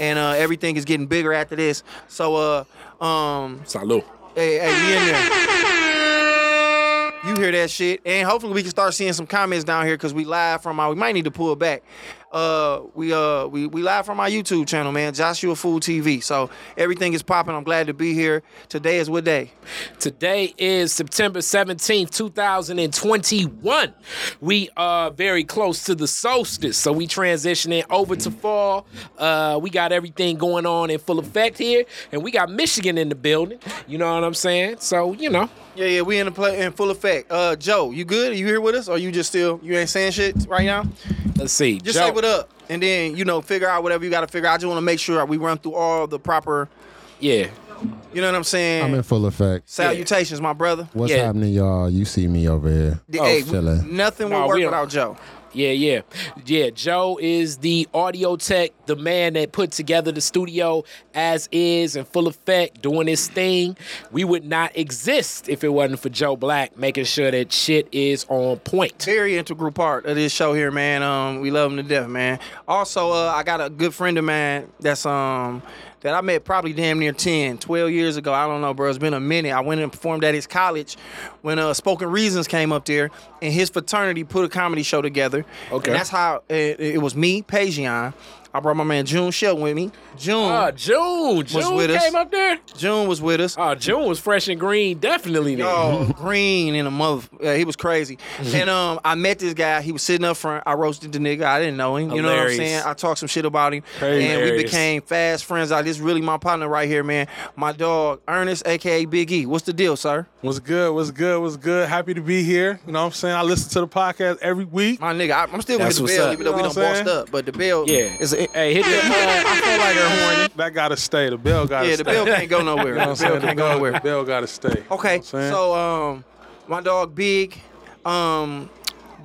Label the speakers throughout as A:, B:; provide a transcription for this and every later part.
A: And uh, everything is getting bigger after this. So uh um
B: Salud.
A: Hey, hey, we in there. You hear that shit, and hopefully we can start seeing some comments down here because we live from our. We might need to pull back. Uh, we uh, we we live from our YouTube channel, man. Joshua Fool TV. So everything is popping. I'm glad to be here. Today is what day?
B: Today is September 17th, 2021. We are very close to the solstice, so we transitioning over to fall. Uh, we got everything going on in full effect here, and we got Michigan in the building. You know what I'm saying? So, you know,
A: Yeah, yeah, we in the play in full effect. Uh, Joe, you good? you here with us, or you just still you ain't saying shit right now?
B: let's see.
A: Just say what up, and then you know figure out whatever you got to figure. out. I just want to make sure we run through all the proper.
B: Yeah.
A: You know what I'm saying?
C: I'm in full effect.
A: Salutations, my brother.
C: What's Oh,
B: Yeah.
C: happening, y'all? You see me over here.
A: The- hey, we-
C: chilling.
A: nothing will
B: Nah,
A: work
B: we don't-
A: without Joe.
B: Yeah, yeah. Yeah, Joe is the audio tech, the man that put together the studio as is in full effect, doing his thing. We would not exist if it wasn't for Joe Black making sure that shit is on point.
A: Very integral part of this show here, man. Um, we love him to death, man. Also, uh, I got a good friend of mine that's um that I met probably damn near 10, 12 years ago. I don't know, bro. It's been a minute. I went and performed at his college when uh, Spoken Reasons came up there, and his fraternity put a comedy show together.
B: Okay.
A: And that's how uh, it, it was me, Pagion. I brought my man June Shell with me. June,
B: Uh, June.
A: Was
B: June
A: with us.
B: came up there.
A: June was with us.
B: Oh, June was fresh and green, definitely. Then.
A: Oh, green in a mother. Yeah, he was crazy. and um, I met this guy. He was sitting up front. I roasted the nigga. I didn't know him. You
B: Hilarious.
A: know what I'm saying? I talked some shit about him. And we
B: Hilarious.
A: became fast friends. I, this really my partner right here, man. My dog, Ernest, aka Big E. What's the deal, sir?
D: What's good? What's good? What's good? Happy to be here. You know what I'm saying? I listen to the podcast every week.
A: My nigga, I, I'm still with
B: That's
A: the
B: what's
A: bell,
B: up.
A: even though
D: You
A: we
D: know
A: don't
D: what I'm
A: bossed
D: saying?
A: up. But the bell
B: Yeah.
A: is a,
B: hey, hit that.
A: I feel like they're horny.
D: That gotta stay. The bell gotta
A: Yeah, the
D: stay.
A: bell can't go nowhere.
D: You know what I'm
A: the bell
D: saying? The
A: can't go
D: bell,
A: nowhere.
D: the bell gotta stay.
A: Okay,
D: so
A: so um, my dog Big, um,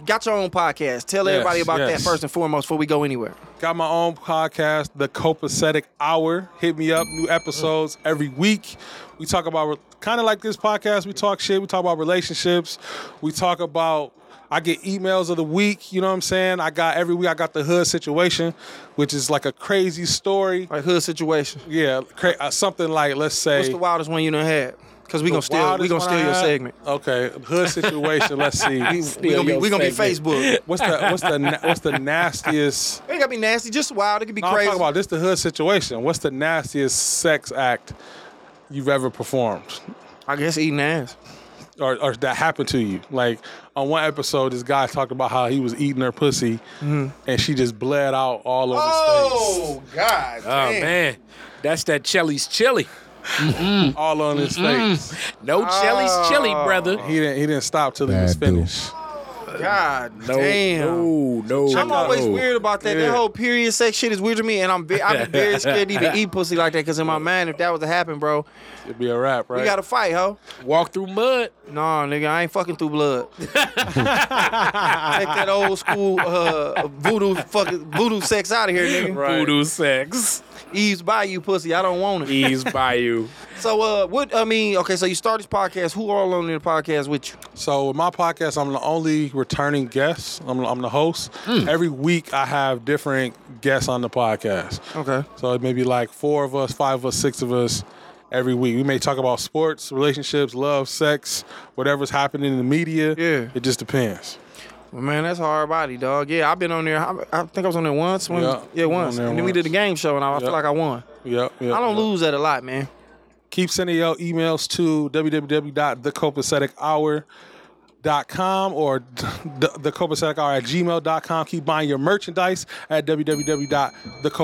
A: got your own podcast. Tell
D: Yes,
A: everybody about
D: yes.
A: that first and foremost before we go anywhere.
D: got my own podcast, The Copacetic Hour. Hit me up. New episodes every week. We talk about kind of like this podcast. We talk shit. We talk about relationships. We talk about. I get emails of the week. You know what I'm saying? I got every week. I got the hood situation, which is like a crazy story.
A: Like hood situation.
D: Yeah, cra- uh, something like let's say
A: What's the wildest one you done had? Because we gonna steal, we
D: wildest
A: gonna
D: one
A: steal
D: I
A: your
D: had?
A: segment.
D: Okay, hood situation. let's see.
A: We gonna be, we gonna be
B: segment.
A: Facebook.
D: What's the what's the na- what's the nastiest?
A: It ain't gotta be nasty, just wild. It could be
D: No, I'm
A: crazy.
D: talking about this. The hood situation. What's the nastiest sex act you've ever performed,
A: I guess eating ass.
D: or, or that happened to you? Like on one episode, this guy talked about how he was eating her pussy,
A: Mm-hmm.
D: and she just bled out all over his face,
A: God!
B: Oh, man. That's that Chelly's Chili.
A: Oh!
D: all on his face.
B: No Chelly's Chili, brother.
D: He didn't he didn't stop till he was
C: Bad dude.
D: finished.
A: God
B: No,
A: damn!
B: no, no.
A: I'm always
B: no.
A: weird about that. That whole period sex shit is weird to me, and I'm ve- I be very scared to even eat pussy like that. Because in my mind, if that was to happen, bro,
D: It'd be a wrap, right?
A: we gotta fight, ho.
B: Walk through mud.
A: Nah, nigga, I ain't fucking through blood. Take that old school uh, voodoo fucking voodoo sex out of here, nigga.
B: Voodoo sex.
A: Eve's by you, pussy. I don't want it.
B: Ease by you.
A: So, uh, what I mean, okay, so you start this podcast. Who all on the podcast with you?
D: So with my podcast, I'm the only returning guest. I'm, I'm the host.
A: Hmm.
D: Every week, I have different guests on the podcast.
A: Okay.
D: So it may be like four of us, five of us, six of us every week. We may talk about sports, relationships, love, sex, whatever's happening in the media.
A: Yeah.
D: It just depends.
A: Well, man, that's hard body, dog. Yeah, I've been on there. I, I think I was on there once. When, yeah,
D: Yeah, you were
A: once.
D: on there
A: And then we
D: once.
A: did a game show, and I, I feel
D: Yeah.
A: like I won.
D: Yep. yep
A: I don't
D: yep.
A: lose that a lot, man.
D: Keep sending your emails to www.thecopacetichour.com. gmail.com or the, the copacetic hour at gmail.com. Keep buying your merchandise at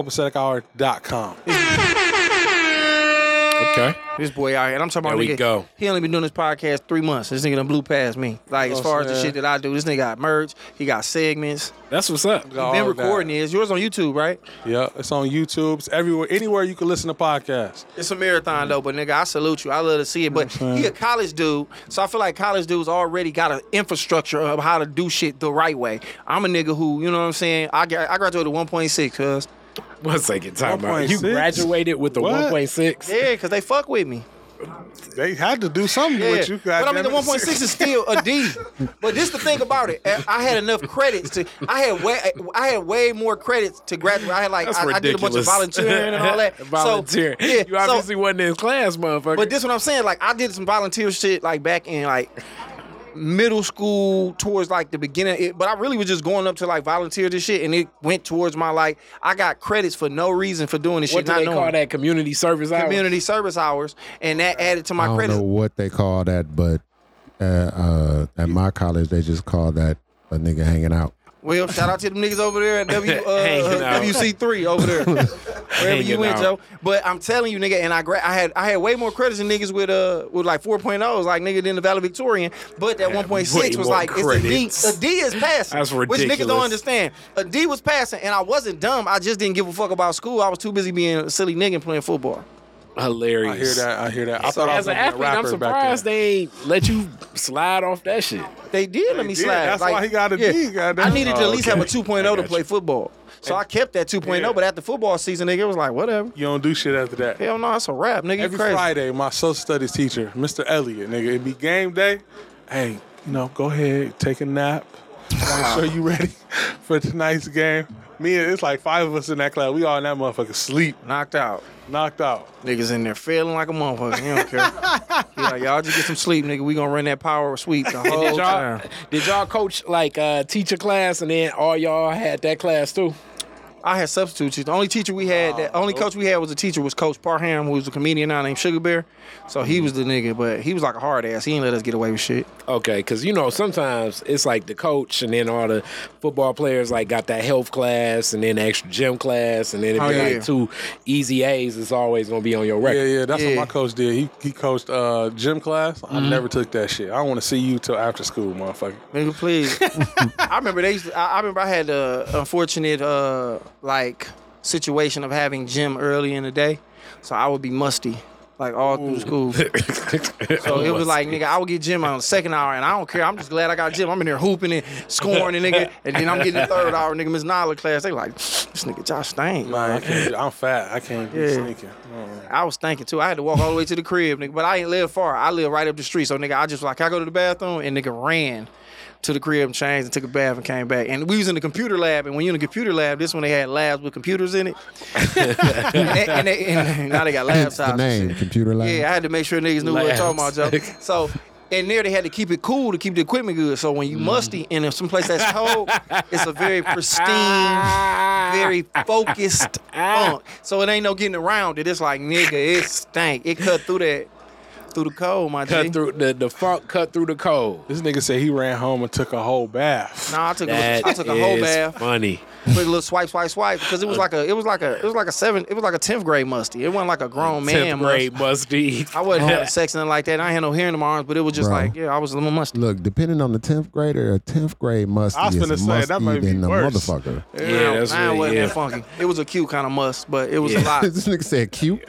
D: www.thecopacetichour.com.
B: Okay.
A: This boy out here, and I'm talking about
B: There we
A: nigga,
B: go.
A: He only been doing this podcast three months. This nigga done blew past me. Like as
D: Oh,
A: far as the
D: snap.
A: shit that I do, this nigga got merch. He got segments.
B: That's what's up.
D: All
A: been
D: that.
A: recording is yours on YouTube, right?
D: Yeah, it's on YouTube. It's everywhere, anywhere you can listen to podcasts.
A: It's a marathon though, but nigga, I salute you. I love to see it. But he a college dude, so I feel like college dudes already got an infrastructure of how to do shit the right way. I'm a nigga who, you know what I'm saying? I gra- I graduated 1.6, cuz.
B: One second, time out.
D: 1.6?
B: You graduated with a
D: What?
B: 1.6.
A: Yeah, cuz they fuck with me.
D: They had to do something
A: Yeah.
D: with you.
A: but I mean,
D: goddammit.
A: the 1.6 is still a D. But this the thing about it. I I had enough credits to. I had way. I had way more credits to graduate. I had like
B: That's
A: I, I did a bunch of
B: ridiculous.
A: volunteering and all that.
B: volunteering.
A: So, yeah,
B: you obviously
A: so,
B: wasn't in class, motherfucker.
A: but this what I'm saying. Like I did some volunteer shit like back in like middle school towards like the beginning. It, but I really was just going up to like volunteer this shit, and it went towards my like I got credits for no reason for doing this
B: what
A: shit.
B: do
A: not
B: they
A: knowing.
B: call that? Community service hour?
A: Community service hours, and that added to
C: I
A: my
C: don't
A: credits.
C: know what they call that, but uh, uh, at my college they just call that a nigga hanging out.
A: Well, shout out to them niggas over there at W
B: Hanging
A: uh,
B: out.
A: WC3 over there. Wherever you
B: Hanging
A: went, Joe.
B: out.
A: But I'm telling you, nigga, and I gra- I had I had way more credits than niggas with uh with like 4.0s, like nigga than the valedictorian. But that 1.6
B: way
A: was
B: more
A: like it's a
B: credits.
A: D. A D is passing.
B: That's
A: Which niggas don't
B: ridiculous.
A: understand. A D was passing, and I wasn't dumb. I just didn't give a fuck about school. I was too busy being a silly nigga and playing football.
B: Hilarious.
D: I hear that. I hear that. I thought I
B: As
D: was
B: an
D: gonna be
B: athlete,
D: a
B: I'm
D: rapper back
B: surprised
D: then.
B: they ain't let you slide off that shit.
A: They did let me
D: did.
A: slide.
D: That's
A: Like,
D: why he got a D, goddamn.
A: I needed to at
D: Oh,
A: least have a 2.0 to play football. So I kept that 2.0,
D: Yeah.
A: but after football season, nigga, it was like, whatever.
D: You don't do shit after that.
A: Hell no, it's a rap, nigga. You
D: Every
A: crazy.
D: Friday, my social studies teacher, Mr. Elliott, nigga, it be game day. Hey, you know, go ahead, take a nap. I'm sure you ready for tonight's game. Me and it's like five of us in that class. We all in that motherfucker sleep,
A: Knocked out.
D: knocked out.
A: Niggas in there feeling like a motherfucker. He don't care. He like, y'all just get some sleep, nigga. We gonna run that power sweep the whole
B: Did y'all,
A: time.
B: did y'all coach like uh, teacher class and then all y'all had that class too?
A: I had substitutes. The only teacher we had, the only coach we had was a teacher was Coach Parham, who was a comedian now named Sugar Bear. So he was the nigga, but he was like a hard ass. He didn't let us get away with shit.
B: Okay, because you know sometimes it's like the coach and then all the football players like got that health class and then the extra gym class and then it'd be
A: Oh, yeah.
B: like two easy A's. It's always gonna be on your
D: Yeah,
B: record.
D: yeah, that's
A: Yeah.
D: what my coach did. He he coached uh, gym class. I never took that shit. I don't want to see you till after school, motherfucker.
A: Nigga, please. I remember they. Used to- I, I remember I had the unfortunate uh like situation of having gym early in the day, so I would be musty like all through school. So it was like, nigga, I would get gym on the second hour, and I don't care. I'm just glad I got gym. I'm in there hooping and scoring, and nigga, and then I'm getting the third hour, nigga. Miss Nala class, they like, this nigga Josh stank.
D: Man, I can't. I'm fat. I can't be
A: Yeah.
D: sneaking. Mm.
A: I was thinking too. I had to walk all the way to the crib, nigga. But I ain't live far. I live right up the street. So nigga, I just like I go to the bathroom and nigga ran to the crib and changed and took a bath and came back. And we was in the computer lab. And when you in the computer lab, this one they had labs with computers in it. and, they- and they- and now they got
C: That's
A: laptops.
C: the
A: and
C: name,
A: shit.
C: computer lab.
A: Yeah, I had to make sure niggas knew what we were talking about, Joe. So, and there they had to keep it cool to keep the equipment good. So when you
B: Mm.
A: musty and in some place that's cold, it's a very pristine, very focused funk. So it ain't no getting around it. It's like nigga, it stank. It cut through that, through the cold, my G.
B: cut through the the funk, cut through the cold.
D: This nigga said he ran home and took a whole bath.
A: Nah, I took a,
B: That
A: I took a whole
B: is
A: bath,
B: Funny.
A: took a little swipe, swipe, swipe, because it was like a, it was like a, it was like a seven, it was like a tenth grade musty. It wasn't like a grown man
B: Tenth grade
A: musty.
B: must be.
A: I wasn't having sex nothing like that. I ain't had no hair in my arms, but it was just
C: Bro.
A: like, yeah, I was a little musty.
C: Look, depending on the tenth grader, a tenth grade musty
D: I was
C: is
D: finna say,
C: musty
D: that might be
C: than a
D: worse.
C: motherfucker.
B: Yeah, that's
A: mine
B: really-
A: wasn't
B: yeah.
A: that funky. It was a cute kind of must, but it was a
B: Yeah.
A: lot.
C: this nigga said cute.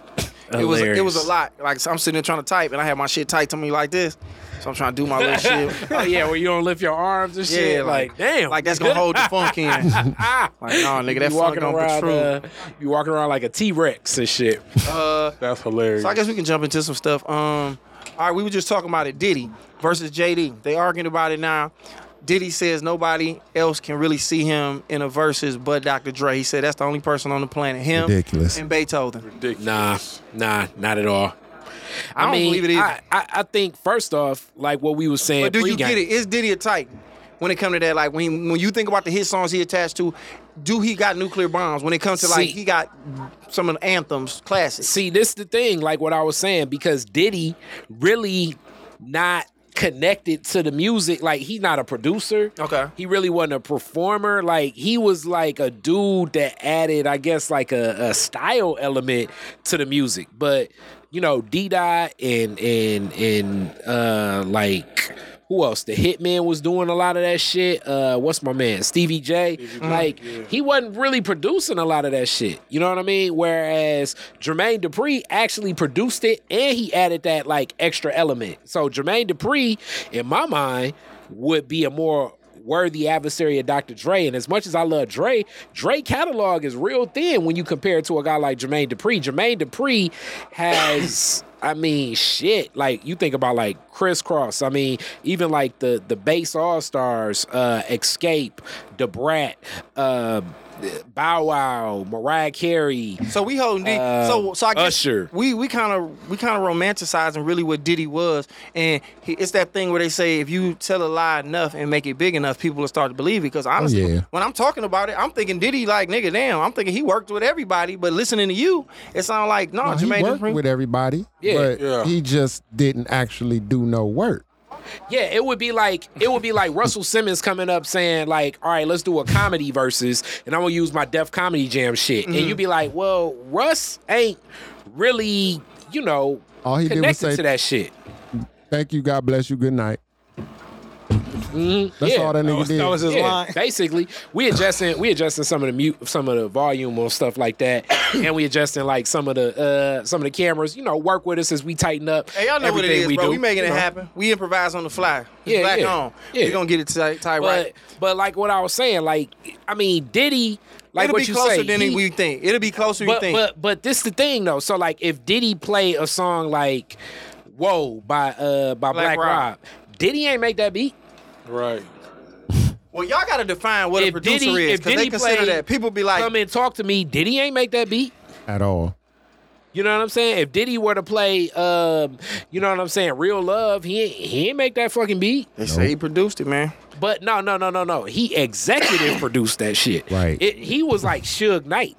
A: It was it was
B: Hilarious.
A: a lot. Like so I'm sitting there trying to type, and I had my shit typed to me like this. So I'm trying to do my little shit.
B: oh yeah, where you don't lift your arms and shit.
A: Yeah,
B: like, damn,
A: like that's gonna hold the funk in. Like, nah, nigga,
B: You
A: that funk
B: walking
A: gonna
B: around,
A: protrude.
B: uh, you walking around like a T Rex and shit.
D: That's hilarious.
A: So I guess we can jump into some stuff. Um, all right, we were just talking about it. Diddy versus JD. They arguing about it now. Diddy says nobody else can really see him in a versus but Dr. Dre. He said that's the only person on the planet. Him
C: Ridiculous.
A: and Beethoven.
B: Nah, nah, not at all.
A: I don't believe it either.
B: I, I, I think first off, like what we were saying.
A: But do you
B: pregame-
A: get it? Is Diddy a Titan? When it comes to that, like when when you think about the hit songs he attached to, do he got nuclear bombs? When it comes to like
B: See.
A: he got some of the anthems, classics.
B: See, this the thing, like what I was saying, because Diddy really not connected to the music. Like he's not a producer.
A: Okay.
B: He really wasn't a performer. Like he was like a dude that added, I guess, like a, a style element to the music. But you know, D Dot and and and uh like who else? The Hitman was doing a lot of that shit. Uh, what's my man? Stevie J. Like he wasn't really producing a lot of that shit. You know what I mean? Whereas Jermaine Dupri actually produced it and he added that like extra element. So Jermaine Dupri, in my mind, would be a more worthy adversary of Dr. Dre. And as much as I love Dre, Dre catalog is real thin when you compare it to a guy like Jermaine Dupri. Jermaine Dupri has, I mean, shit. Like you think about like crisscross. I mean, even like the the base all stars, uh, Escape, Debrat, uh, Bow Wow, Mariah Carey.
A: So we holding D. so so I guess
B: Usher.
A: we we kind of we kind of romanticizing really what Diddy was, and he, it's that thing where they say if you tell a lie enough and make it big enough, people will start to believe it. Because honestly,
C: yeah.
A: when I'm talking about it, I'm thinking Diddy like nigga, damn. I'm thinking he worked with everybody, but listening to you, it sounds like no,
C: Well, he
A: Jermaine
C: worked
A: Dupri.
C: with everybody,
B: Yeah.
C: but
D: Yeah.
C: he just didn't actually do no work.
B: Yeah, it would be like it would be like Russell Simmons coming up saying like, "All right, let's do a comedy versus, and I'm gonna use my Def Comedy Jam shit," and you'd be like, "Well, Russ ain't really, you know,
C: All he did was
B: connected
C: say-
B: to that shit."
C: Thank you, God bless you, good night. That's
B: yeah.
C: all that
D: That
C: nigga
D: was,
C: did.
D: that was his
B: Yeah,
D: line.
B: basically, we adjusting we adjusting some of the mute, some of the volume on stuff like that, and we adjusting like some of the uh some of the cameras. You know, work with us as we tighten up.
A: Hey, y'all know what it
B: everything
A: is,
B: we
A: bro.
B: Do,
A: we making
B: you
A: it
B: know?
A: happen. We improvise on the fly. It's
B: Yeah,
A: black
B: yeah.
A: on.
B: Yeah.
A: we gonna get it tight, tight right.
B: But but like what I was saying, like I mean, Diddy, like
A: It'll
B: what
A: be
B: you
A: closer
B: say,
A: than
B: he-
A: we think. It'll be closer than you
B: but,
A: think.
B: But but this the thing though. So like if Diddy play a song like "Whoa" by uh by Black,
A: Black
B: Rob.
A: Rob.
B: Diddy ain't make that beat.
D: Right.
A: well, y'all gotta define what a
B: if
A: producer
B: Diddy,
A: is
B: if
A: because
B: Diddy
A: they consider
B: played,
A: that. People be like,
B: "Come and talk to me." Diddy ain't make that beat.
C: at all.
B: You know what I'm saying? If Diddy were to play, um, you know what I'm saying, "Real Love," he ain't, he ain't make that fucking beat.
A: They say he produced it, man.
B: But no, no, no, no, no. He executive produced that shit.
C: Right.
B: It, he was like Suge Knight.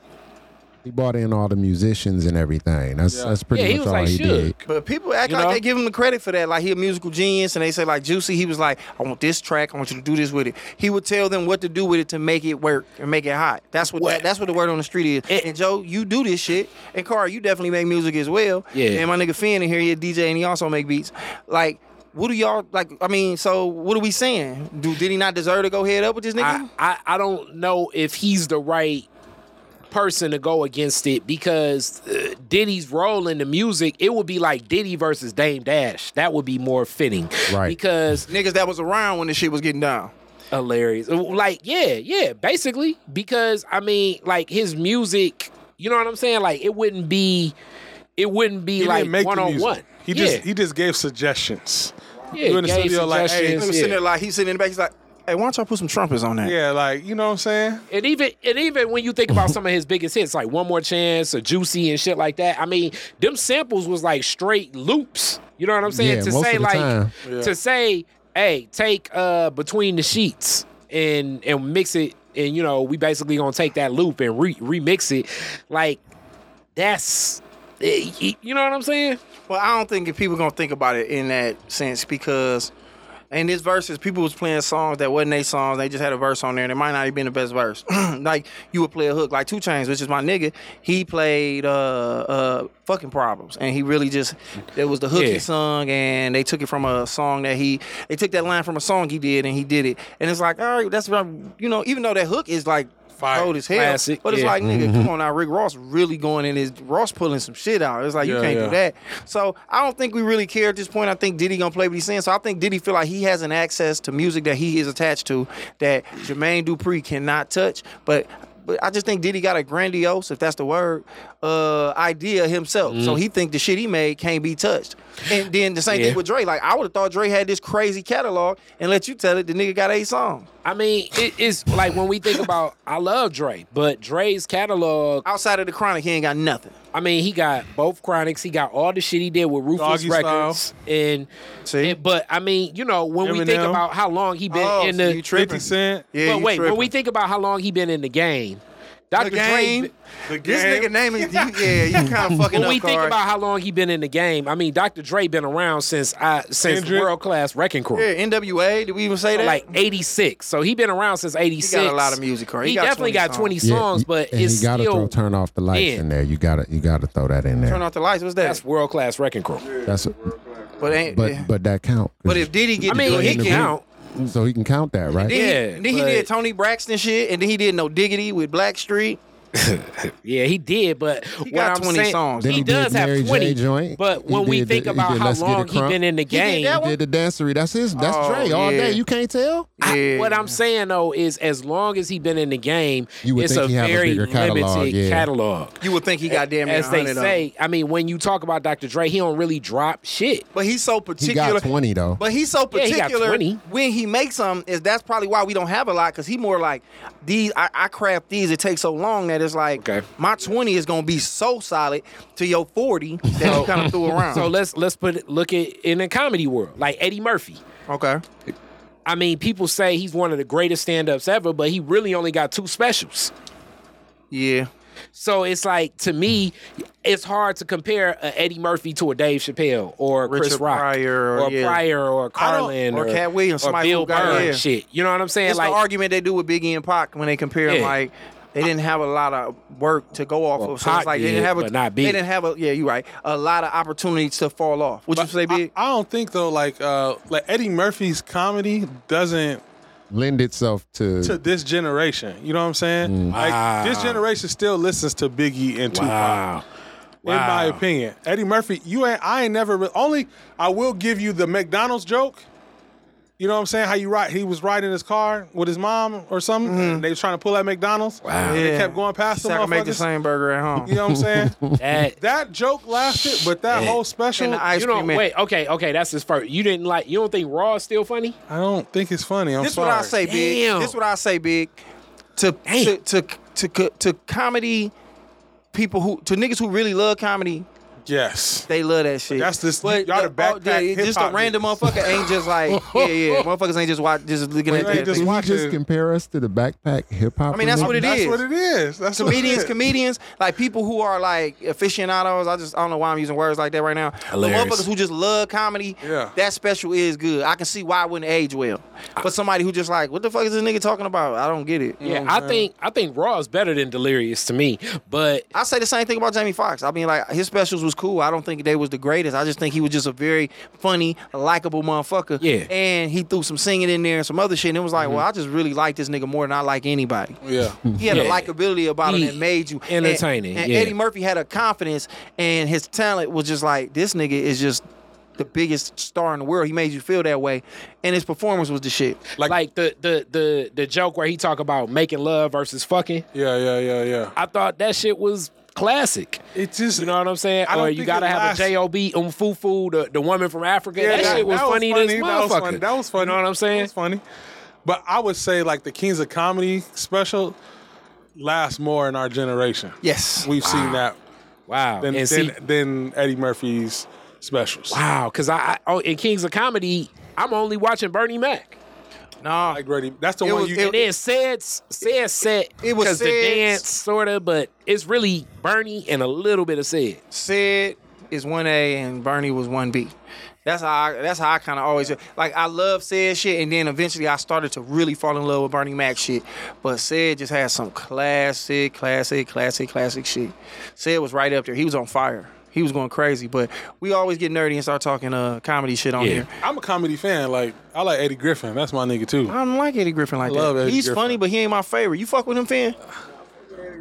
C: He brought in all the musicians and everything. That's that's pretty
B: Yeah, he
C: much
B: was
C: all
B: like
C: he
B: Suge.
C: did.
A: But people act
B: You
A: like
B: know?
A: they give him the credit for that. Like he a musical genius, and they say like Juicy, he was like, I want this track, I want you to do this with it. He would tell them what to do with it to make it work and make it hot. That's what,
B: What?
A: That, that's what the word on the street is.
B: It-
A: and Joe, you do this shit, and Carl, you definitely make music as well.
B: Yeah.
A: And my nigga Finn in here, he a DJ, and he also make beats. Like. What do y'all like? I mean, so what are we saying? Do did he not deserve to go head up with this nigga?
B: I, I, I don't know if he's the right person to go against it because uh, Diddy's role in the music, it would be like Diddy versus Dame Dash. That would be more fitting.
C: Right.
B: Because
A: Niggas that was around when this shit was getting down.
B: hilarious. Uh, Like, yeah, yeah, basically. Because I mean, like his music, you know what I'm saying? Like it wouldn't be it wouldn't be
D: He
B: like
D: didn't make
B: one
D: the
B: on
D: music.
B: one.
D: He
B: yeah.
D: just he just gave suggestions.
B: yeah,
D: you in the
B: gave
D: studio like, hey,
A: Nigga
B: suggestions,
A: was
B: yeah.
A: sitting there like he's sitting in the back. He's like, "Hey, why don't y'all put some trumpets on that?"
D: Yeah, like you know what I'm saying.
B: And even and even when you think about some of his biggest hits, like One More Chance or Juicy and shit like that, I mean, them samples was like straight loops. You know what I'm saying?
C: Yeah,
B: to
C: most
B: say
C: of the
B: like
C: time.
B: to say, hey, take uh between the sheets and and mix it and you know, we basically gonna take that loop and re- remix it. Like that's eh, you know what I'm saying?
A: Well, I don't think if people gonna think about it in that sense because in this verses, people was playing songs that wasn't their songs. They just had a verse on there. and It might not have been the best verse. like you would play a hook, like Two Chains, which is my nigga. He played uh uh fucking problems, and he really just it was the hook
B: Yeah.
A: he sung, and they took it from a song that he they took that line from a song he did, and he did it. And it's like, all right, that's what I'm, you know, even though that hook is like.
D: Fire.
A: Cold as hell,
B: Classic,
A: but it's
B: yeah.
A: like nigga, come on now. Rick Ross really going in his Ross pulling some shit out. It's like you
D: Yeah,
A: can't
D: yeah.
A: do that that. So I don't think we really care at this point. I think Diddy gonna play what he's saying. So I think Diddy feel like he has an access to music that he is attached to that Jermaine Dupri cannot touch. But but I just think Diddy got a grandiose, if that's the word, uh, idea himself. So he think the shit he made can't be touched. And then the same
B: Yeah.
A: thing with Dre. Like I would have thought Dre had this crazy catalog and let you tell it the nigga got eight songs.
B: I mean, it is like when we think about I love Dre, but Dre's catalog
A: Outside of the chronic, he ain't got nothing.
B: I mean, he got both chronics. He got all the shit he did with Ruthless
D: Doggy
B: Records,
D: Style.
B: and,
A: See?
B: and- but I mean, you know, when we think
D: Eminem.
B: about how long he been
A: Oh,
B: in
A: so
B: the
A: you tripping.
D: Fifty Cent.
A: Yeah,
B: but
A: you
B: wait, when
A: tripping.
B: we think about how long he been in the game, Dr.
A: The
B: Dre-
A: game.
D: The
A: This
D: game.
A: nigga name is you, yeah. You kind of fucking
B: When
A: up.
B: we think
A: Cardi.
B: about how long he been in the game, I mean, Dr. Dre been around since I since
D: Kendrick.
B: world class wrecking crew.
A: yeah, NWA. Did we even say that?
B: Oh, Like eighty six, so he been around since eighty six.
A: lot of music, Corey.
B: He,
A: He got
B: definitely
A: 20
B: got
A: songs.
B: twenty
C: Yeah,
B: songs,
C: you-
B: but
C: and
B: it's
C: you gotta
B: still
C: throw turn off the lights
B: Yeah.
C: in there. You gotta you gotta throw that in there.
A: turn off the lights. What's that?
B: that's world class wrecking crew.
C: That's
A: but ain't.
C: but
A: But,
C: but that count. 'cause
A: if Diddy get,
B: I mean,
C: go
B: he
C: ahead and
B: can
C: agree.
B: count.
C: so he can count that right.
A: Then,
B: Yeah,
A: he, then he
B: but-
A: did Tony Braxton shit, and then he did No Diggity with Blackstreet.
B: Yeah, he did, but
A: He
B: what
A: got
B: I'm
A: 20
B: saying,
A: songs.
C: Then
B: he
C: he did
B: does
C: Mary
B: have
C: J.
B: twenty.
C: joint.
B: But
C: He
B: when we
C: did
B: think
C: the- he
B: about
C: did
B: how
C: Let's Get It
B: long he
C: Crunk.
B: been in the
A: did
B: game,
A: that
C: He did the dancery. That's his. That's
A: Oh,
C: Dre all
A: yeah.
C: day. You can't tell.
A: Yeah.
B: What I'm saying though is, as long as he been in the game,
C: You would
B: it's
C: think
B: a
C: he have a
B: very
C: bigger catalog,
B: limited
C: yeah.
B: catalog.
A: you would think he got damn near
B: As they
A: 100 of them.
B: say, I mean, when you talk about Dr. Dre, he don't really drop shit.
A: But he's so
C: He
A: particular.
C: got twenty though.
A: But he's so
B: Yeah, he got
A: particular
B: 20.
A: when he makes them is that's probably why we don't have a lot because he more like these I, I craft these it takes so long that it's like
B: Okay.
A: my twenty is gonna be so solid to your forty that you kind of threw around.
C: Mm.
B: So let's let's put it- look at in the comedy world, like Eddie Murphy.
A: okay,
B: I mean, people say he's one of the greatest stand-ups ever, but he really only got two specials.
A: yeah,
B: So it's like to me, it's hard to compare a Eddie Murphy to a Dave Chappelle or a Chris
A: Richard
B: Rock
A: Pryor or-
B: or
A: yeah.
B: Pryor or
A: I don't-
B: Carlin
A: or Cat Williams,
B: or
A: somebody who
B: Bill
A: got-
B: Burr
A: yeah.
B: and shit. You know what I'm saying?
A: it's
B: like
A: the argument they do with Biggie and Pac when they compare 'em,
B: Yeah.
A: like. They didn't have a lot of work to go off
B: Well,
A: of, so
B: Pac
A: it's like they
B: did,
A: didn't have a
B: but not
A: they
B: Biggie.
A: didn't have a yeah you're right a lot of opportunities to fall off. Would you say
D: I,
A: big?
D: I don't think though, like uh, like Eddie Murphy's comedy doesn't
C: Lend itself to,
D: to this generation. You know what I'm saying? Like this generation still listens to Biggie and Tupac.
B: wow,
D: In my
B: Wow.
D: opinion, Eddie Murphy, you ain't. I ain't never. re- Only I will give you the McDonald's joke. You know what I'm saying? How you ride? He was riding his car with his mom or something. And they was trying to pull at McDonald's. Wow. They
A: Mm-hmm. Yeah.
D: kept going past
A: So
D: them.
A: I can make the
D: motherfuckers.
A: same burger at home.
D: You know what I'm saying?
B: that
D: that joke lasted, but that whole special,
A: And the ice
B: you don't
A: cream man.
B: wait. Okay, okay, that's his first. You didn't like. You don't think Raw is still funny?
D: I don't think it's funny. I'm
A: This
D: sorry.
A: what I say, big.
B: Damn.
A: This what I say, big. To to, to to to to comedy people who to niggas who really love comedy,
D: Yes.
A: they love that shit.
D: that's this- y'all the
A: oh, yeah,
D: backpack
A: Just a
D: hip-hop
A: random
D: niggas.
A: motherfucker ain't just like yeah yeah. Motherfuckers ain't just watch just looking at
D: they
A: that.
D: just
A: thing.
C: Can you
D: watch
C: just
D: it.
C: compare us to the backpack hip hop?
A: I mean, that's what it
D: That's
A: is.
D: what it is. That's what it
A: comedians,
D: is.
A: comedians, like people who are like aficionados. I just I don't know why I'm using words like that right now. But
B: Hilarious.
A: motherfuckers who just love comedy,
D: Yeah.
A: that special is good. I can see why it wouldn't age well. But somebody who just like, what the fuck is this nigga talking about? I don't get it. You know
B: Yeah, I think I think Raw is better than Delirious to me. But
A: I say the same thing about Jamie Foxx. I mean, like his specials was cool. I don't think they was the greatest. I just think he was just a very funny, likable motherfucker.
B: Yeah. Mm-hmm.
A: And he threw some singing in there and some other shit. And it was like, well, I just really like this nigga more than I like anybody.
D: Yeah.
A: He had a
B: Yeah.
A: likability about him
B: He
A: that made you And-
B: entertaining,
A: And,
B: yeah.
A: Eddie Murphy had a confidence, and his talent was just like this nigga is just the biggest star in the world. He made you feel that way, and his performance was the shit.
B: like, the the the the joke where he talk about making love versus fucking,
D: Yeah, yeah, yeah, yeah.
B: I thought that shit was classic.
D: It just
B: You know what I'm saying?
D: I don't
B: Or you
D: think
B: gotta
D: it
B: have
D: lasts-
B: a job um fufu, the, the woman from Africa.
D: Yeah,
B: that, shit was funny, as
D: That was
B: motherfucker.
D: funny. That was funny.
B: You know what I'm
D: That
B: saying?
D: was funny. But I would say like the Kings of Comedy special lasts more in our generation.
A: Yes.
D: We've seen that
B: Wow.
D: than,
B: and
D: than,
B: see,
D: than Eddie Murphy's specials.
B: wow, because I, I oh, in Kings of Comedy, I'm only watching Bernie Mac.
A: No,
D: Like Brady, that's the
A: It
D: one
A: was-
D: you
B: And then said said set
A: It was
B: because the
A: Sid's.
B: dance sort of, but it's really Bernie and a little bit of said.
A: Sid is one A and Bernie was one B. That's how I, that's how I kind of always like I love Sid shit, and then eventually I started to really fall in love with Bernie Mac shit. But Sid just had some classic, classic, classic, classic shit. Sid was right up there. He was on fire. He was going crazy. But we always get nerdy and start talking uh comedy shit on
B: Yeah.
A: here.
D: I'm a comedy fan. Like I like Eddie Griffin. That's my nigga too.
A: I don't like Eddie Griffin like
D: love
A: that.
D: Eddie
A: He's
D: Griffin.
A: funny, but he ain't my favorite. You fuck with him, Finn?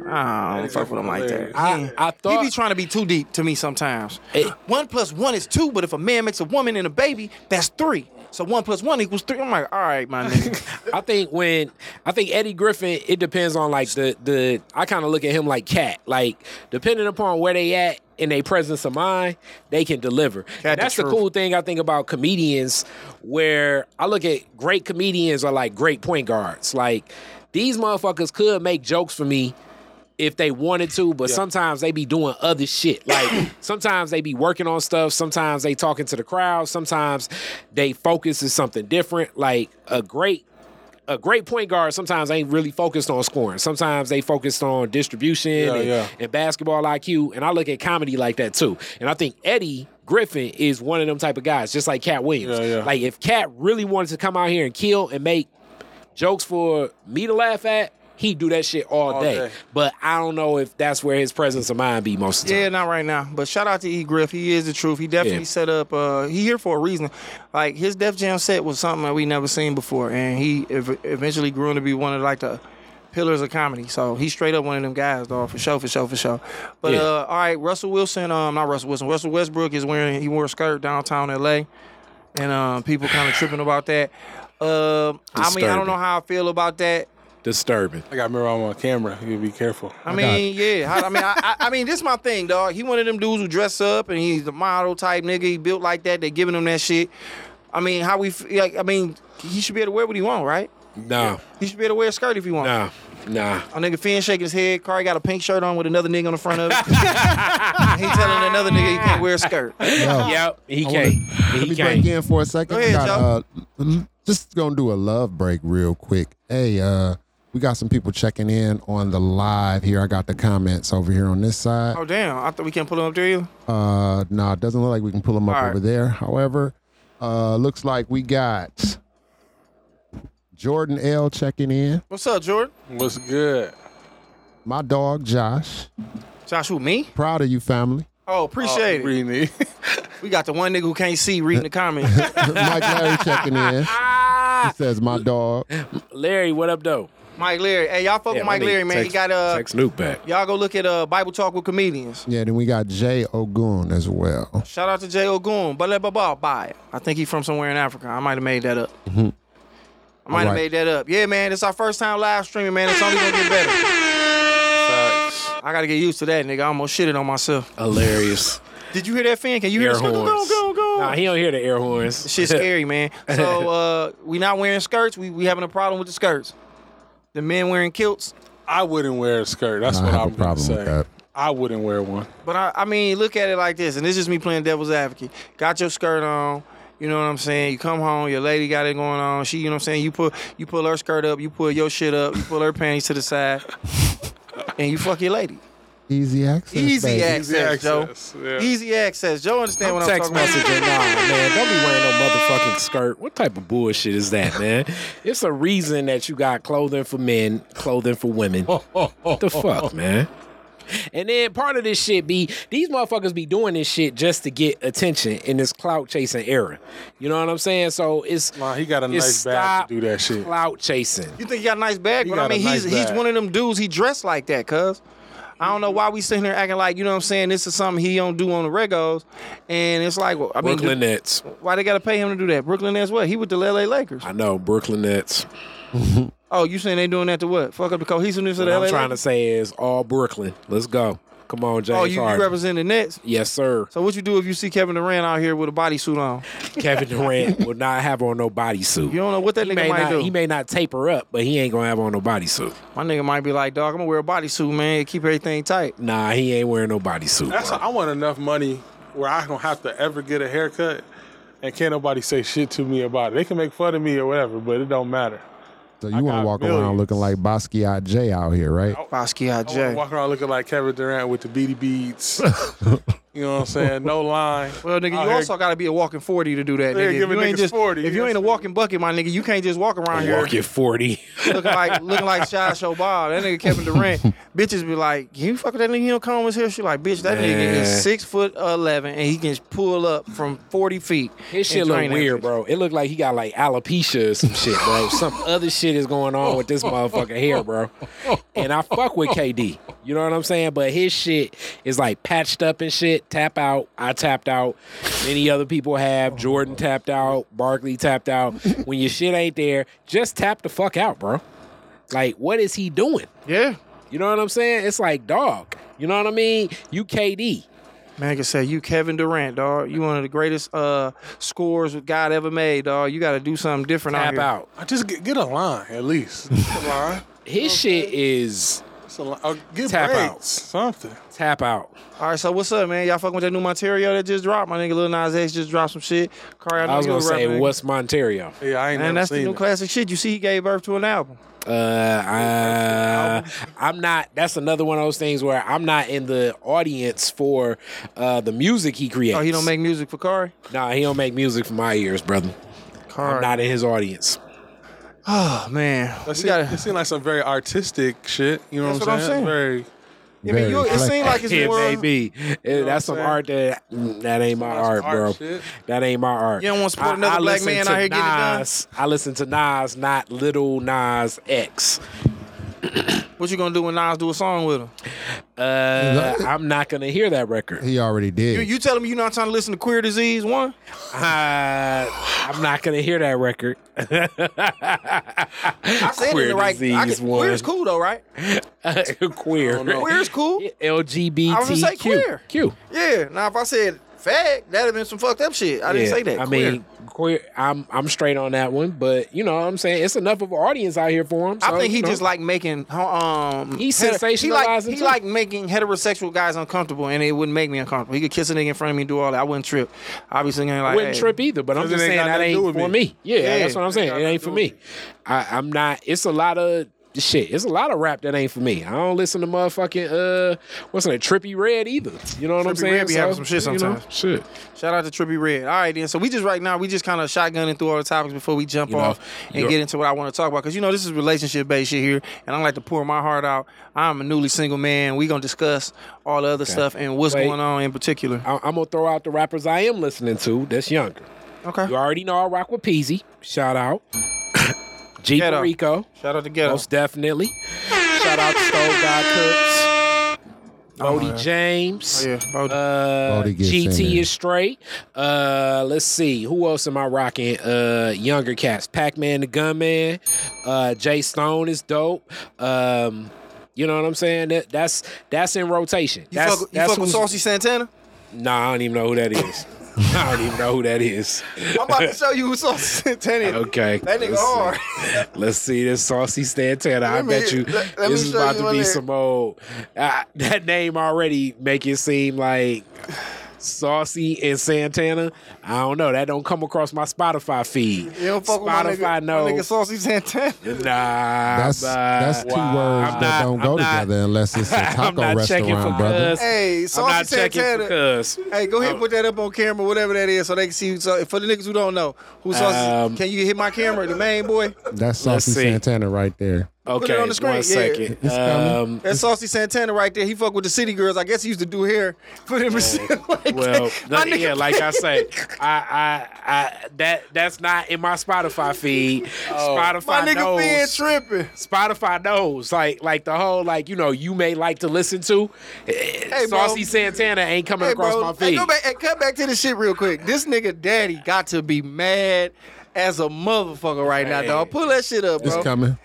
A: I don't fuck with him like that.
B: I, I
A: He
B: thought
A: be trying to be too deep to me sometimes.
B: Hey.
A: One plus one is two, but if a man makes a woman and a baby, that's three. So one plus one equals three. I'm like, all right, my nigga.
B: I think when I think Eddie Griffin, it depends on like the the. I kind of look at him like cat. Like depending upon where they at in their presence of mind, they can deliver.
A: Cat
B: And
A: the
B: that's the
A: truth.
B: cool thing I think about comedians, where I look at great comedians are like great point guards. Like these motherfuckers could make jokes for me. If they wanted to, but sometimes they be doing other shit. Like sometimes they be working on stuff. Sometimes they talking to the crowd. Sometimes they focus is something different. Like a great a great point guard sometimes ain't really focused on scoring. Sometimes they focused on distribution and,
D: yeah.
B: and basketball IQ. And I look at comedy like that too. And I think Eddie Griffin is one of them type of guys, just like Cat Williams.
D: Yeah, yeah.
B: Like if Cat really wanted to come out here and kill and make jokes for me to laugh at, he'd do that shit all,
D: All
B: day.
D: day.
B: But I don't know if that's where his presence of mind be most of the time.
A: Yeah, not right now. But shout out to E Griff. He is the truth. He definitely
B: Yeah.
A: set up. Uh, he here for a reason. Like his Def Jam set was something that we never seen before, and he ev- eventually grew into be one of like the pillars of comedy. So he's straight up one of them guys, dog, for sure, for sure, for sure. But
B: Yeah.
A: uh, all right, Russell Wilson. Um, not Russell Wilson. Russell Westbrook is wearing he wore a skirt downtown L.A. and um, people kind of tripping about that. Um, I mean, I don't
B: Disturbing.
A: know how I feel about that.
B: Disturbing.
D: I got a mirror on my camera. You be careful.
A: I mean, yeah. I, I mean, I, I, I mean, this my thing, dog. He one of them dudes who dress up and he's the model type nigga. He built like that. They giving him that shit. I mean, how we? f- Like, I mean, he should be able to wear what he want, right?
B: Nah,
A: He should be able to wear a skirt if he want.
B: nah, nah.
A: A nigga Finn shaking his head. Kari got a pink shirt on with another nigga on the front of it. he telling another nigga he can't wear a skirt.
C: Yo,
B: Yep, he
C: I
B: can't.
C: Let
B: He
C: me break
B: can't.
C: in for a second.
A: Go ahead,
C: Got, uh, l- just gonna do a love break real quick. Hey, uh, we got some people checking in on the live here. I got the comments over here on this side.
A: Oh damn! I thought we can't pull him up there either.
C: Uh, nah, it doesn't look like we can pull them up
A: All right.
C: over there. However, uh, looks like we got Jordan L checking in.
A: What's up, Jordan?
D: What's good?
C: My dog Josh.
A: Josh, who me?
C: Proud of you, family.
A: Oh, appreciate it.
D: Really?
A: We got the one nigga who can't see reading the comments.
C: Mike Larry checking in. He says my dog.
B: Larry, what up, though?
A: Mike Leary. Hey, y'all fuck
B: Yeah,
A: with
B: my
A: Mike
B: nigga
A: Leary, man.
B: text-
A: he got uh,
B: Take Snoop back.
A: Y'all go look at uh Bible Talk with Comedians.
C: Yeah, then we got Jay Ogun as well.
A: Shout out to Jay Ogun, blah blah blah. Bye. I think he's from somewhere in Africa. I might have made that up.
B: Mm-hmm.
A: I might have
C: Alright.
A: made that up. Yeah, man, it's our first time live streaming, man. It's only gonna get better. I gotta get used to that, nigga. I almost shitted on myself.
B: Hilarious.
A: Did you hear that fan? Can you hear
B: air
A: the
B: horns.
A: Go, go, go.
B: Nah, he don't hear the air horns.
A: Shit's scary, man. So uh we not wearing skirts. We we having a problem with the skirts. The men wearing kilts.
D: I wouldn't wear a skirt. That's
C: I
D: what
C: have
D: I'm
C: a problem
D: saying.
C: with that.
D: I wouldn't wear one.
A: But I, I mean, look at it like this, and this is me playing devil's advocate. Got your skirt on, you know what I'm saying? You come home, your lady got it going on. She, you know what I'm saying? You put you pull her skirt up, you pull your shit up, you pull her panties to the side, and you fuck your lady.
C: Easy access.
A: Easy
C: baby.
A: access,
D: access,
A: Joe.
D: yeah.
A: Easy access. Joe understand what I'm
B: text
A: talking about.
B: messaging, nah, man. Don't be wearing no motherfucking skirt. What type of bullshit is that, man? It's a reason that you got clothing for men, clothing for women. What the fuck, man? And then part of this shit be these motherfuckers be doing this shit just to get attention in this clout chasing era. You know what I'm saying? So it's
D: Nah, he got a
B: it's
D: nice bag
B: stop
D: to do that shit.
B: Clout chasing.
A: You think he got a nice bag,
D: He
A: but I
D: got a
A: mean,
D: nice
A: he's he's
D: bag.
A: one of them dudes. He dressed like that, cuz. I don't know why we sitting here acting like you know what I'm saying. This is something he don't do on the regos, and it's like well, I mean,
B: Brooklyn Nets.
A: why they gotta pay him to do that? Brooklyn as well. He with the LA Lakers.
B: I know Brooklyn Nets.
A: Oh, you saying they doing that to what? Fuck up the cohesiveness of
B: What
A: the LA?
B: I'm trying to
A: Lakers?
B: say is all Brooklyn. Let's go. Come on, James
A: Oh, you, you
B: Harden.
A: represent the Nets.
B: yes, sir.
A: So what you do if you see Kevin Durant out here with a bodysuit on?
B: Kevin Durant will not have on no
A: You
B: bodysuit.
A: don't know what that
B: He
A: nigga
B: may,
A: might
B: not,
A: do.
B: he may not taper up, but he ain't gonna have on no bodysuit.
A: My nigga might be like, dog, I'm gonna wear a bodysuit, man. Keep everything tight.
B: Nah, he ain't wearing no bodysuit.
D: That's
B: bro.
D: I want enough money where I don't have to ever get a haircut, and can't nobody say shit to me about it. They can make fun of me or whatever, but it don't matter.
C: So you want
D: got
C: to walk around
D: millions.
C: looking like Basquiat J out here, right?
B: Oh,
A: Basquiat
D: I wanna
A: J.
D: walk around looking like Kevin Durant with the beady beads. you know what I'm saying? No line.
A: Well, nigga,
D: Out
A: you
D: here-
A: also gotta be a walking forty to do that,
D: Yeah,
A: nigga.
D: give
A: if
D: a
A: you ain't
D: niggas
A: just
D: 40,
A: if
D: you
A: you ain't a
D: understand?
A: walking bucket, my nigga, you can't just walk around here
B: Walk at forty.
A: looking like looking like Shy Show Bob. That nigga Kevin Durant. Bitches be like, you fuck with that nigga? You don't come with here. She like, bitch, that nigga
B: Man.
A: is six foot eleven and he can pull up from forty feet.
B: His shit
A: and
B: look
A: drain that
B: weird,
A: bitch.
B: bro. It look like he got like alopecia or some shit, bro. some other shit is going on with this motherfucker hair, bro. And I fuck with KD. You know what I'm saying? But his shit is like patched up and shit. Tap out. I tapped out. Many other people have. Jordan tapped out. Barkley tapped out. When your shit ain't there, just tap the fuck out, bro. Like, what is he doing?
A: Yeah.
B: You know what I'm saying? It's like dog. You know what I mean? You KD.
A: Man, I can say you Kevin Durant, dog. You one of the greatest uh scores God ever made, dog. You gotta do something different out
B: Tap
A: here.
B: out.
D: I just get, get a line at least. Get a line.
B: His shit is
D: So, uh, get
B: Tap
D: breaks,
B: out.
D: something.
B: Tap out.
A: All right, so what's up, man? Y'all fucking with that new material that just dropped? My nigga Lil Nas X just dropped some shit. Cardi, I, know
B: I was
A: you a
B: gonna say,
A: rapper, nigga.
B: what's Monterio?
D: Yeah, I
A: Man,
D: ain't never
A: that's the
D: seen
A: new
D: it.
A: classic shit. You see, he gave birth to an album.
B: Uh, I, am not. That's another one of those things where I'm not in the audience for uh, the music he creates.
A: Oh, he don't make music for Cardi.
B: Nah, he don't make music for my ears, brother. I'm
A: Cardi,
B: not in his audience.
A: oh man,
D: That
A: we
D: seem,
A: gotta.
D: it seem like some very artistic shit. You know
A: That's
D: what
A: what
D: I'm
A: I'm
D: saying?
A: saying.
D: Very.
A: I mean, you, it seems like it's
B: It
A: more.
B: may
A: You
B: be. Eh, that's some
D: saying?
B: art that mm, that ain't my
D: That's
B: art,
D: art
B: bro.
D: shit.
B: That ain't my art.
A: You don't wanna support another black
B: listen
A: man
B: to
A: out here getting it done?
B: Nas. I listen to Nas, not Little Nas X.
A: What you gonna do when Nas do a song with him?
B: Uh, I'm not gonna hear that record.
C: He already did.
A: You, you tell him you not trying to listen to Queer Disease One?
B: Uh, I'm not gonna hear that record.
A: I said it in
B: Queer
A: the right. I
B: Disease
A: can, Queer's
B: One.
A: cool though, right?
B: queer.
A: Queer's cool.
B: LGBTQ.
A: I was gonna say queer.
B: Q.
A: Yeah. Now if I said fag, that'd have been some fucked up shit. I didn't
B: Yeah,
A: say that.
B: I
A: Queer.
B: mean, queer. I'm I'm straight on that one, but you know what I'm saying it's enough of an audience out here for him.
A: I
B: so,
A: think he
B: you know.
A: just like making um
B: He's
A: heter- He like,
B: sensationalizing,
A: he
B: too.
A: like making heterosexual guys uncomfortable, and it wouldn't make me uncomfortable. He could kiss a nigga in front of me and do all that. I wouldn't trip. Obviously, ain't like
B: wouldn't
A: hey.
B: trip either, but I'm
D: 'Cause
B: just
D: it ain't
B: saying
D: got
B: that
D: nothing to
B: ain't
D: do with
B: for
D: me.
B: me. Yeah,
A: Yeah,
B: that's what I'm
A: it
B: saying.
D: ain't
B: It
D: got
B: ain't for
D: nothing
B: me.
D: to
B: I, I'm not. It's a lot of shit. It's a lot of rap that ain't for me. I don't listen to motherfucking uh, what's that? Trippy Red either. You know what I'm
A: Trippie
B: saying?
A: Redd be having some shit
B: you know,
A: sometimes.
B: shit.
A: Shout out to Trippy Red. All right, then. So we just right now we just kind of shotgunning through all the topics before we jump
B: You know,
A: off and
B: you're-
A: get into what I want to talk about because you know this is relationship based shit here, and I like to pour my heart out. I'm a newly single man. We gonna discuss all the other stuff and what's
B: Wait.
A: going on in particular.
B: I, I'm gonna throw out the rappers I am listening to. That's younger.
A: Okay.
B: You already know I rock with Peasy. Shout out. G
A: Ghetto.
B: Rico.
A: Shout out to Ghetto.
B: Most definitely. Shout out to Stove God Cooks. Bodie James.
A: Oh, yeah, Bodie.
B: Uh,
C: Bodie gets in
B: GT
C: there.
B: is straight. Uh, let's see. Who else am I rocking? Uh, younger cats. Pac Man the Gunman. Uh, Jay Stone is dope. Um, you know what I'm saying? That, that's that's in rotation.
A: you
B: that's,
A: fuck, you
B: that's
A: fuck with
B: who's-
A: Saucy Santana?
B: Nah, I don't even know who that is. I don't even know who that is.
A: I'm about to show you who Saucy Santana. is.
B: Okay.
A: That nigga
B: let's see.
A: hard.
B: Let's see this saucy Santana. I
A: Let me-
B: bet you
A: let- let me
B: this is
A: show
B: about
A: you
B: to
A: my
B: be
A: nigga.
B: some old. Uh, that name already make it seem like saucy and Santana. I don't know. That don't come across my Spotify feed.
A: You don't fuck
B: Spotify
A: with my nigga,
B: no.
A: my nigga Saucy Santana.
B: Nah,
C: that's
B: but-
C: that's two
B: Wow.
C: words
B: I'm
C: that
B: not-
C: don't go
B: I'm not-
C: together unless it's a
B: I'm not
C: taco
B: checking for
C: restaurant, brother.
B: cuz.
A: Hey,
B: I'm
A: Saucy
B: not checking for Oh.
A: Santana.
B: cuz.
A: Hey, go ahead and put that up on camera, whatever that is, so they can see. So for the niggas who don't know, who Saucy?
B: Um,
A: can you hit my camera, the main boy?
C: That's saucy
B: see.
C: Santana right there.
B: Okay,
A: on the screen, yeah.
B: one second.
C: It's coming.
B: Um,
A: That's Saucy Santana right there. He fuck with the city girls. I guess he used to do hair for them. like,
B: Oh, Well,
A: my
B: th-
A: nigga-
B: yeah, like I say, I, I, I, that that's not in my Spotify feed. Spotify
A: Oh, my nigga
B: knows.
A: being tripping.
B: Spotify knows, like, like the whole, like you know, you may like to listen to. Hey,
A: bro.
B: Saucy Santana ain't coming
A: Hey,
B: across
A: bro,
B: my
A: Hey,
B: feed.
A: go back, hey, cut back to this shit real quick. This nigga daddy got to be mad as a motherfucker right now, dog. Pull that shit up,
C: It's
A: bro.
C: coming.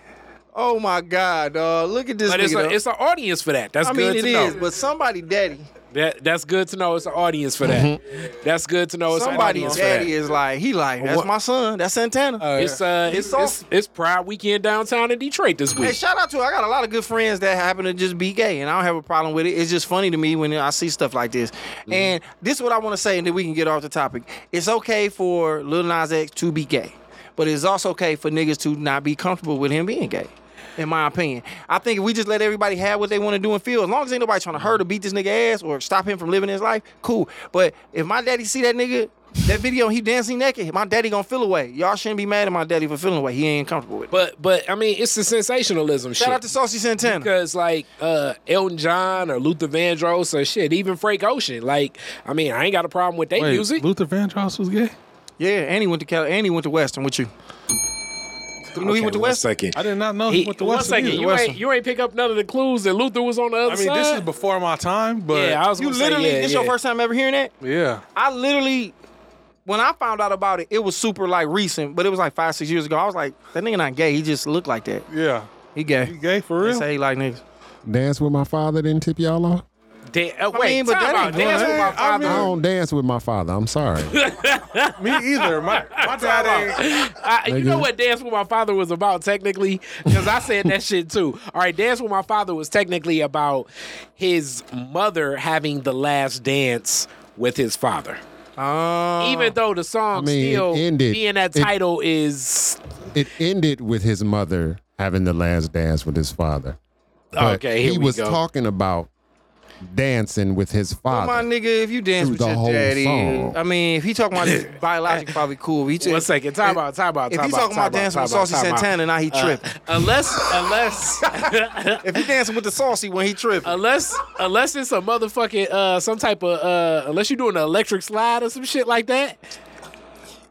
A: Oh my god, dog. Look at this
B: but it's
A: nigga.
B: a,
A: dog.
B: it's an audience for that. That's
A: I mean,
B: good
A: it
B: to
A: is,
B: know.
A: but somebody daddy,
B: that that's good to know. It's an audience for that. That's good to know. It's an
A: Mm-hmm. somebody
B: audience for that.
A: daddy is like, he like, that's
B: What-
A: my son, that's Santana.
B: It's uh, it's, it's it's Pride Weekend downtown in Detroit this
A: Hey,
B: week.
A: shout out to I got a lot of good friends that happen to just be gay, and I don't have a problem with it. It's just funny to me when I see stuff like this. And this is what I want to say, and then we can get off the topic. It's okay for Lil Nas X to be gay, but it's also okay for niggas to not be comfortable with him being gay. In my opinion, I think if we just let everybody have what they want to do and feel, as long as ain't nobody trying to hurt or beat this nigga ass or stop him from living his life, cool. But if my daddy see that nigga, that video, he dancing naked, my daddy gonna feel away. Y'all shouldn't be mad at my daddy for feeling away. He ain't comfortable with. it.
B: But but I mean, it's the sensationalism shit.
A: shout out to Saucy Santana.
B: because like uh Elton John or Luther Vandross or shit, even Frank Ocean. Like, I mean, I ain't got a problem with their music.
D: Luther Vandross was gay.
A: Yeah, and he went to Cal- and he went to Western with you. You knew he went to Western.
B: second.
D: I did not know
B: He,
D: what the
B: one
D: West
B: second, you
A: Western.
B: ain't, you ain't pick up none of the clues that Luther was on the other
D: I
B: side.
D: mean, this is before my time, but
B: yeah, I was
A: You
B: gonna say,
A: literally,
B: yeah,
A: this
B: yeah.
A: your first time ever hearing that?
D: yeah.
A: I literally, when I found out about it, it was super like recent, but it was like five, six years ago. I was like, that nigga not gay. He just looked like that.
D: Yeah.
A: He gay.
D: You gay for
A: They
D: real?
A: say he like niggas.
C: Dance with my father didn't tip y'all off.
B: Dan- uh, wait,
A: mean, but
B: time
A: that
B: out.
A: ain't
B: Dance
D: going-
B: with my
D: I
B: father.
D: mean-
C: I don't dance with my father. I'm sorry.
D: Me either. My, my dad ain't.
B: I, you know what Dance with My Father was about technically? Because I said that shit too. All right, Dance with My Father was technically about his mother having the last dance with his father.
A: Um,
B: Even though the song
C: Uh, I mean, it
B: still
C: ended-
B: being that
C: it-
B: title is
C: it ended with his mother having the last dance with his father. But
B: Okay, here
C: he
B: we
C: was
B: go.
C: talking about dancing with his
A: Well, my
C: father.
A: nigga, if you dance
C: Through
A: with
C: the
A: your
C: whole
A: daddy,
C: song.
A: I mean, if he talking about his biological, probably cool. If he
B: One second, time out, time out,
A: If
B: time
A: he
B: out,
A: talking about
B: time out,
A: dancing with
B: time out,
A: Saucy
B: time out. Uh,
A: Santana, now he tripping.
B: unless unless
A: If he dancing with the Saucy when he tripping,
B: unless unless it's a motherfucking uh some type of uh unless you're doing an electric slide or some shit like that.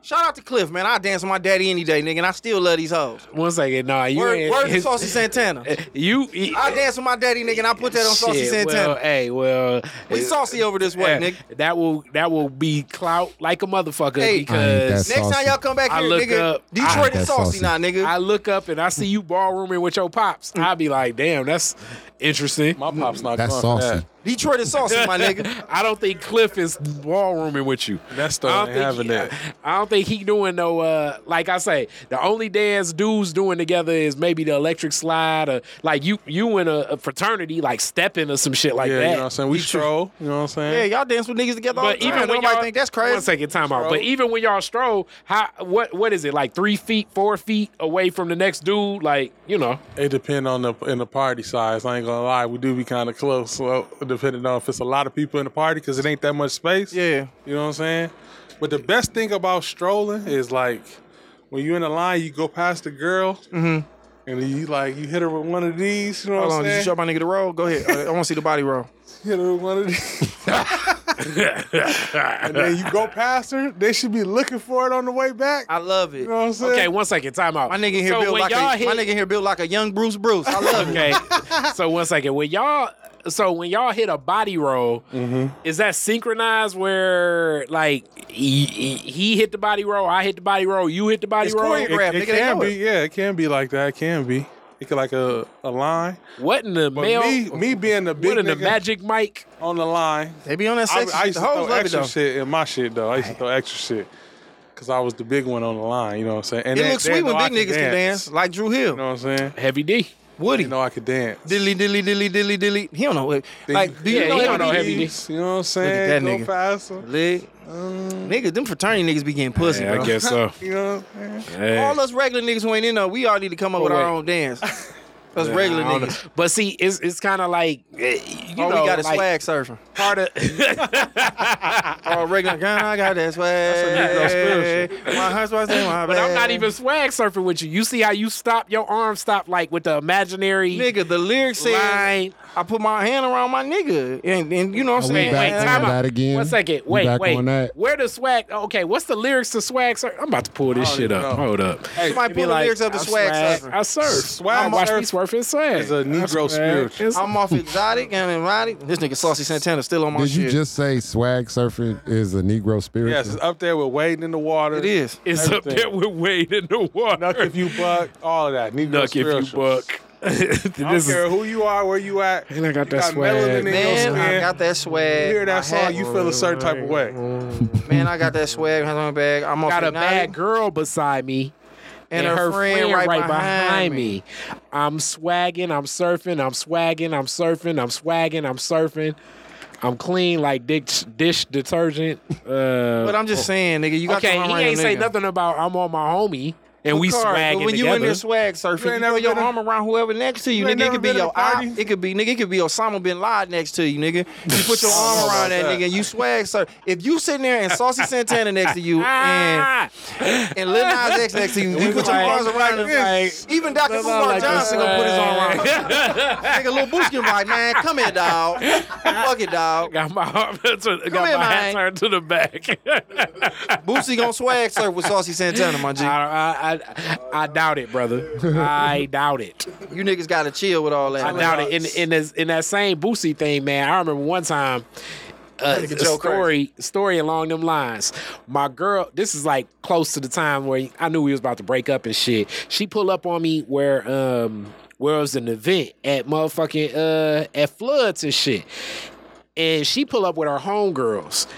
A: shout out to Cliff, man. I dance with my daddy any day, nigga, and I still love these hoes.
B: One second, nah, you
A: Word,
B: ain't,
A: word to Saucy Santana.
B: you.
A: I dance with my daddy, nigga, and I put that on Saucy
B: Shit,
A: Santana.
B: Well, hey, well, uh,
A: we saucy over this way,
B: yeah,
A: nigga.
B: that will that will be clout like a motherfucker
A: Hey.
B: because
C: I
A: Next time
C: Saucy.
A: y'all come back
B: I
A: here,
B: look
A: nigga,
B: up- I
A: Detroit
C: ain't
A: is
C: that
A: saucy
C: saucy.
A: now, nigga.
B: I look up and I see you ballrooming with your pops.
A: Mm.
B: I'll be like, damn, that's interesting.
D: My pop's not
C: That's
D: going for
C: saucy.
D: that.
A: Detroit is saucy, my nigga.
B: I don't think Cliff is ballrooming with you.
D: That
B: I
D: stuff
B: don't
D: ain't
B: think
D: having
B: he-
D: that.
B: I don't think he doing no. Uh, like I say, the only dance dudes doing together is maybe the electric slide or like you you in a, a fraternity like stepping or some shit like
D: yeah,
B: that.
D: you know what I'm saying? We stroll. You know what I'm
A: Yeah,
D: saying?
A: y'all dance with niggas together. all
B: But
A: the time.
B: even when
A: nobody
B: y'all
A: think that's crazy.
B: one second time out. But even when y'all stroll, how what what is it like three feet, four feet away from the next dude? Like you know,
D: It depend on the in the party size. I ain't gonna lie, we do be kind of close. So depending on if it's a lot of people in the party, because it ain't that much space.
A: Yeah.
D: you know what I'm saying. But the best thing about strolling is like when you in the line, you go past the girl, and then you like you hit her with one of these. You know
A: Hold
D: what
A: on, Mm-hmm.
D: I'm
A: did you
D: saying?
A: show my nigga the roll? Go ahead. I, I want to see the body roll.
D: hit her with one of these. and then you go past her. They should be looking for it on the way back.
A: I love it.
D: you know what I'm saying?
B: okay, one second time out.
A: My nigga here
B: so
A: built
B: when
A: like
B: y'all
A: a,
B: hit,
A: my nigga here built like a young Bruce Bruce. I love it.
B: Okay, so one second when y'all. So when y'all hit a body roll,
A: Mm-hmm.
B: is that synchronized where like he, he- he hit the body roll, I hit the body roll, you hit the body
A: It's
B: roll?
A: choreographed. Grab, nigga,
D: it
A: they
D: can
A: know
D: be,
A: it.
D: yeah, it can be like that. It can be. It could like a, a line.
B: What in the
D: But
B: mail?
D: me, me being the big
B: what in the
D: nigga
B: magic mic?
D: on the line,
A: They be on that
D: I,
A: sexy
D: I
A: shit.
D: used
A: The
D: to throw
A: hoes love it
D: extra
A: though.
D: shit in my shit though. I used to throw extra shit because I was the big one on the line. You know what I'm saying? And
A: It
D: they-
A: looks
D: they
A: sweet
D: know
A: when
D: I
A: big niggas can dance, like Drew Hill.
D: You know what I'm saying?
B: Heavy D.
A: Woody.
D: You know I could dance.
A: Dilly dilly dilly dilly dilly. He don't know what. Like, do you
B: Yeah,
A: know
B: he
A: Heavy
B: don't know
A: D?
B: Heavy D.
D: You know what I'm saying?
A: that nigga.
D: Go faster.
A: Leg.
C: Um,
A: niggas, them fraternity niggas be getting pussy, bro.
B: so.
D: You know what I'm saying?
A: All us regular niggas who ain't in there, we all need to
C: Oh,
A: come up with our
B: wait.
A: own dance. Us regular
B: I don't
A: niggas.
B: know. But see, it's it's kind of like eh, you
C: Oh,
A: all
B: know,
A: Oh, we got is
B: like
A: swag surfing.
B: part of
A: All Oh, regular. Girl, I got that swag. My husband's in my
B: But I'm not
A: bag.
B: even swag surfing with you. You see how you stop your arm stop like with the imaginary
A: Nigga, the lyric says,
B: line.
A: I put my hand around my nigga. And, and you know what I'm
C: Are Oh, we
A: saying?
B: Wait, wait,
C: back
B: time
C: on
B: out.
C: that again?
B: One second.
C: We
B: Wait,
C: back
B: wait.
C: on that?
B: Where the swag? Okay, what's the lyrics to swag surf? I'm about to pull this shit
D: even
B: up.
D: know.
B: Hold up.
A: You might
B: It
A: pull the lyrics up to
B: I
A: swag, surfing.
B: I surf.
D: Swag
B: I watch me
D: surf
B: surfing swag.
D: is a Negro
B: I swag.
D: spiritual.
B: It's-
A: I'm off exotic and erotic. This nigga Saucy Santana still on my
C: Did
A: shit.
C: you just say swag surfing is a Negro spirit?
D: Yes, it's up there with wading in the water.
A: it is.
B: It's up
D: everything.
B: there with Wade in the water.
D: Nuck if you buck, all of that. Negro
B: Nuck if you
D: spirituals.
B: buck.
D: I don't
B: this
D: care
B: is
D: who you are, where you at.
B: And I got that
D: you got
B: swag.
D: melanin in your
A: Man, I
D: skin.
A: got that
D: you
A: swag.
D: hear
A: My
D: that
A: hat-
D: song, you feel a certain type of way.
A: Man, I got that swag. Has on my bag. I'm off
B: got a
A: exotic.
B: bad girl beside me. And, her, friend, right, behind, me. I'm swagging, I'm surfing, I'm swagging, I'm surfing, I'm swagging, I'm surfing. I'm clean like dish, dish detergent. Uh,
A: But I'm just saying, nigga, you got
B: okay,
A: the wrong
B: he
A: random
B: ain't say
A: nigga.
B: nothing about I'm on my homie and we
A: Car,
B: swagging
A: but when you
B: together.
A: in there swag surfing, you,
D: ain't
A: know
D: never
A: your
D: been in-
A: arm around whoever next to you,
D: You ain't
A: nigga. It
D: never
A: could be
D: been in
A: your
D: a party?
A: eye, it could be nigga, it could be Osama bin Laden next to you, nigga. You put your arm around that nigga, and you swag surf. If you sitting there and Saucy Santana next to you and
B: ah,
A: and Lil Nas X next to you, you put your
B: like-
A: arms around him.
B: like-
A: Even Dr.
B: Lil Nas
A: Umar
B: like
A: Johnson gonna put his arm around him. nigga, Lil Booski gonna be like, man, come here, dog. Fuck it, dog.
B: got my, arm, got my
A: here, man.
B: hat turned to the back.
A: Boosie gonna swag surf with Saucy Santana, my G.
B: I, I, I, I doubt it, brother. I doubt it.
A: You niggas gotta chill with all that.
B: I
A: man.
B: doubt it. In in, this, in that same Boosie thing, man. I remember one time. Uh, a
A: Joe
B: story, story along them lines. My girl, this is like close to the time where I knew we was about to break up and shit. She pulled up on me where um where it was an event at motherfucking uh at floods and shit. and she pull up with her homegirls.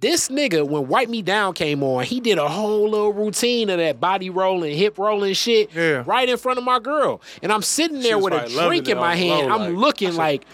B: This nigga, when Wipe Me Down came on, he did a whole little routine of that body rolling, hip rolling shit
D: Yeah.
B: right in front of my girl. And I'm sitting there
D: was
B: with a
D: probably loving
B: drink
D: it
B: in my
D: on the
B: hand.
D: low,
B: I'm
D: like,
B: looking
D: I said,
B: like,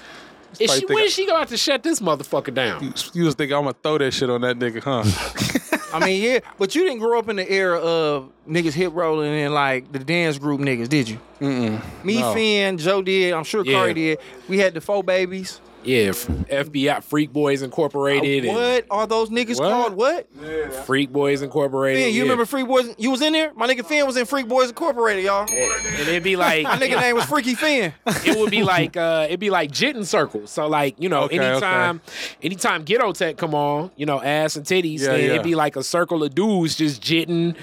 B: is
D: probably
B: she,
D: think
B: when
D: I-
B: is she going to have to shut this motherfucker down?
D: You was thinking I'm gonna throw that shit on that nigga, huh?
A: I mean, yeah, but you didn't grow up in the era of niggas hip rolling and like the dance group niggas, did you? Mm-mm. Me, Finn, Joe did. I'm sure
B: Yeah.
A: Cardi did. We had the four babies.
B: Yeah, f- FBI Freak Boys Incorporated
D: Uh,
A: what are those niggas
D: What?
A: called? What?
B: and Freak Boys Incorporated.
A: Finn, you
B: yeah.
A: remember Freak Boys? You was in there. My nigga Finn was in Freak Boys Incorporated, y'all.
B: And it'd be like
A: My nigga name was Freaky Finn.
B: it would be like uh it'd be like jitting circles. So like, you know,
D: Okay,
B: anytime anytime ghetto tech come on, you know, ass and titties,
D: Yeah,
B: then
D: yeah.
B: it'd be like a circle of dudes just jitting,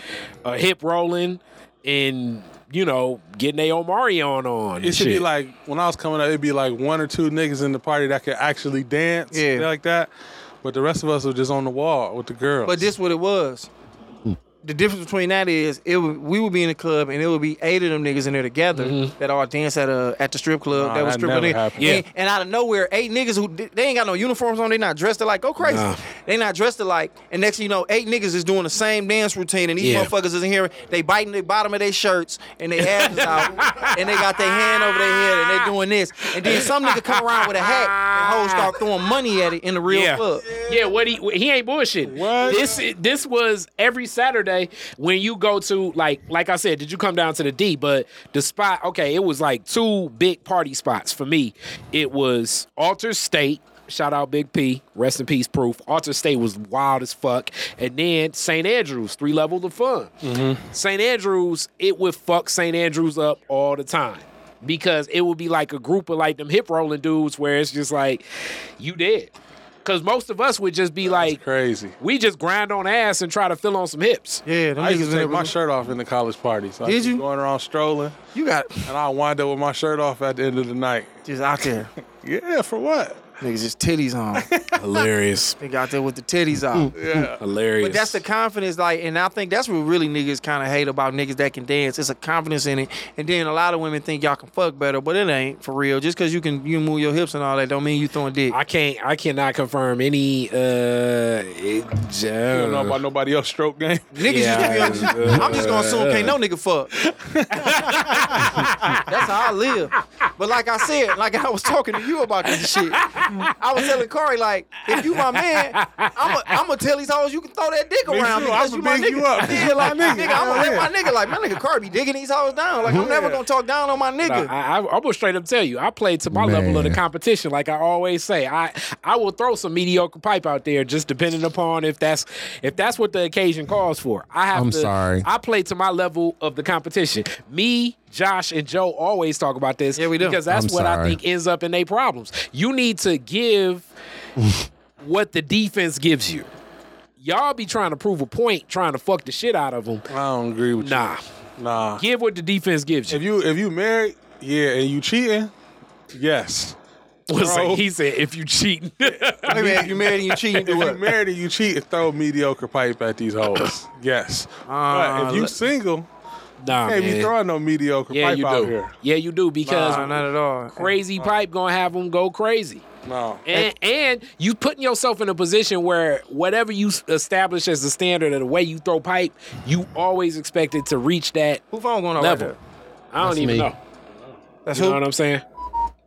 B: uh, hip rolling and you know, getting their Omarion on. and
D: It should be
B: shit.
D: like when I was coming up, it'd be like one or two niggas in the party that could actually dance,
A: Yeah.
D: yeah, like that. But the rest of us were just on the wall with the girls.
A: But this what it was. The difference between that is it would, we would be in a club and it would be eight of them niggas in there together
B: Mm-hmm.
A: that all dance at a at the strip club
D: Nah,
A: that was
D: that
A: stripping
D: never
A: in.
D: happened.
A: And, and out of nowhere, eight niggas who di- they ain't got no uniforms on, they not dressed alike. Go crazy. They not dressed alike. And next thing you know, eight niggas is doing the same dance routine and these
B: Yeah.
A: motherfuckers isn't hearing. They biting the bottom of their shirts and they asses out and they got their hand over their head and they doing this. And then some nigga come around with a hat and hoes start throwing money at it in the real
B: yeah.
A: club.
B: Yeah, what he he ain't bullshitting.
D: What?
B: This this was every Saturday when you go to like like I said, did you come down to the D? But the spot, okay, it was like two big party spots for me. It was Alter State. Shout out Big P, rest in peace. Proof. Alter State was wild as fuck, and then St. Andrews, three levels of fun. St. Andrews, it would fuck St. Andrews up all the time because it would be like a group of like them hip rolling dudes where it's just like, you dead. Because most of us would just be like,
D: crazy.
B: we just grind on ass and try to fill on some hips.
A: Yeah, them
D: I used
A: niggas in
D: to take
A: there
D: my
A: was-
D: shirt off in the college parties. I
A: Did
D: was
A: you?
D: going around strolling,
A: You got
D: and I wind up with my shirt off at the end of the night.
A: just out there.
D: Yeah, for what?
A: Niggas just titties on.
B: Hilarious.
A: Nigga out there with the titties out.
B: Hilarious.
A: But that's the confidence, like, and I think that's what really niggas kind of hate about niggas that can dance. It's a confidence in it, and then a lot of women think y'all can fuck better, but it ain't for real. Just because you can you move your hips and all that, don't mean you throwing dick.
B: I can't. I cannot confirm any. Uh, it, uh,
D: You don't know about nobody else stroke game.
A: Niggas
B: yeah,
A: used to be on, I'm just gonna assume can't no nigga fuck. That's how I live. But like I said, like I was talking to you about this shit. I was telling Corey, like, if you my man, I'ma I'ma tell these hoes you can throw that dick around
D: you,
A: because
D: I'ma
A: you my
D: big
A: nigga.
D: you up.
A: Yeah,
D: You my
A: like,
D: nigga.
A: nigga, I'ma
D: Yeah.
A: let my nigga like my nigga Corey be digging these hoes down. Like I'm never gonna talk down on my nigga.
B: I, I, I was straight up tell you, I played to my level of the
C: Man.
B: competition. Like I always say, I I will throw some mediocre pipe out there, just depending upon if that's if that's what the occasion calls for. I have
C: I'm
B: to.
C: sorry.
B: I play to my level of the competition. Me, Josh, and Joe always talk about this.
A: Yeah, we do.
B: because that's
C: I'm
B: what I
C: sorry.
B: think ends up in their problems. You need to give what the defense gives you. Y'all be trying to prove a point, trying to fuck the shit out of them.
D: I don't agree with
B: Nah,
D: you. Nah.
B: give what the defense gives you.
D: If you if you married, yeah, and you cheating, yes. bro.
B: he said, if you cheating.
A: Wait a minute, if you married and you cheat, you do
D: If you
A: what?
D: married and you cheat and throw mediocre pipe at these hoes, yes. but if you
A: let-
D: single,
B: Nah,
D: can't
B: man.
D: be throwing no mediocre
B: yeah,
D: pipe
B: you
D: out
B: do.
D: here.
B: Yeah, you do because
A: Nah, not at all.
B: crazy pipe gonna have them go crazy.
D: No.
B: And, and you putting yourself in a position where whatever you s- establish as the standard of the way you throw pipe, you always expected to reach that
A: Who phone going on right
B: level.
A: there?
B: I don't even
C: me.
B: know.
A: That's
B: You know
A: who?
B: what I'm saying?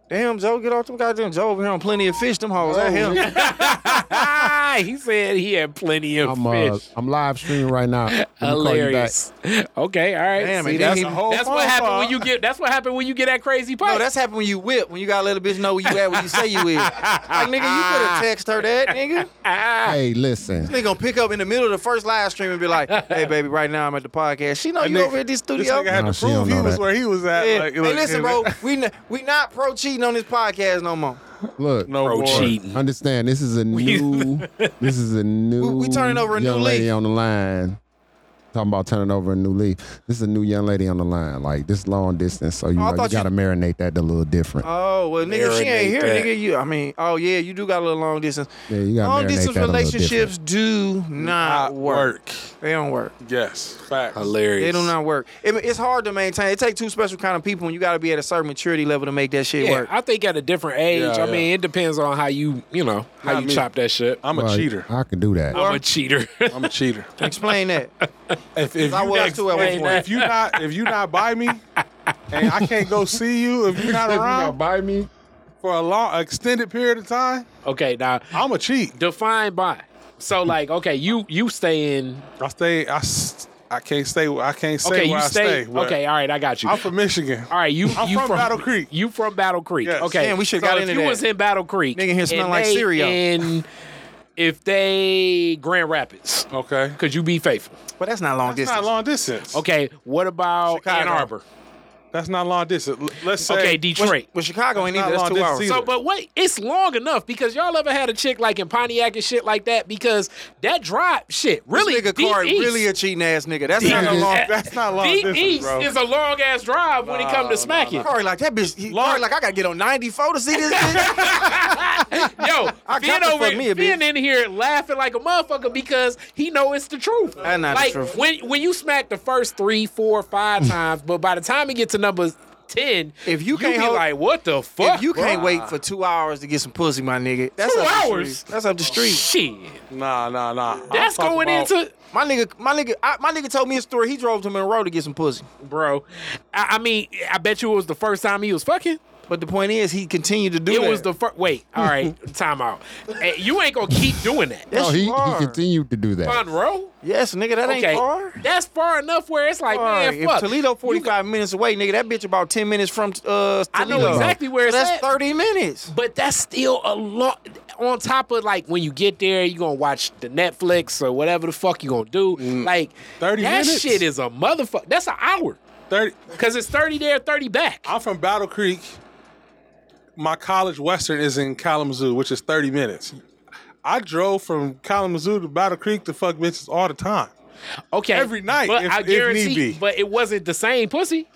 A: Damn, Joe, get off them goddamn Joe over here on plenty of fish. Them hoes, that him.
B: Ah, he said he had plenty of
C: I'm uh,
B: fish.
C: I'm live streaming right now. Let me call you back.
B: Hilarious. Okay, all right.
A: Damn,
B: See,
A: and
B: that's
A: then he-
B: that's what happened when you get. That's what happened when you get that crazy pipe.
A: No, that's happened when you whip, when you gotta let a bitch know where you at, where you say you is. Like, nigga, you could have text her that, nigga.
C: Ah! Hey, listen.
A: They gonna pick up in the middle of the first live stream and be like, hey, baby, right now I'm at the podcast. She know you over at this
D: This
A: studio.
D: nigga had
C: Nah,
D: to
C: she don't
D: prove he
C: know
D: was
C: that.
D: where he was at.
A: Yeah.
D: Like,
A: hey,
D: like,
A: listen, bro, we n- we not pro cheating on this podcast no more.
C: Look,
D: No
B: Pro
D: more.
B: cheating.
C: understand this is a new this is a new
A: We- we turning over a new
C: young lady
A: leaf.
C: on the line talking about turning over a new leaf. This is a new young lady on the line. Like this long distance, so you,
A: Oh, I
C: know, you
A: thought you-
C: got to marinate that a little different.
A: Oh well, nigga, she
E: Marinate
A: ain't here,
E: that.
A: nigga. You, I mean, oh yeah, you do got a little long distance.
C: Yeah, you gotta
A: long
C: marinate
A: distance
C: that a little
A: relationships do not
D: Not
A: work.
D: work.
A: They don't work.
D: Yes, facts.
B: Hilarious.
A: They do not work. It, it's hard to maintain. It takes two special kind of people, and you got to be at a certain maturity level to make that shit
B: Yeah,
A: work.
B: I think at a different age.
D: Yeah,
B: I mean,
D: yeah.
B: it depends on how you, you know, how
D: Not
B: you
D: me.
B: chop that shit. I'm,
D: I'm a
C: Well,
D: cheater.
C: I can do that.
B: a cheater.
D: I'm a cheater.
A: Explain that.
D: If, if
A: I
D: you
A: was
D: not-
A: too at one
D: if-
A: point.
D: If you not if you not by me, and I can't go see you if you're not around
C: buy me.
D: for a long extended period of time,
B: okay, now
D: I'm a cheat.
B: define by. So like, okay, you you stay in.
D: I stay. I, s- I can't stay. I can't say
B: Okay,
D: where
B: you
D: I
B: stay.
D: stay. but
B: Okay, all right, I got you.
D: I'm from Michigan.
B: all right, you
D: I'm
B: you
D: from Battle Creek.
B: You from Battle Creek?
D: Yes.
B: Okay,
A: Damn, we should've
B: so
A: got
B: if
A: into
B: you
A: that.
B: was in Battle Creek,
A: Nigga here smell
B: and
A: like
B: they
A: cereal.
B: In, if they Grand Rapids,
D: Okay.
B: could you be faithful?
A: But that's not long
D: That's
A: distance.
D: not long distance.
B: Okay, what about Ann
A: Chicago.
B: Arbor?
D: That's not long distance. L- Let's say.
B: Okay, Detroit.
A: Well, Chicago ain't
D: That's
A: either.
D: not
A: That's two
D: long
A: hours.
D: distance
B: So,
D: either.
B: but what? It's long enough because y'all ever had a chick like in Pontiac and shit like that because that drive shit really
A: this nigga
B: deep
A: Card
B: east.
A: really a cheating ass nigga. That's
D: That's
A: not a
D: not
A: long.
D: long, that's not long
B: deep
D: distance,
B: east
D: bro.
B: is a long ass drive when it come to smacking.
A: Card like that bitch. He,
D: Long-
A: Card like I gotta get on ninety four to see this. bitch.
B: Yo,
A: I
B: being
A: got to
B: over
A: fuck me a
B: being
A: bitch.
B: in here laughing like a motherfucker because he know it's the truth.
A: That's not the
B: like
A: truth.
B: when when you smack the first three, four, five times, but by the time it get to number ten,
A: If you can't
B: be
A: hold-
B: like, what the fuck?
A: If you
B: bro?
A: can't wait for two hours to get some pussy, my nigga. That's
B: Two
A: up the
B: hours?
A: street. That's up the street.
B: shit,
D: Nah, nah, nah. I'm
B: that's
D: talking
B: going
D: about-
B: into
A: My nigga, my nigga, I, my nigga told me a story. He drove to Monroe to get some pussy.
B: bro. I, I mean, I bet you it was the first time he was fucking.
A: But the point is, he continued to do
B: It
A: that.
B: was the first. Wait, all right, time out. Hey, you ain't gonna keep doing that,
A: Yes,
C: No, he,
A: you
C: he
A: are.
C: continued to do that.
B: Monroe.
A: Yes, nigga, that
B: Okay,
A: ain't far.
B: that's far enough where it's like,
A: Far.
B: man,
A: if
B: fuck.
A: Toledo
B: You
A: 45 minutes away, nigga, that bitch about 10 minutes from uh, Toledo.
B: I know exactly where
A: So
B: it's
A: That's
B: at.
A: 30 minutes.
B: But that's still a lot. On top of like when you get there, you gonna watch the Netflix or whatever the fuck you gonna do. Like
D: 30
B: that
D: Mm. minutes?
B: shit is a motherfucker. That's an hour
D: 30.
B: because it's thirty there, thirty back.
D: I'm from Battle Creek. My college Western is in Kalamazoo, which is 30 minutes. I drove from Kalamazoo to Battle Creek to fuck bitches all the time.
B: Okay,
D: every night
B: But
D: if-
B: I
D: if need
B: guarantee,
D: be.
B: but it wasn't the same pussy.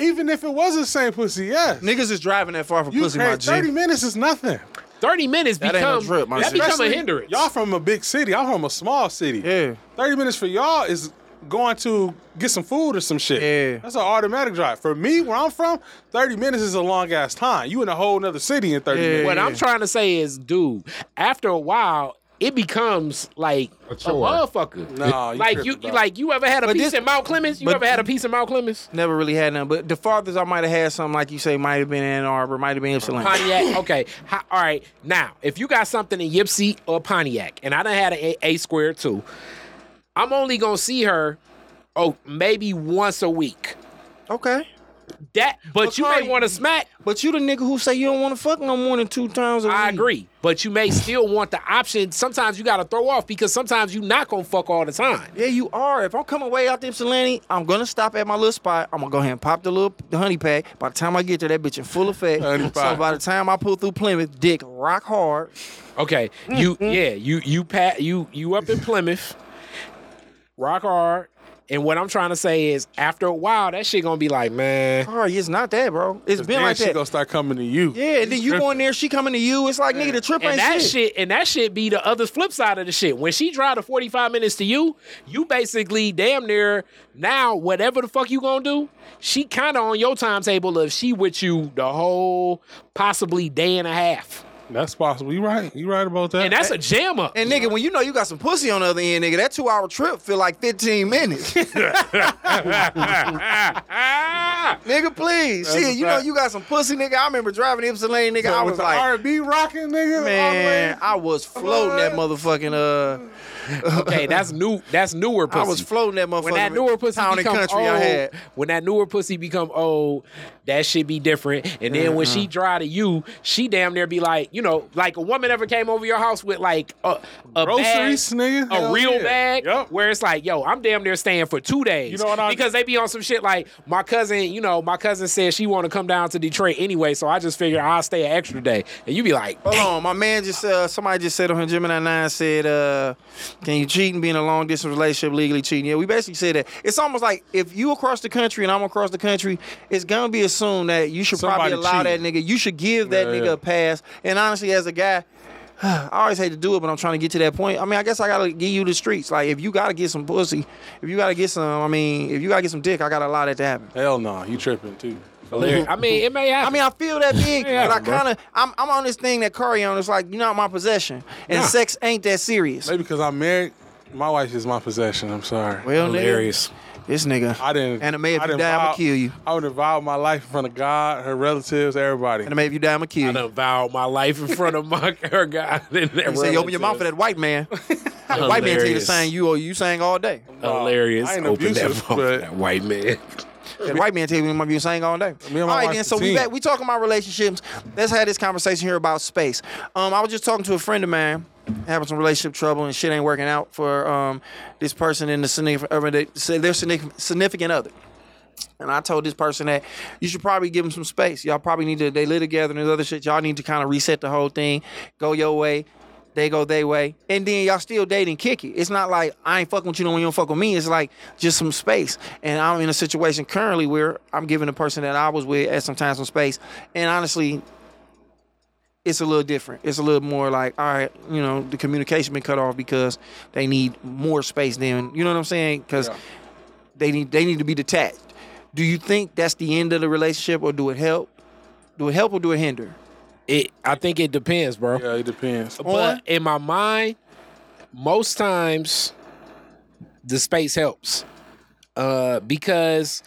D: Even if it was the same pussy, yeah.
A: Niggas is driving that far for
D: You
A: pussy,
D: crazy.
A: my G.
D: 30 minutes is nothing.
B: Thirty minutes
A: That ain't no
B: become
A: drip, my
B: that
A: sister.
B: become a
D: Especially
B: hindrance.
D: Y'all from a big city. I'm from a small city.
A: Yeah.
D: 30 minutes for y'all is going to get some food or some shit.
A: Yeah.
D: That's an automatic drive. For me, where I'm from, 30 minutes is a long ass time. You in a whole nother city in 30
A: Yeah.
D: minutes.
B: what I'm trying to say is, dude, after a while. It becomes like a,
C: chore.
B: motherfucker.
D: Nah, you
B: like
D: tripping,
B: you,
D: dog.
B: like you ever had a
A: But
B: piece
A: this-
B: in Mount Clemens? You
A: but-
B: ever had a piece in Mount Clemens?
A: Never really had none. But the farthest I might have had something, like you say, might have been Ann Arbor, might have been Ypsilanti.
B: Pontiac. Okay. How, all right. Now, if you got something in Yipsy or Pontiac, and I done had a A squared too, I'm only gonna see her, oh, maybe once a week.
A: Okay.
B: That, but you may
A: Cardi-
B: want to smack.
A: But you the nigga who say you don't want to fuck no more than two times a week.
B: I agree, but you may still want the option. Sometimes you gotta throw off because sometimes you not gonna fuck all the time.
A: Yeah, you are. If I'm coming way out to Ypsilanti, I'm gonna stop at my little spot. I'm gonna go ahead and pop the little the honey pack. By the time I get there, that bitch in full effect.
D: Honey
A: so
D: pack.
A: by the time I pull through Plymouth, dick rock hard.
B: Okay, you
A: Mm-hmm.
B: yeah, you you pat you you up in Plymouth, rock hard. And what I'm trying to say is, after a while, that shit gonna be like, man,
A: Sorry, it's not that, bro. It's
D: 'Cause
A: been
D: then
A: like
D: she
A: that.
D: gonna start coming to you.
A: yeah, and then you go in there, she coming to you. It's like nigga, the trip ain't
B: and that
A: shit.
B: shit and that shit be the other flip side of the shit. When she drive the 45 minutes to you, you basically damn near now whatever the fuck you gonna do, she kinda on your timetable of she with you the whole possibly day and a half.
D: That's possible. You right. You right about that.
B: And that's a jam up.
A: And nigga, when you know you got some pussy on the other end, nigga, that two hour trip feel like 15 minutes.
B: Ah,
A: nigga, please.
D: That's a
A: shit, you know
D: fact.
A: you got some pussy, nigga. I remember driving Ypsilanti, nigga.
D: So
A: I
D: with
A: was
D: the
A: like,
D: R&B rocking, nigga.
A: man,
D: all the way.
A: I was floating that motherfucking uh
B: okay, that's new that's newer pussy.
A: I was floating that motherfucker.
B: when that newer pussy
A: town and
B: become
A: country
B: old,
A: I had.
B: when that newer pussy
D: Mm-hmm.
B: become old, that shit be different. And then when she dry to you, she damn near be like, you you know, like a woman ever came over your house with like a, a
D: Groceries,
B: bag,
D: nigga?
B: a
D: Hell
B: real
D: yeah.
B: bag,
D: Yup.
B: where it's like, yo, I'm damn near staying for two days.
D: You know what I-
B: because they be on some shit like my cousin, you know, my cousin said she want to come down to Detroit anyway, so I just figure I'll stay an extra day, and you be like,
A: Hold on, my man just uh, somebody just said on him, Gemini Nine said, uh, "Can you cheat and be in a long distance relationship legally cheating?" Yeah, we basically said that. It's almost like if you across the country and I'm across the country, it's gonna be assumed that you should
D: Somebody
A: probably allow
D: cheating.
A: that nigga. You should give that
D: Yeah,
A: nigga
D: yeah.
A: a pass. And honestly, as a guy. I always hate to do it, but I'm trying to get to that point. I mean, I guess I gotta give you the streets. Like, if you gotta get some pussy, if you gotta get some, I mean, if you gotta get some dick, I gotta allow that to happen.
D: Hell no, you tripping too.
B: I mean, it may happen.
A: I mean, I feel that big,
B: Yeah,
A: but I
B: bro.
A: kind of, I'm, I'm on this thing that Curry on. It's like you're not my possession, and
B: Nah.
A: sex ain't that serious.
D: Maybe because I'm married, my wife is my possession. I'm sorry.
A: Well,
B: hilarious.
A: nigga, this nigga,
D: I didn't.
A: Anime, if
D: I
A: you
D: didn't
A: die, I'ma
D: vow-
A: kill you.
D: I would involve my life in front of God, her relatives, everybody.
A: Anime, if you die, I'ma kill
B: I
A: you.
B: done vowed my life in front of my her God. And
A: You say you open your mouth for that white man. that white man tell you to
B: Hilarious.
A: sing you or you sang all day.
B: Hilarious.
D: I ain't
B: open
D: abusive,
B: that mouth for
D: but-
B: that white man.
A: That white man tell you you sang all day.
D: Me and my
A: all right,
D: wife
A: then.
D: is
A: So we
D: team.
A: back, we talking about relationships. Let's have this conversation here about space. Um, I was just talking to a friend of mine having some relationship trouble and shit ain't working out for um this person and the significant, or they- say their significant significant other. And I told this person that you should probably give them some space. Y'all probably need to, they live together and this other shit. Y'all need to kind of reset the whole thing, go your way, they go their way. And then y'all still dating kick it. It's not like I ain't fucking with you, no, you don't fuck with me. It's like just some space. And I'm in a situation currently where I'm giving the person that I was with at some time some space. And honestly, it's a little different. It's a little more like, all right, you know, the communication been cut off because they need more space than, you know what I'm saying? Because they need they need to be detached. Do you think that's the end of the relationship, or do it help? Do it help or do it hinder?
B: It, I think it depends, bro.
D: yeah, it depends.
B: But in my mind, most times the space helps. Uh, because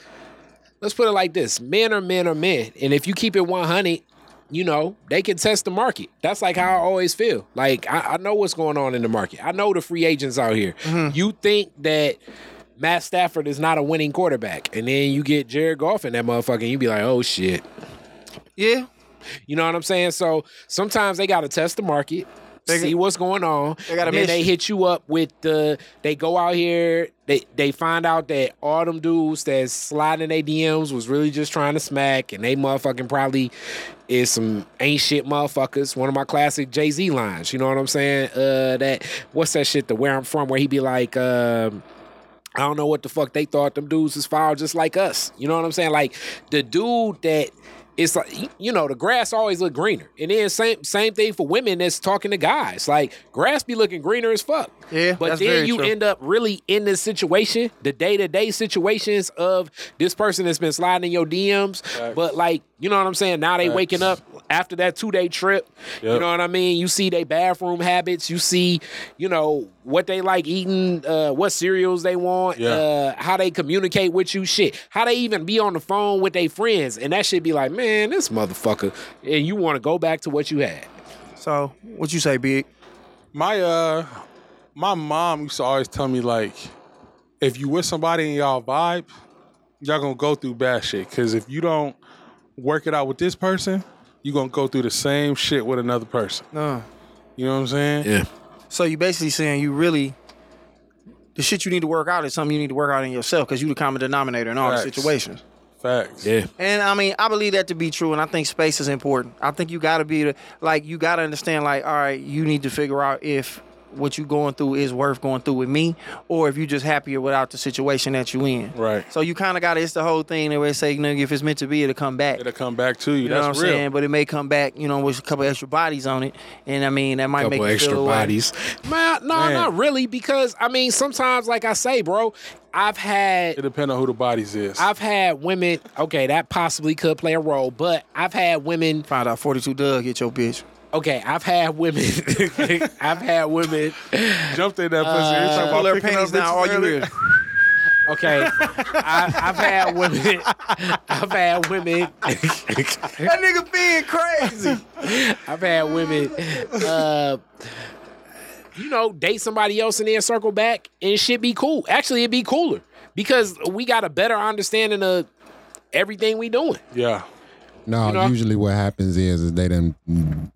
B: let's put it like this men are men are men. And if you keep it 100, you know, they can test the market. That's like how I always feel. Like, I, I know what's going on in the market, I know the free agents out here. You think that. Matt Stafford is not a winning quarterback. And then you get Jared Goff in that motherfucker, and you be like, oh shit.
A: Yeah,
B: You know what I'm saying? So sometimes they got to test the market,
A: They-
B: see what's going on.
A: They gotta
B: and then
A: miss
B: they
A: you.
B: hit you up with the. They go out here. They they find out that all them dudes that's sliding their DMs was really just trying to smack, and they motherfucking probably is some ain't shit motherfuckers. One of my classic Jay Z lines. You know what I'm saying? Uh, that what's that shit? The where I'm from, where he be like. Um, I don't know what the fuck they thought them dudes was foul just like us. You know what I'm saying? Like the dude that it's like y- you know the grass always look greener, and then same same thing for women that's talking to guys. Like grass be looking greener as fuck.
A: Yeah,
B: but
A: that's
B: then
A: very
B: you
A: true.
B: end up really in this situation, the day to day situations of this person that's been sliding in your DMs. But like you know what I'm saying? Now they waking up after that two day trip. You
D: Yep.
B: know what I mean? You see their bathroom habits. You see, you know what they like eating, uh, what cereals they want,
D: Yeah.
B: uh, how they communicate with you, shit, how they even be on the phone with their friends, and that should be like, man, this motherfucker, and you want to go back to what you had.
A: So what you say, big?
D: My uh, my mom used to always tell me like, if you with somebody and y'all vibe, y'all gonna go through bad shit. Cause if you don't work it out with this person, you gonna go through the same shit with another person.
A: No.
D: You know what I'm saying?
A: So you basically saying you really the shit you need to work out is something you need to work out in yourself because you the common denominator in all the
D: Facts.
A: situations.
D: Facts.
B: Yeah.
A: And I mean, I believe that to be true, and I think space is important. I think you got to be the, like, you got to understand, like, all right, you need to figure out if what you going through is worth going through with me, or if you just happier without the situation that you in.
D: Right.
A: So you kind of got to. It's the whole thing that they say, nigga, if it's meant to be, it'll come back.
D: It'll come back to you.
A: you know what I'm
D: That's real.
A: saying? But it may come back, you know, with a couple extra bodies on it, and I mean, that might make
B: couple
A: you
B: extra
A: feel a way.
B: bodies. Man, no,
D: Man.
B: not really, because I mean, sometimes, like I say, bro, I've had
D: It depends on who the bodies is.
B: I've had women. Okay, that possibly could play a role, but I've had women.
A: Find out 42 Doug hit your bitch.
B: Okay, I've had women. I've had women.
D: jumped in that pussy. You talking about
A: Pull her
D: picking up
A: panties down, all
D: bitches
A: you
D: early?
A: is.
B: Okay, I, I've had women. I've had women.
A: That nigga being crazy.
B: I've had women. Uh, you know, date somebody else and then circle back and shit be cool. Actually, it'd be cooler because we got a better understanding of everything we doing.
D: Yeah.
C: No,
B: You know?
C: Oh, usually what happens is is they done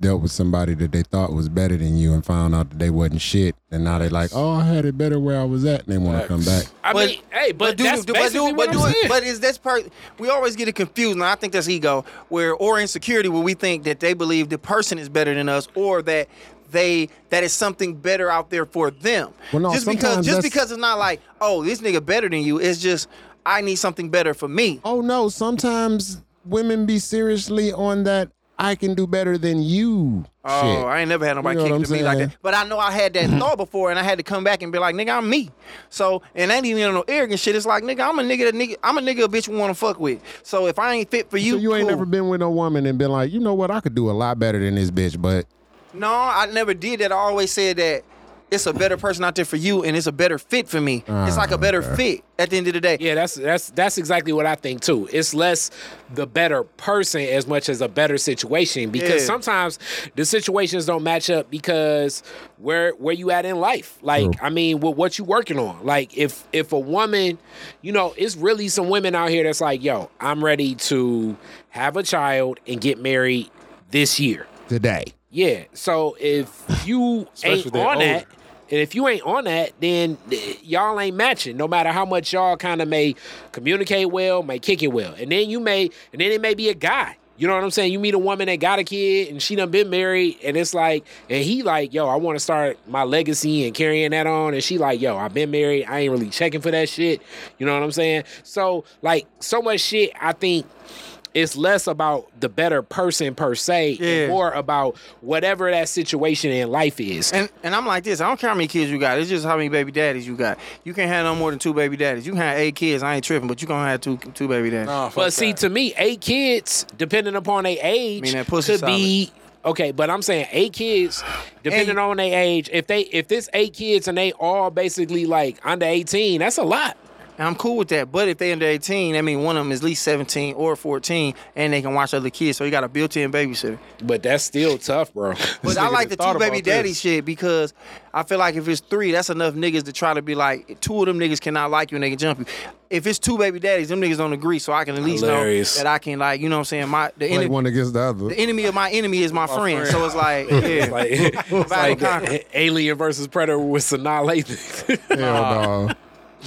C: dealt with somebody that they thought was better than you and found out that they wasn't shit, and now they like, oh, I had it better where I was at, and they want to come back.
B: I
A: But-
B: mean, hey, but,
A: do-
B: that's
A: do-
B: basically
A: do-
B: what
A: do-
B: I'm saying.
A: But is this part? We always get it confused, and I think that's ego, where or insecurity, where we think that they believe the person is better than us, or that they that is something better out there for them.
C: Well, no,
A: just because
C: sometimes
A: just
C: that's-
A: because it's not like oh this nigga better than you. It's just I need something better for me.
C: Oh no, sometimes women be seriously on that. I can do better than you.
A: Oh,
C: shit.
A: I ain't never had nobody
C: You know
A: kick
C: what
A: to
C: I'm
A: me like
C: saying?
A: that. But I know I had that thought before, and I had to come back and be like, nigga, I'm me. So, and ain't even no arrogant shit. It's like, nigga, I'm a nigga that nigga, I'm a nigga a bitch want to fuck with. So if I ain't fit for you,
C: so you ain't
A: cool.
C: never been with no woman and been like, you know what, I could do a lot better than this bitch, but
A: No, I never did that. I always said that it's a better person out there for you, and it's a better fit for me. it's like a better fit at the end of the day.
B: Yeah, that's that's that's exactly what I think too. It's less the better person as much as a better situation because
A: Yeah.
B: sometimes the situations don't match up because where where you at in life. Like I mean, with what you working on. Like if if a woman, you know, it's really some women out here that's like, yo, I'm ready to have a child and get married this year.
C: today.
B: Yeah. So if you
D: Especially if
B: ain't
D: they're
B: on
D: older.
B: that, and if you ain't on that, then eh, y'all ain't matching. No matter how much y'all kind of may communicate well, may kick it well, and then you may, and then it may be a guy. You know what I'm saying? You meet a woman that got a kid and she done been married, and it's like, and he like, yo, I want to start my legacy and carrying that on, and she like, yo, I've been married, I ain't really checking for that shit. You know what I'm saying? So like, so much shit. I think it's less about the better person per se,
A: Yeah.
B: and more about whatever that situation in life is.
A: And and I'm like this. I don't care how many kids you got. It's just how many baby daddies you got. You can't have no more than two baby daddies. You can have eight kids. I ain't tripping, but you gonna have two two baby daddies.
D: Nah, fuck
B: But see,
D: that.
B: to me, eight kids, depending upon their age,
A: Mean that pussy
B: could be okay. But I'm saying eight kids, depending on their age. If they if this eight kids and they all basically like under 18, that's a lot.
A: And I'm cool with that. But if they under 18, I mean one of them is at least 17 or 14, and they can watch other kids. So you got a built-in babysitter.
B: But that's still tough, bro.
A: But
D: This
A: I
D: nigga
A: like
D: done
A: the
D: thought
A: two baby
D: about
A: daddy
D: this.
A: shit because I feel like if it's three, that's enough niggas to try to be like two of them niggas cannot like you and they can jump you. If it's two baby daddies, them niggas don't agree, so I can at least
B: Hilarious.
A: know that I can like you know what I'm saying. My the
C: Play
A: enemy,
C: one against the other.
A: the enemy of my enemy is my, friend.
D: friend.
A: so it's like yeah,
B: like, it's
A: Divide
B: like
A: and conquer.
B: the Alien versus Predator with Sanaa Lathan.
C: Hell no.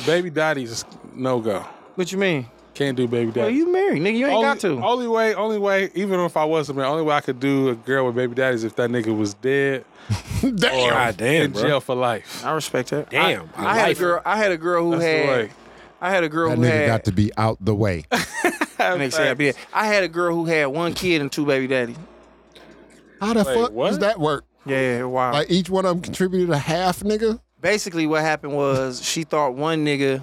D: baby daddies is no go.
A: what you mean?
D: Can't do baby
A: Well,
D: daddy.
A: you married, nigga. You ain't
D: only,
A: got to.
D: only way, only way. Even if I wasn't man, only way I could do a girl with baby daddies if that nigga was dead or
B: God damn,
D: in
B: bro.
D: jail for life.
A: I respect that.
B: Damn,
A: I,
B: I
A: I had a
B: like
A: girl. I had a girl who
D: That's the
A: had.
D: way.
A: I had a girl
C: That
A: who
C: nigga
A: had.
C: got to be out the way.
A: nigga said, yeah. I had a girl who had one kid and two baby daddies.
C: How the
D: Wait,
C: fuck
D: what?
C: does that work?
A: Yeah, wow.
C: Like each one of them contributed a half, nigga.
A: basically what happened was she thought one nigga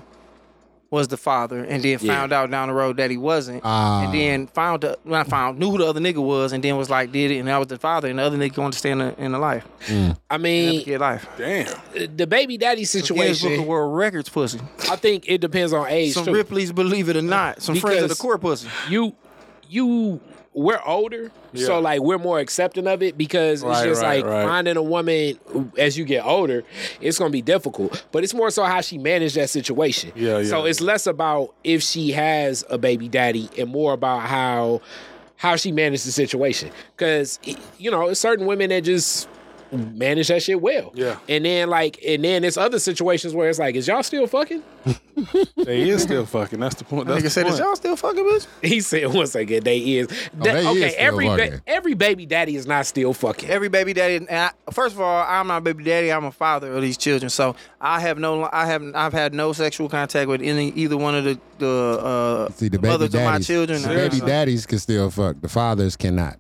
A: was the father and then
B: Yeah.
A: found out down the road that he wasn't
C: Ah.
A: and then found the, not found knew who the other nigga was and then was like did it and that was the father and the other nigga going to stay in the, in the life
B: I
A: in the
B: mein
A: kid life
D: Damn.
B: the baby daddy
A: Guinness Book of
B: situation.
A: World Records pussy
B: I think it depends on age
A: some
B: too.
A: Ripley's believe it or not some friends of the
B: Because-
A: court pussy
B: you you we're older
D: Yeah.
B: so like we're more accepting of it because
D: Right,
B: it's just
D: right,
B: like
D: right.
B: finding a woman who- as you get older it's gonna be difficult but it's more so how she managed that situation
D: Yeah, yeah,
B: so it's less about if she has a baby daddy and more about how how she managed the situation because you know it's certain women that just manage that shit well
D: Yeah.
B: and then like and then there's other situations where it's like is y'all still fucking
D: They is still fucking. That's the point. That's
A: nigga
D: the
A: said is
D: point.
A: y'all still fucking bitch
B: He said once again, they is. That-
C: Oh, they is
B: okay,
C: still
B: every ba-
C: fucking.
B: every baby daddy is not still fucking.
A: every baby daddy and I, first of all i'm not a baby daddy i'm a father of these children so i have no i have i've had no sexual contact with any either one of the the, uh,
C: See the baby
A: mothers
C: daddies.
A: of my children
C: the baby
A: Uh,
C: daddies can still fuck. The fathers cannot.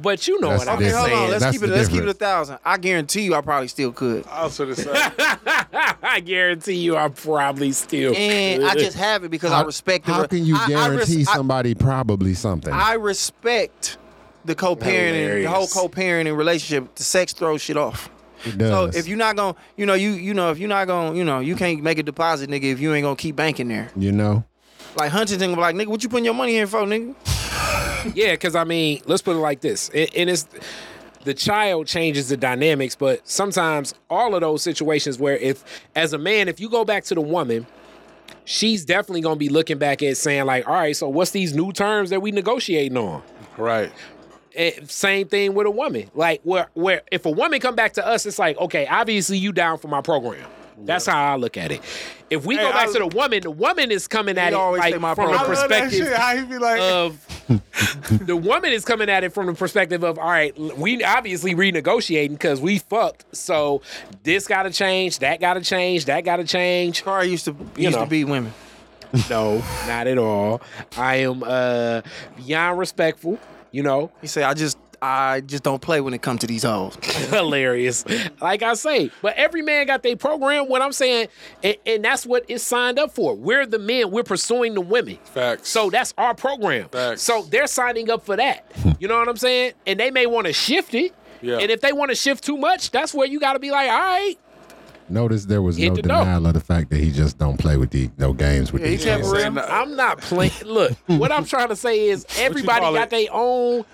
B: But you know
C: That's
B: what I'm
C: the
A: Okay,
C: They're
A: hold
B: saying.
A: on. Let's
C: That's
A: keep it.
C: the
A: Let's keep it a
C: difference.
A: thousand. I guarantee you, I probably still could.
D: I was gonna say.
B: I guarantee you, I'm probably still.
A: And I
B: good.
A: just have it because I respect. The
C: How
A: re-
C: can you
A: I- I
C: guarantee
A: res- I-
C: somebody probably something?
A: I, respect the co-parenting, the whole
B: Hilarious.
A: co-parenting relationship. The sex throws shit off.
C: it
A: So
C: does.
A: if you're not gonna, you know, you you know, if you're not gonna, you know, you can't make a deposit, nigga, if you ain't gonna keep banking there.
C: you know.
A: Like Huntington, be like, nigga, what you putting your money in for, nigga?
B: yeah, because I mean, let's put it like this, and, and it's the child changes the dynamics, but sometimes all of those situations where if as a man, if you go back to the woman. She's definitely gonna be looking back at saying like, all right, so what's these new terms that we negotiating on?
D: Right.
B: Eh, same thing with a woman. Like where where if a woman come back to us, it's like, okay, obviously you down for my program. That's how I look at it. If we go
D: Hey,
B: back
D: I-
B: to the woman, the woman is coming at it
A: always
B: like
A: say my Uh,
B: from the
A: program.
D: I love that shit.
B: perspective
D: How he be like,
B: of the woman is coming at it from the perspective of all right, l- we obviously renegotiating because we fucked. So this got to change, that got to change, that got to change.
A: Car used to used
B: know.
A: to be women.
B: No, not at all. I am uh beyond respectful. You know,
A: He said, "I just I just don't play when it comes to these hoes."
B: hilarious. Like I say, but every man got their program. What I'm saying, and, and that's what it's signed up for. We're the men. We're pursuing the women.
D: Facts.
B: So that's our program.
D: Facts.
B: So they're signing up for that. You know what I'm saying? And they may want to shift it.
D: Yeah.
B: And if they want to shift too much, that's where you got to be like, all right,
C: Notice there was
B: Hit
C: no
B: the dope.
C: denial of the fact that he just don't play with the no games with
A: he
C: these.
A: kept
C: kids.
A: real.
B: I'm, I'm not playing. Look, what I'm trying to say is everybody
D: call
B: got
D: it?
B: their own.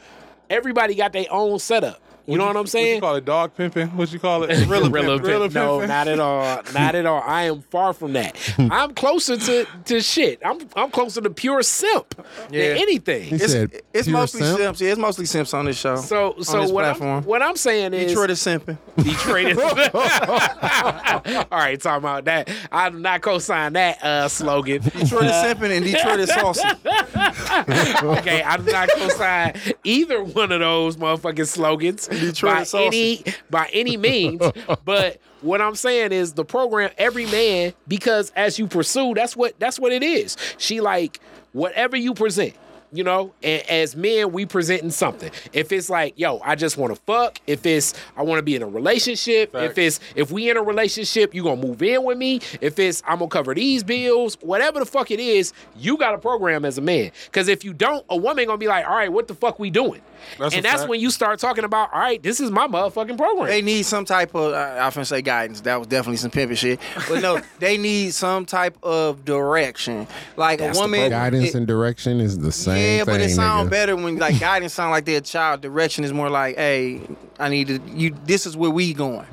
B: Everybody got their own setup. You know what I'm
D: what you
B: saying?
D: call it? Dog pimping? What you call it? Gorilla
B: Gorilla
D: pimping. Gorilla
B: pimping. No,
D: pimping.
B: not at all. Not at all. I am far from that. I'm closer to, to shit. I'm I'm closer to pure simp
A: Yeah.
B: than anything.
C: He
A: It's,
C: said,
A: it's
C: "Pure
A: mostly
C: simp."
A: simps. Yeah, it's mostly simps on this show.
B: So
A: on
B: so
A: this
B: what
A: platform.
B: I'm, what I'm saying is
A: Detroit is simping.
B: Detroit is- all right, talking about that. I do not co-sign that uh, slogan.
A: Detroit is simping and Detroit is saucy.
B: okay, I do not co-sign either one of those motherfucking slogans
A: Detroit
B: by
A: sausage.
B: any by any means. but what I'm saying is the program, every man, because as you pursue, that's what that's what it is. She like whatever you present. You know, and as men, we presenting something. If it's like, yo, I just want to fuck. If it's, I want to be in a relationship. If it's, if we in a relationship, you gonna move in with me. If it's, I'm gonna cover these bills. Whatever the fuck it is, you got a program as a man. Because if you don't, a woman gonna be like, all right, what the fuck we doing?
D: That's
B: and
D: a
B: that's
D: fact.
B: when you start talking about, all right, this is my motherfucking program.
A: They need some type of I, I finna say guidance. That was definitely some pimping shit. But no, they need some type of direction. Like a woman
C: Guidance
A: it-
C: and direction is the same
A: yeah,
C: thing.
A: but it sounds
C: nigga.
A: better when like guidance sound like they're a child. Direction is more like, hey, I need to you this is where we going.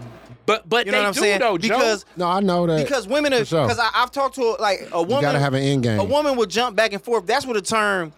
B: but but
A: You
B: they
A: know what I'm
B: do
A: saying?
B: though, Joe.
A: because
C: No, I know that
A: because women are
C: For sure.
A: because I've talked to like a woman
C: gotta have an end game.
A: A woman will jump back and forth. That's where the term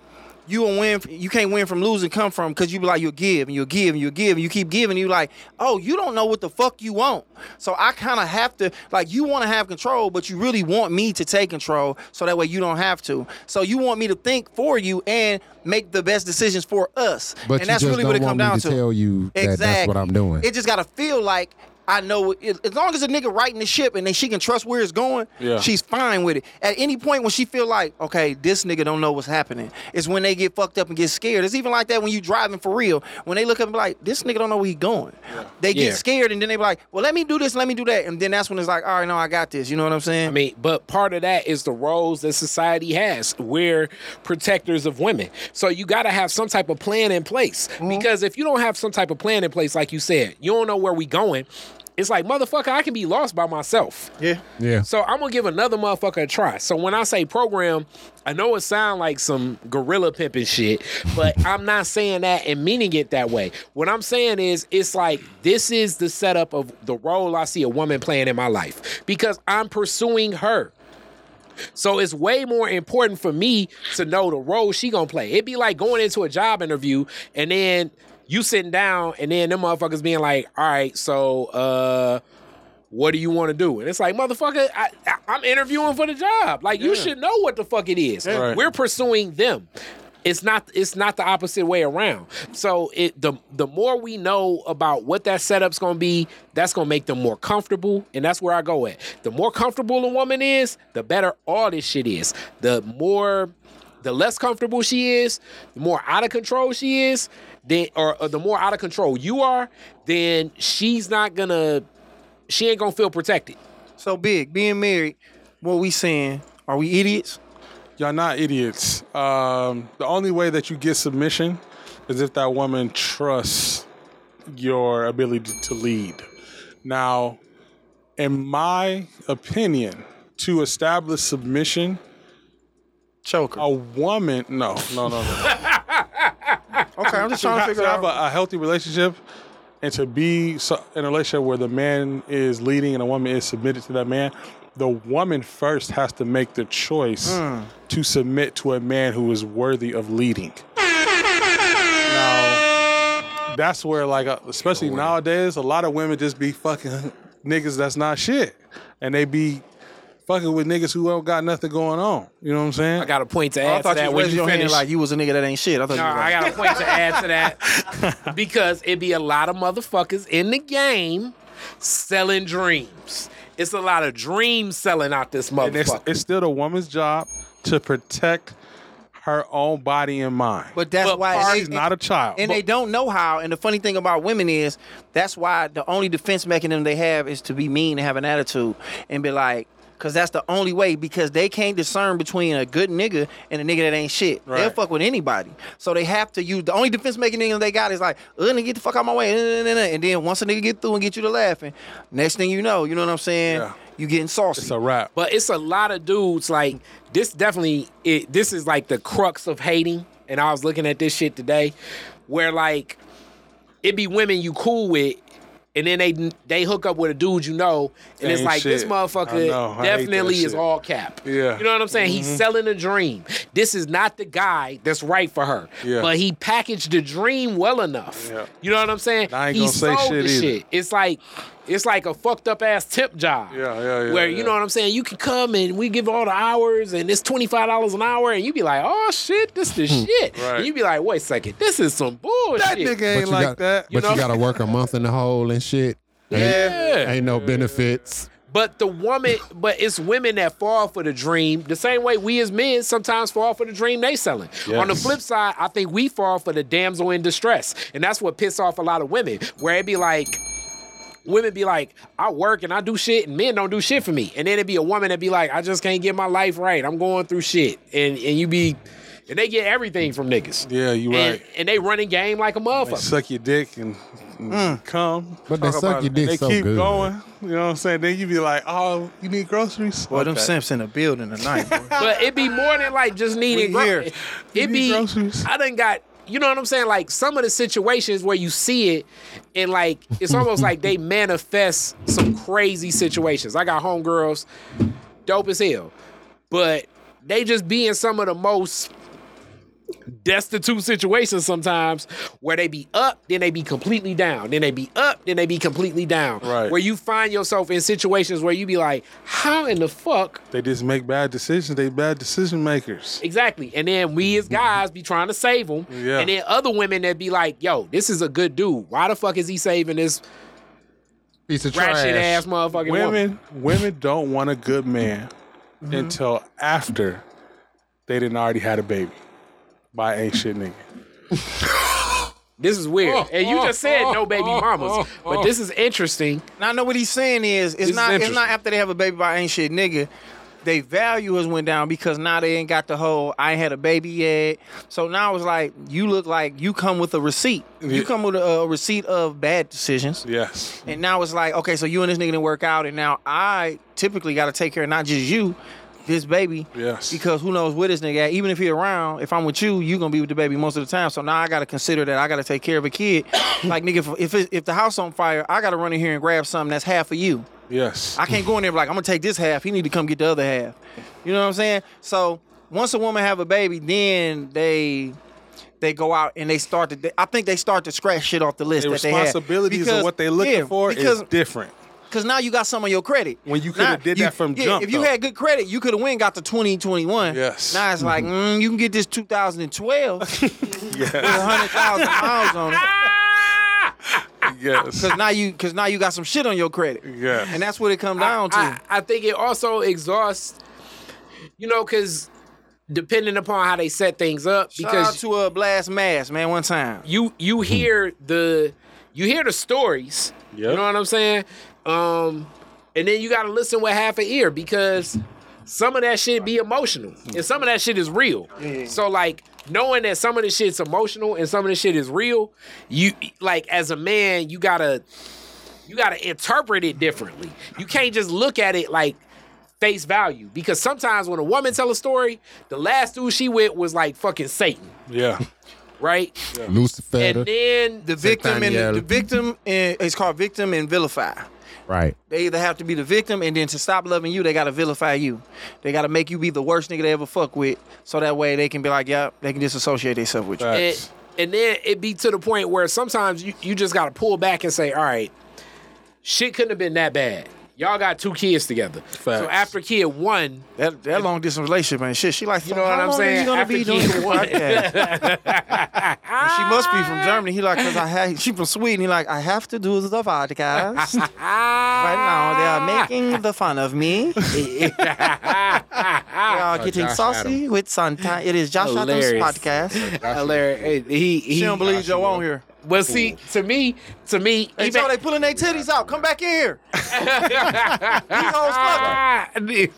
A: you and win you can't win from losing come from because you be like you'll give and you'll give and you'll give and you keep giving you like oh you don't know what the fuck you want so I kind of have to like you want to have control but you really want me to take control so that way you don't have to so you want me to think for you and make the best decisions for us
C: But
A: and
C: you
A: that's
C: just
A: really
C: don't
A: what it
C: want
A: come
C: me
A: down
C: to tell you that that's what I'm doing.
A: It just gotta feel like I know. It, as long as a nigga writing the ship and then she can trust where it's going,
D: Yeah.
A: she's fine with it. At any point when she feel like, okay, this nigga don't know what's happening, it's when they get fucked up and get scared. It's even like that when you driving for real. When they look up and be like, this nigga don't know where he going. They get
B: Yeah.
A: scared and then they be like, well, let me do this, let me do that, and then that's when it's like, all right, no, I got this. You know what I'm saying?
B: I mean, but part of that is the roles that society has. We're protectors of women. So you got to have some type of plan in place. Because if you don't have some type of plan in place, like you said, you don't know where we going. It's like, motherfucker, I can be lost by myself.
A: yeah.
C: yeah.
B: So I'm gonna give another motherfucker a try. So when I say program, I know it sound like some gorilla pimping shit, but I'm not saying that and meaning it that way. What I'm saying is it's like this is the setup of the role I see a woman playing in my life because I'm pursuing her. So it's way more important for me to know the role she gonna play. It'd be like going into a job interview and then you sitting down and then them motherfuckers being like, all right, so uh what do you want to do? And it's like, motherfucker, I, I, I'm interviewing for the job. Like, you should know what the fuck it is.
D: Right.
B: We're pursuing them. It's not. It's not the opposite way around. So it the the more we know about what that setup's gonna be, that's gonna make them more comfortable, and that's where I go at. The more comfortable a woman is, the better all this shit is. The more, the less comfortable she is, the more out of control she is, then or, or the more out of control you are, then she's not gonna she ain't gonna feel protected.
A: So big being married, what we saying? Are we idiots?
D: Y'all not idiots. Um, the only way that you get submission is if that woman trusts your ability to lead. Now, in my opinion, to establish submission,
A: Choker.
D: a woman no, no, no, no.
A: okay, I'm just trying to
D: to,
A: figure
D: have
A: out.
D: a, a healthy relationship and to be so, in a relationship where the man is leading and a woman is submitted to that man, the woman first has to make the
A: Hmm.
D: choice to submit to a man who is worthy of leading. Now, that's where, like, uh, especially nowadays, a lot of women just be fucking niggas that's not shit. And they be fucking with niggas who don't got nothing going on. You know what I'm saying?
B: I got a point to
A: Oh, I
B: add to
A: thought
B: that
A: you
B: when
A: raised
B: you
A: your hand
B: finish.
A: like you was a nigga that ain't shit. I thought you
B: Nah,
A: was like,
B: I got a point to add to that because it be a lot of motherfuckers in the game selling dreams. It's a lot of dream selling out this
D: and it's,
B: motherfucker.
D: it's still the woman's job to protect her own body and mind.
A: but that's
B: But
A: why
D: she's not a child.
A: and
D: But-
A: they don't know how. And the funny thing about women is that's why the only defense mechanism they have is to be mean and have an attitude and be like, because that's the only way. Because they can't discern between a good nigga and a nigga that ain't shit. They'll
D: Right.
A: fuck with anybody. So they have to use the only defense mechanism they got is like, uh, nigga, get the fuck out my way. uh, uh, uh, uh. And then once a nigga get through and get you to laughing, next thing you know, you know what I'm saying?
D: Yeah.
A: You getting saucy.
D: it's a wrap.
B: But it's a lot of dudes like this. Definitely, it, this is like the crux of hating. And I was looking at this shit today, where like it be women you cool with, and then they they hook up with a dude you know, and it's
D: Ain't
B: like this
D: shit.
B: motherfucker
D: I know. I hate
B: definitely
D: that
B: is
D: shit.
B: all cap.
D: Yeah. Mm-hmm.
B: you know what I'm saying? He's selling a dream. This is not the guy that's right for her.
D: Yeah.
B: but he packaged the dream well enough.
D: Yeah.
B: You know what I'm saying?
D: I ain't
B: he
D: gonna say
B: sold
D: shit
B: the
D: either.
B: It's like it's like a fucked up ass tip job.
D: Yeah, yeah, yeah,
B: Where
D: yeah.
B: you know what I'm saying? You can come and we give all the hours and it's twenty five dollars an hour and you be like, oh shit, this the shit.
D: Right.
B: And you be like, wait a second, this is some bullshit.
D: That nigga
C: But you
D: ain't like
C: got,
D: that.
C: But
B: You
C: you,
B: know?
C: gotta work a month in the hole and shit. Yeah. Ain't, ain't no benefits.
B: But the woman, but it's women that fall for the dream. The same way we as men sometimes fall for the dream they selling. On the flip side, I think we fall for the damsel in distress, and that's what piss off a lot of women. Where it be like. Women be like, I work and I do shit, and men don't do shit for me. And then it be a woman that be like, I just can't get my life right. I'm going through shit, and and you be, and they get everything from niggas.
D: Yeah, you
B: And-
D: right.
B: And they running game like a motherfucker.
D: Suck your dick and, and come.
C: Mm. But they suck your dick
D: They
C: so
D: keep
C: good.
D: going. You know what I'm saying? Then you be like, oh, you need groceries?
A: Boy, them
D: Okay.
A: simps in the building tonight. boy.
B: But it be more than like just needing
A: We
B: gro-
A: here.
B: It
D: need
B: be
D: groceries.
B: I done got you know what I'm saying? Like some of the situations where you see it and like it's almost like they manifest some crazy situations. I got homegirls, dope as hell. But they just be in some of the most destitute situations sometimes where they be up, then they be completely down. Then they be up, then they be completely down.
D: Right.
B: Where you find yourself in situations where you be like, how in the fuck
D: They just make bad decisions. They bad decision makers.
B: Exactly. And then we
A: Mm-hmm.
B: as guys be trying to save him.
D: Yeah.
B: And then other women that be like, yo, this is a good dude. Why the fuck is he saving this
C: Piece of
B: ratchet
C: trash.
B: ass motherfucking woman?
D: Women, women don't want a good man
C: Mm-hmm.
D: until after they didn't already had a baby by ain't shit nigga.
B: This is weird.
A: Oh,
B: and you just said no baby mamas. but this is interesting.
A: Now I know what he's saying is it's
B: is
A: not it's
B: interesting.
A: not after they have a baby by ain't shit nigga. They value has went down because now they ain't got the whole I ain't had a baby yet. So now it's like you look like you come with a receipt. You
D: Yeah.
A: come with a, a receipt of bad decisions.
D: Yes.
A: And now it's like, okay, so you and this nigga didn't work out and now I typically gotta take care of not just you, this baby.
D: Yes.
A: Because who knows where this nigga at. Even if he around, if I'm with you, you gonna be with the baby most of the time. So now I gotta consider that I gotta take care of a kid. like nigga, if if, it, if the house on fire, I gotta run in here and grab something that's half of you.
D: Yes.
A: I can't go in there and be like, I'm gonna take this half. He need to come get the other half. You know what I'm saying? So once a woman have a baby, then they they go out and they start to. I think they start to scratch shit off the list.
D: Their
A: that they had.
D: responsibilities and what they looking
A: yeah,
D: for
A: because,
D: is different.
A: Cause now you got some of your credit.
D: When you coulda
A: Now,
D: did
A: you-
D: that from
A: yeah,
D: jump,
A: If you
D: though.
A: had good credit, you could have went got the 2021.
D: Yes.
A: Now it's like
D: Mm-hmm.
A: mm, you can get this 2012 with 100,000 miles on it.
D: Yes.
A: Cause now you, cause now you got some shit on your credit.
D: Yes.
A: And that's what it come down to.
B: I, I think it also exhausts, you know, because depending upon how they set things up,
A: Shout out
B: because
A: to Mm-hmm. a blast mass man one time.
B: you you hear the you hear the stories. You
D: Yep.
B: know what I'm saying? Um, and then you gotta listen with half an ear because some of that shit be emotional and some of that shit is real. So like knowing that some of this shit's emotional and some of this shit is real, you like as a man you gotta you gotta interpret it differently. You can't just look at it like face value because sometimes when a woman tell a story, the last dude she with was like fucking Satan,
D: Yeah.
B: right?
C: Lucifer.
B: And then
A: The victim and the,
C: Nathaniel.
A: the victim and it's called victim and vilify.
C: right.
A: They either have to be the victim and then to stop loving you, they gotta vilify you. They gotta make you be the worst nigga they ever fuck with, so that way they can be like, yeah, they can disassociate themselves with you.
D: Facts.
B: and, And then it be to the point where sometimes you, you just gotta pull back and say, all right, shit couldn't have been that bad. Y'all got two kids together. So after kid one,
A: That, that long distance relationship, man. Shit, she like,
B: you know what I'm saying?
A: You gonna
B: after
A: be doing
B: kid
A: this
B: one,
A: podcast? And she must be from Germany. He like, cause I had, she from Sweden. He like, I have to do the podcast right now. They are making the fun of me. they are getting
B: Josh
A: saucy with Santa. It is Josh Adams
B: Hilarious.
A: podcast.
B: Larry, he, he
A: She don't believe Joe on here.
B: Well, see, to me, to me,
A: Hey,
B: even-
A: Joe, they pulling their titties out. Come back in here. These hoes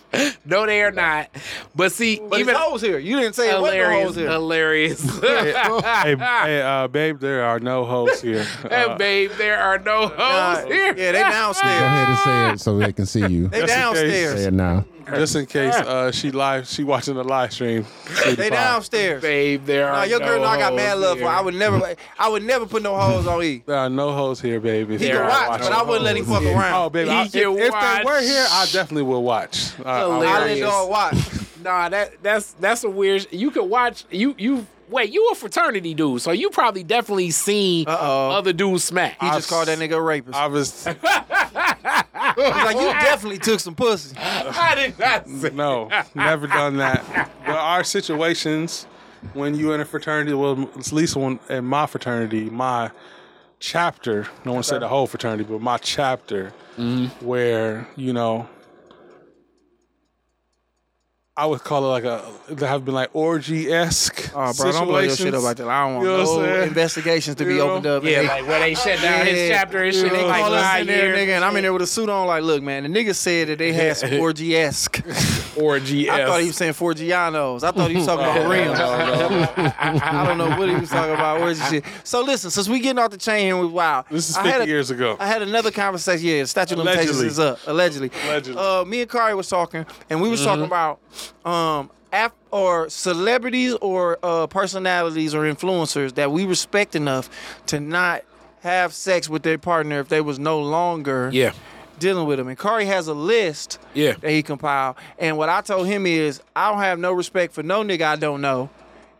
A: fucking.
B: no, they are not. But see,
A: But
B: even
A: Even hoes here. You didn't say it wasn't no
B: hilarious,
A: hoes here.
B: hilarious.
D: hey, hey uh, babe, there are no hoes here.
B: Hey,
D: Uh,
B: babe, there are no hoes
A: Nah,
B: here.
A: Yeah, they
C: Go
A: downstairs.
C: ahead and say it so they can see you.
A: They
D: That's the case.
C: Say
A: downstairs.
C: it now.
D: just in case uh, she live, she watching the live stream.
A: They downstairs.
B: Babe, there
A: Nah,
B: are
A: your
B: no
A: girl know I got
B: hoes
A: mad love
B: here.
A: for. I would never, I would never put no hoes on E.
D: There are no hoes here, baby.
B: He can watch,
A: but I wouldn't let him fuck around.
D: Oh, baby,
B: He
D: I, if,
B: can
D: if
B: watch.
D: they were here, I definitely would watch. Uh, I would.
A: I let
B: Hilarious.
A: y'all watch.
B: Nah, that that's that's a weird. sh- You could watch you you wait. You a fraternity dude, so you probably definitely seen
A: Uh-oh.
B: other dudes smack.
A: He just called that nigga a rapist.
D: I was
A: He's like, you definitely took some pussy.
B: I did not say.
D: no, never done that. There are situations when you in a fraternity. Well, at least one in my fraternity, my chapter. No one said the whole fraternity, but my chapter,
A: Mm-hmm.
D: where you know. I would call it like a there have been like orgy esque.
A: Oh, bro, don't blow your shit up like that. I don't want no investigations to be
D: You know?
A: opened up.
B: Yeah,
A: They-
B: like where they shut down his
A: Yeah.
B: chapter and shit.
A: They
B: They like
A: call us
B: live
A: in there,
B: here.
A: nigga, and I'm in there with a suit on. Like, look, man, the nigga said that they had some orgy esque.
B: or GS.
A: I thought he was saying Forgianos. I thought he was talking about rims. I don't know what he was talking about. Where's the shit? So listen, since we getting off the chain here with wow,
D: This is
A: I had
D: 50
A: a-
D: years ago.
A: I had another conversation. Yeah, statute of limitations
D: Allegedly.
A: is up. Allegedly.
D: Allegedly.
A: Uh, me and Kari was talking, and we was talking about um af- or celebrities or uh, personalities or influencers that we respect enough to not have sex with their partner if they was no longer
B: Yeah.
A: dealing with him. And Kari has a list
B: Yeah.
A: that he compiled. And what I told him is, I don't have no respect for no nigga I don't know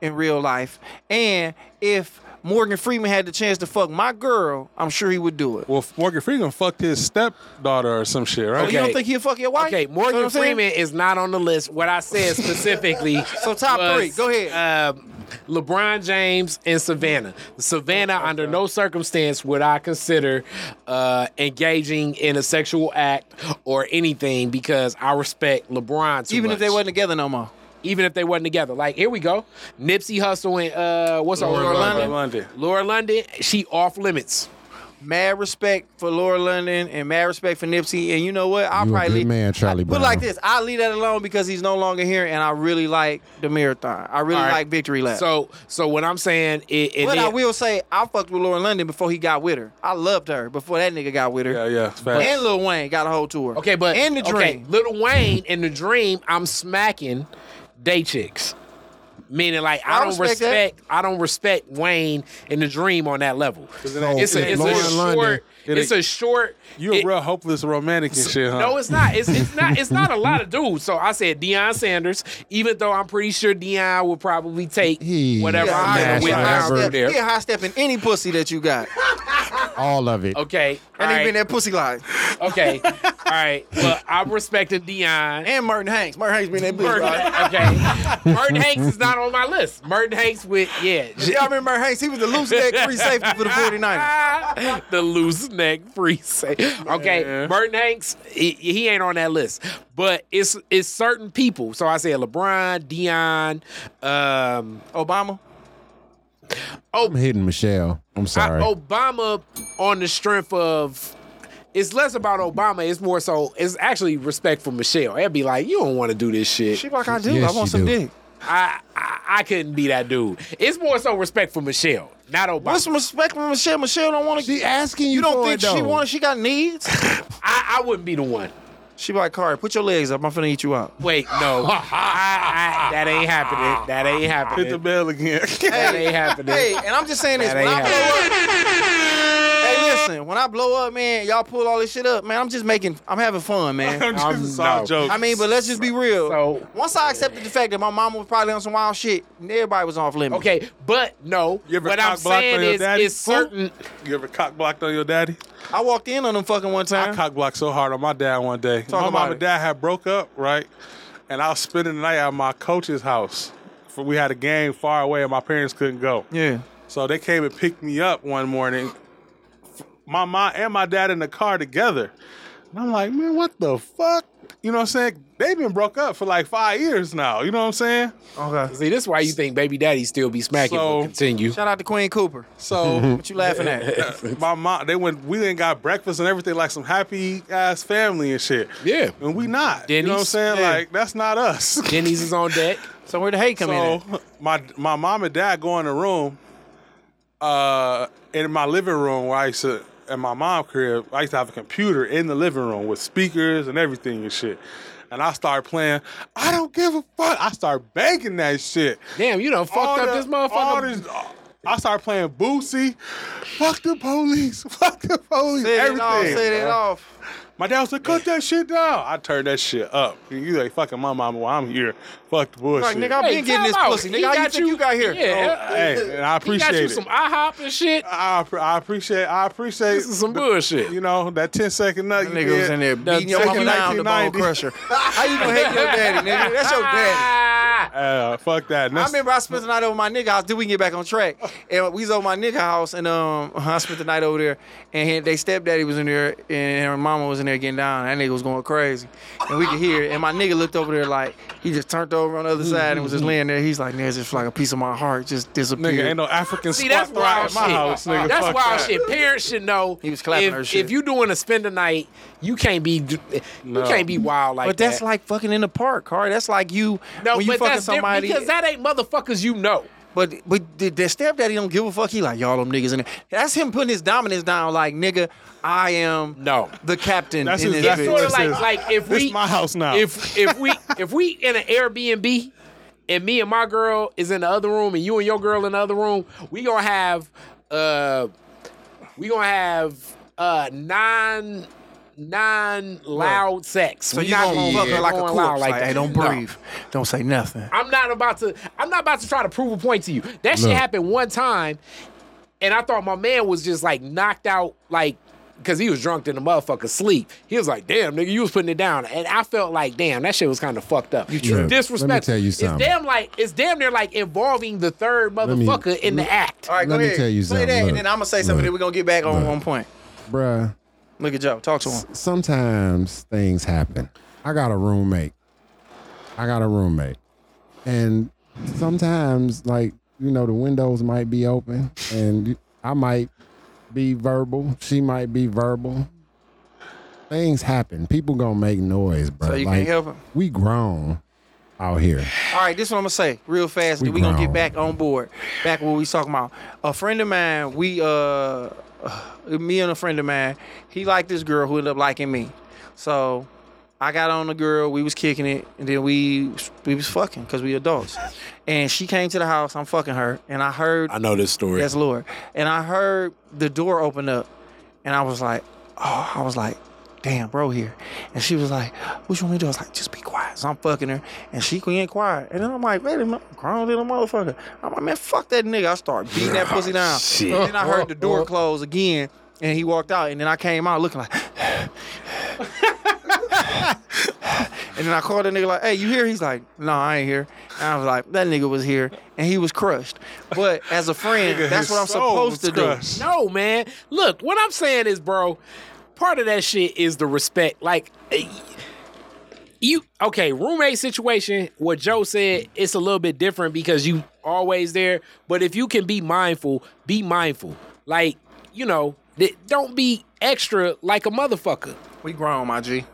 A: in real life. And if Morgan Freeman had the chance to fuck my girl, I'm sure he would do it.
D: Well, Morgan Freeman fucked his stepdaughter or some shit, right?
A: So Oh, You don't
B: Okay.
A: think he'll fuck your wife?
B: Okay,
A: You know what
B: Morgan
A: I'm saying?
B: Freeman is not on the list. What I said specifically.
A: So top
B: was,
A: three. Go ahead.
B: Um, LeBron James and Savannah. Savannah,
A: Oh
B: under no circumstance would I consider uh, engaging in a sexual act or anything because I respect LeBron too
A: Even if
B: much.
A: they wasn't together no more.
B: even if they wasn't together. Like here we go, Nipsey Hussle and uh, what's her
A: Laura London.
D: London.
B: Laura London, she off limits.
A: Mad respect for Laura London and mad respect for Nipsey. And you know what? I'll
C: You a
A: probably
C: good man, Charlie
A: Put it
C: Brown.
A: like this. I'll leave that alone because he's no longer here and I really like the marathon. I really
B: All right.
A: like victory lap.
B: So, so what I'm saying, it, it
A: But I
B: then-
A: will say, I fucked with Lauren London before he got with her. I loved her before that nigga got with her.
D: Yeah, yeah. Facts.
A: And Lil Wayne got a whole tour.
B: Okay, but
A: and the
B: okay,
A: dream.
B: Little Wayne and the Dream, I'm smacking day chicks. Meaning like I,
A: I
B: don't
A: respect that.
B: respect I don't respect Wayne and the Dream on that level.
C: ain't-
B: It's a
C: ain't
B: it's a
C: Lauren London.
B: short
D: It
B: it's
D: ain't-
B: a short
D: you a
B: it-
D: real hopeless romantic and shit, huh?
B: No, it's not. It's, it's not. It's not a lot of dudes. So I said Deion Sanders, even though I'm pretty sure Deion will probably take
C: He-
B: whatever
A: Yeah,
C: Yeah,
B: I'm
A: high,
B: with
A: he a high
B: down
C: whatever.
A: step,
B: there.
A: he a high step in any pussy that you got.
C: All of it.
B: Okay, all
A: And he
B: right,
A: been that pussy line.
B: okay, all right. Well, I'm respecting Deion.
A: And Merton Hanks. Merton Hanks been that bitch.
B: Merton,
A: line.
B: okay. Merton Hanks is not on my list. Merton Hanks with yeah. Ah,
A: Y'all remember Merton Hanks? He was the loose neck free safety for the 49ers.
B: the loose neck free say. Okay, Merton Hanks, he, he ain't on that list. But it's it's certain people. So I said LeBron, Dion, um,
A: Obama.
C: I'm hitting Michelle. I'm
B: I-
C: sorry.
B: Obama on the strength of it's less about Obama. It's more so. It's actually respect for Michelle. It'd be like you don't want to do this shit.
A: She like, I do.
C: Yes,
A: I want
C: she
A: some
C: do.
A: dick.
B: I, I I couldn't be that dude. It's more so respect for Michelle, not Obama.
A: What's some respect for Michelle? Michelle don't want to.
C: she asking you.
A: You don't
C: for
A: think
C: it,
A: she
C: though.
A: wants? She got needs.
B: I, I wouldn't be the one.
A: She be like, Cardi, put your legs up. I'm finna eat you out.
B: Wait, no. I, I, that ain't happening. That ain't
D: Hit the
B: happening.
D: bell again.
B: That ain't happening.
A: Hey, and I'm just saying this.
B: That
A: When I
B: ain't
A: blow up, hey, listen. When when I blow up, man, y'all pull all this shit up, man. I'm just making, I'm having fun, man.
D: I'm just
B: I'm-
D: it's all
B: no.
D: jokes.
A: I mean, but let's just be real.
B: So-
A: once I accepted the fact that my mama was probably on some wild shit, and everybody was off limits.
B: Okay, but no.
D: You ever
B: What I'm
D: cock blocked
B: saying
D: on your
B: is,
D: daddy?
B: is certain.
D: you ever cock blocked on your daddy?
A: I walked in on them fucking one
D: I
A: time.
D: cock blocked so hard on my dad one day.
A: Talk
D: my
A: about
D: mom
A: it.
D: and dad had broke up, right? And I was spending the night at my coach's house. For we had a game far away, and my parents couldn't go.
A: yeah.
D: So they came and picked me up one morning. My mom and my dad in the car together. And I'm like, man, what the fuck? You know what I'm saying? They've been broke up for like five years now. You know what I'm saying?
A: Okay.
B: See, this is why you think baby daddy still be smacking.
D: So-
B: but continue.
A: Shout out to Queen Cooper.
D: So
A: What you laughing at?
D: my mom, they went, we didn't got breakfast and everything like some happy ass family and shit.
B: Yeah.
D: And we not. You know what I'm
B: Denny's?
D: saying?
B: Yeah.
D: Like, that's not us.
B: Denny's is on deck.
A: So where the hate come in?
D: so
A: At?
D: my my mom and dad go in the room, uh, in my living room where I used to in my mom crib. I used to have a computer in the living room with speakers and everything and shit. And I start playing. I don't give a fuck. I start banging that shit.
B: Damn, you done fucked
D: All
B: up
D: the-
B: this
D: all
B: motherfucker.
D: this- uh, I start playing Boosie. Fuck the police. Fuck the police.
A: Sit it off.
D: everything.
A: Sit it off.
D: My dad was like, cut that shit down. I turned that shit up. You ain't fucking my mama while I'm here. Fuck the bullshit.
A: Like, nigga, I've been getting
B: time
A: this
B: out.
A: pussy.
B: He
A: Nigga, how you
B: got
A: think
B: you-
A: you got here?
B: Yeah.
D: hey, and I
B: He
D: Oh, appreciate
B: got you
D: it.
B: some IHOP and shit.
D: I, appre- I appreciate I appreciate
B: This is some
D: the-
B: bullshit.
D: You know that 10 second nut.
A: That
D: you
A: nigga
D: did.
A: was in there beating your mama down the bone
D: 1990.
A: crusher. How you gonna hate your daddy, nigga? That's your daddy.
B: Ah.
D: Uh, fuck that. And
A: I
D: that's-
A: remember I spent the night over my nigga house. Did we can get back on track? And we was over my nigga house, and um, I spent the night over there. And he- they stepdaddy was in there, and her mama was in there getting down. That nigga was going crazy, and we could hear. it. And my nigga looked over there like he just turned over on the other side and was just laying there. He's like, "There's just like a piece of my heart just disappeared."
D: Mm-hmm. nigga ain't no African
B: See,
D: squat
B: that's
D: throw
B: wild
D: at
B: shit.
D: my house, nigga.
B: That's
D: fuck
B: wild
D: that.
B: shit. Parents should know.
A: He was clapping
B: if,
A: her shit.
B: If you doing a spend the night, you can't be. You can't be wild like
A: but that's
B: that.
A: like fucking in the park, Carl. That's like you
B: no,
A: when you
B: but
A: fucking
B: that's different
A: somebody.
B: because that ain't motherfuckers you know.
A: But but the, the stepdaddy don't give a fuck. He like y'all them niggas in there. That's him putting his dominance down. Like nigga, I am
B: No.
A: the captain.
D: That's
A: in
D: exactly
A: this
B: it's sort
A: bitch.
B: of
D: what it
B: like like if
D: This
B: we
D: my house now.
B: If if we if we in an Airbnb and me and my girl is in the other room and you and your girl in the other room, we gonna have uh we gonna have uh non non loud sex.
A: So
B: we
A: you gonna fuck her like a
B: going
A: corpse?
B: loud
A: Like,
B: that.
A: hey, don't
B: No.
A: breathe. Don't say nothing.
B: I'm not about to. I'm not about to try to prove a point to you. That shit
C: Look.
B: happened one time, and I thought my man was just like knocked out, like because he was drunk in the motherfucker sleep. He was like, "Damn, nigga, you was putting it down," and I felt like, "Damn, that shit was kind of fucked up." You
C: tripping.
B: disrespectful.
C: Let me tell you something.
B: It's damn like it's damn near like involving the third
C: me-
B: motherfucker in the act.
A: All right,
C: Let
A: go
C: me
A: ahead.
C: tell you
A: say
C: something.
A: that,
C: Look,
A: and then I'm gonna say something
C: look,
A: that we're gonna get back on
C: look.
A: one point.
C: bruh.
A: Look at Joe. Talk to him.
C: sometimes things happen. I got a roommate. I got a roommate. And sometimes like, you know, the windows might be open and I might be verbal, she might be verbal. Things happen. People going to make noise, bro.
A: So you can't help it?
C: We grown out here.
A: All right, this is what I'm gonna say real fast.
C: We
A: We, we gonna get
C: grown.
A: back on board. Back what we was talking about. A friend of mine, we uh, me and a friend of mine, he liked this girl who ended up liking me. So I got on the girl. We was kicking it, and then we we was fucking because we adults. And she came to the house. I'm fucking her, and I heard
B: know this story.
A: Yes, Lord. And I heard the door open up, and I was like, oh, I was like, damn, bro, here. And she was like, what you want me to do? I was like, just be quiet. So I'm fucking her, and she ain't quiet. And then I'm like, wait a minute, I'm grown little motherfucker. I'm like, man, fuck that nigga. I start beating that pussy down. And then I heard the door close again, and he walked out, and then I came out looking like. And then I called that nigga like, "Hey, you here?" He's like, "No, I ain't here." And I was like, "That nigga was here, and he was crushed." But as a friend, that's
D: His
A: what I'm
D: soul
A: supposed
D: was
A: to do.
D: crushed.
B: No, Oh, man. Look, what I'm saying is, bro, part of that shit is the respect. Like, eh, you, okay, roommate situation, what Joe said, it's a little bit different because you always there. But if you can be mindful, be mindful. Like, you know, th- don't be extra like a motherfucker.
A: We grown, my G.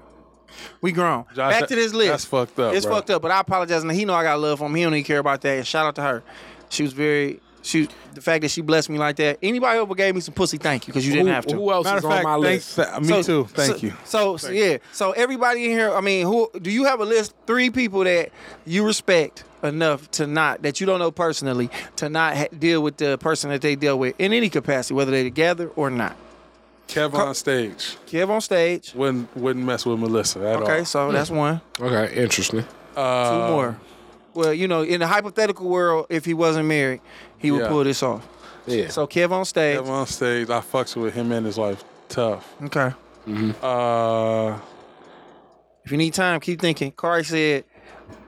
A: We grown.
D: Josh,
A: Back
D: that-
A: to this list.
D: that's fucked up,
A: It's
D: bro.
A: fucked up. But I apologize, and he know I got love for him. He don't even care about that. And shout out to her. She was very. She the fact that she blessed me like that. Anybody ever gave me some pussy? Thank you, because you didn't
B: Who,
A: have to.
B: who else
D: Matter
B: is
D: of fact,
B: on my
D: thanks.
B: list?
D: Me too. Thank
A: so,
D: you.
A: So, so yeah. So everybody in here, I mean, who do you have a list? Three people that you respect enough to not that you don't know personally to not ha- deal with the person that they deal with in any capacity, whether they together or not.
D: Kev on stage
A: Kev on stage.
D: wouldn't wouldn't mess with Melissa at
A: Okay,
D: all. Uh,
A: so that's one.
E: Okay, interesting.
A: Two
D: Um,
A: more. Well, you know, in the hypothetical world, if he wasn't married, he would
D: Yeah.
A: pull this off.
E: Yeah.
A: So Kev on stage.
D: Kev on stage, I fucks with him and his wife. Tough.
A: Okay.
D: Uh,
A: If you need time, keep thinking. Kari said,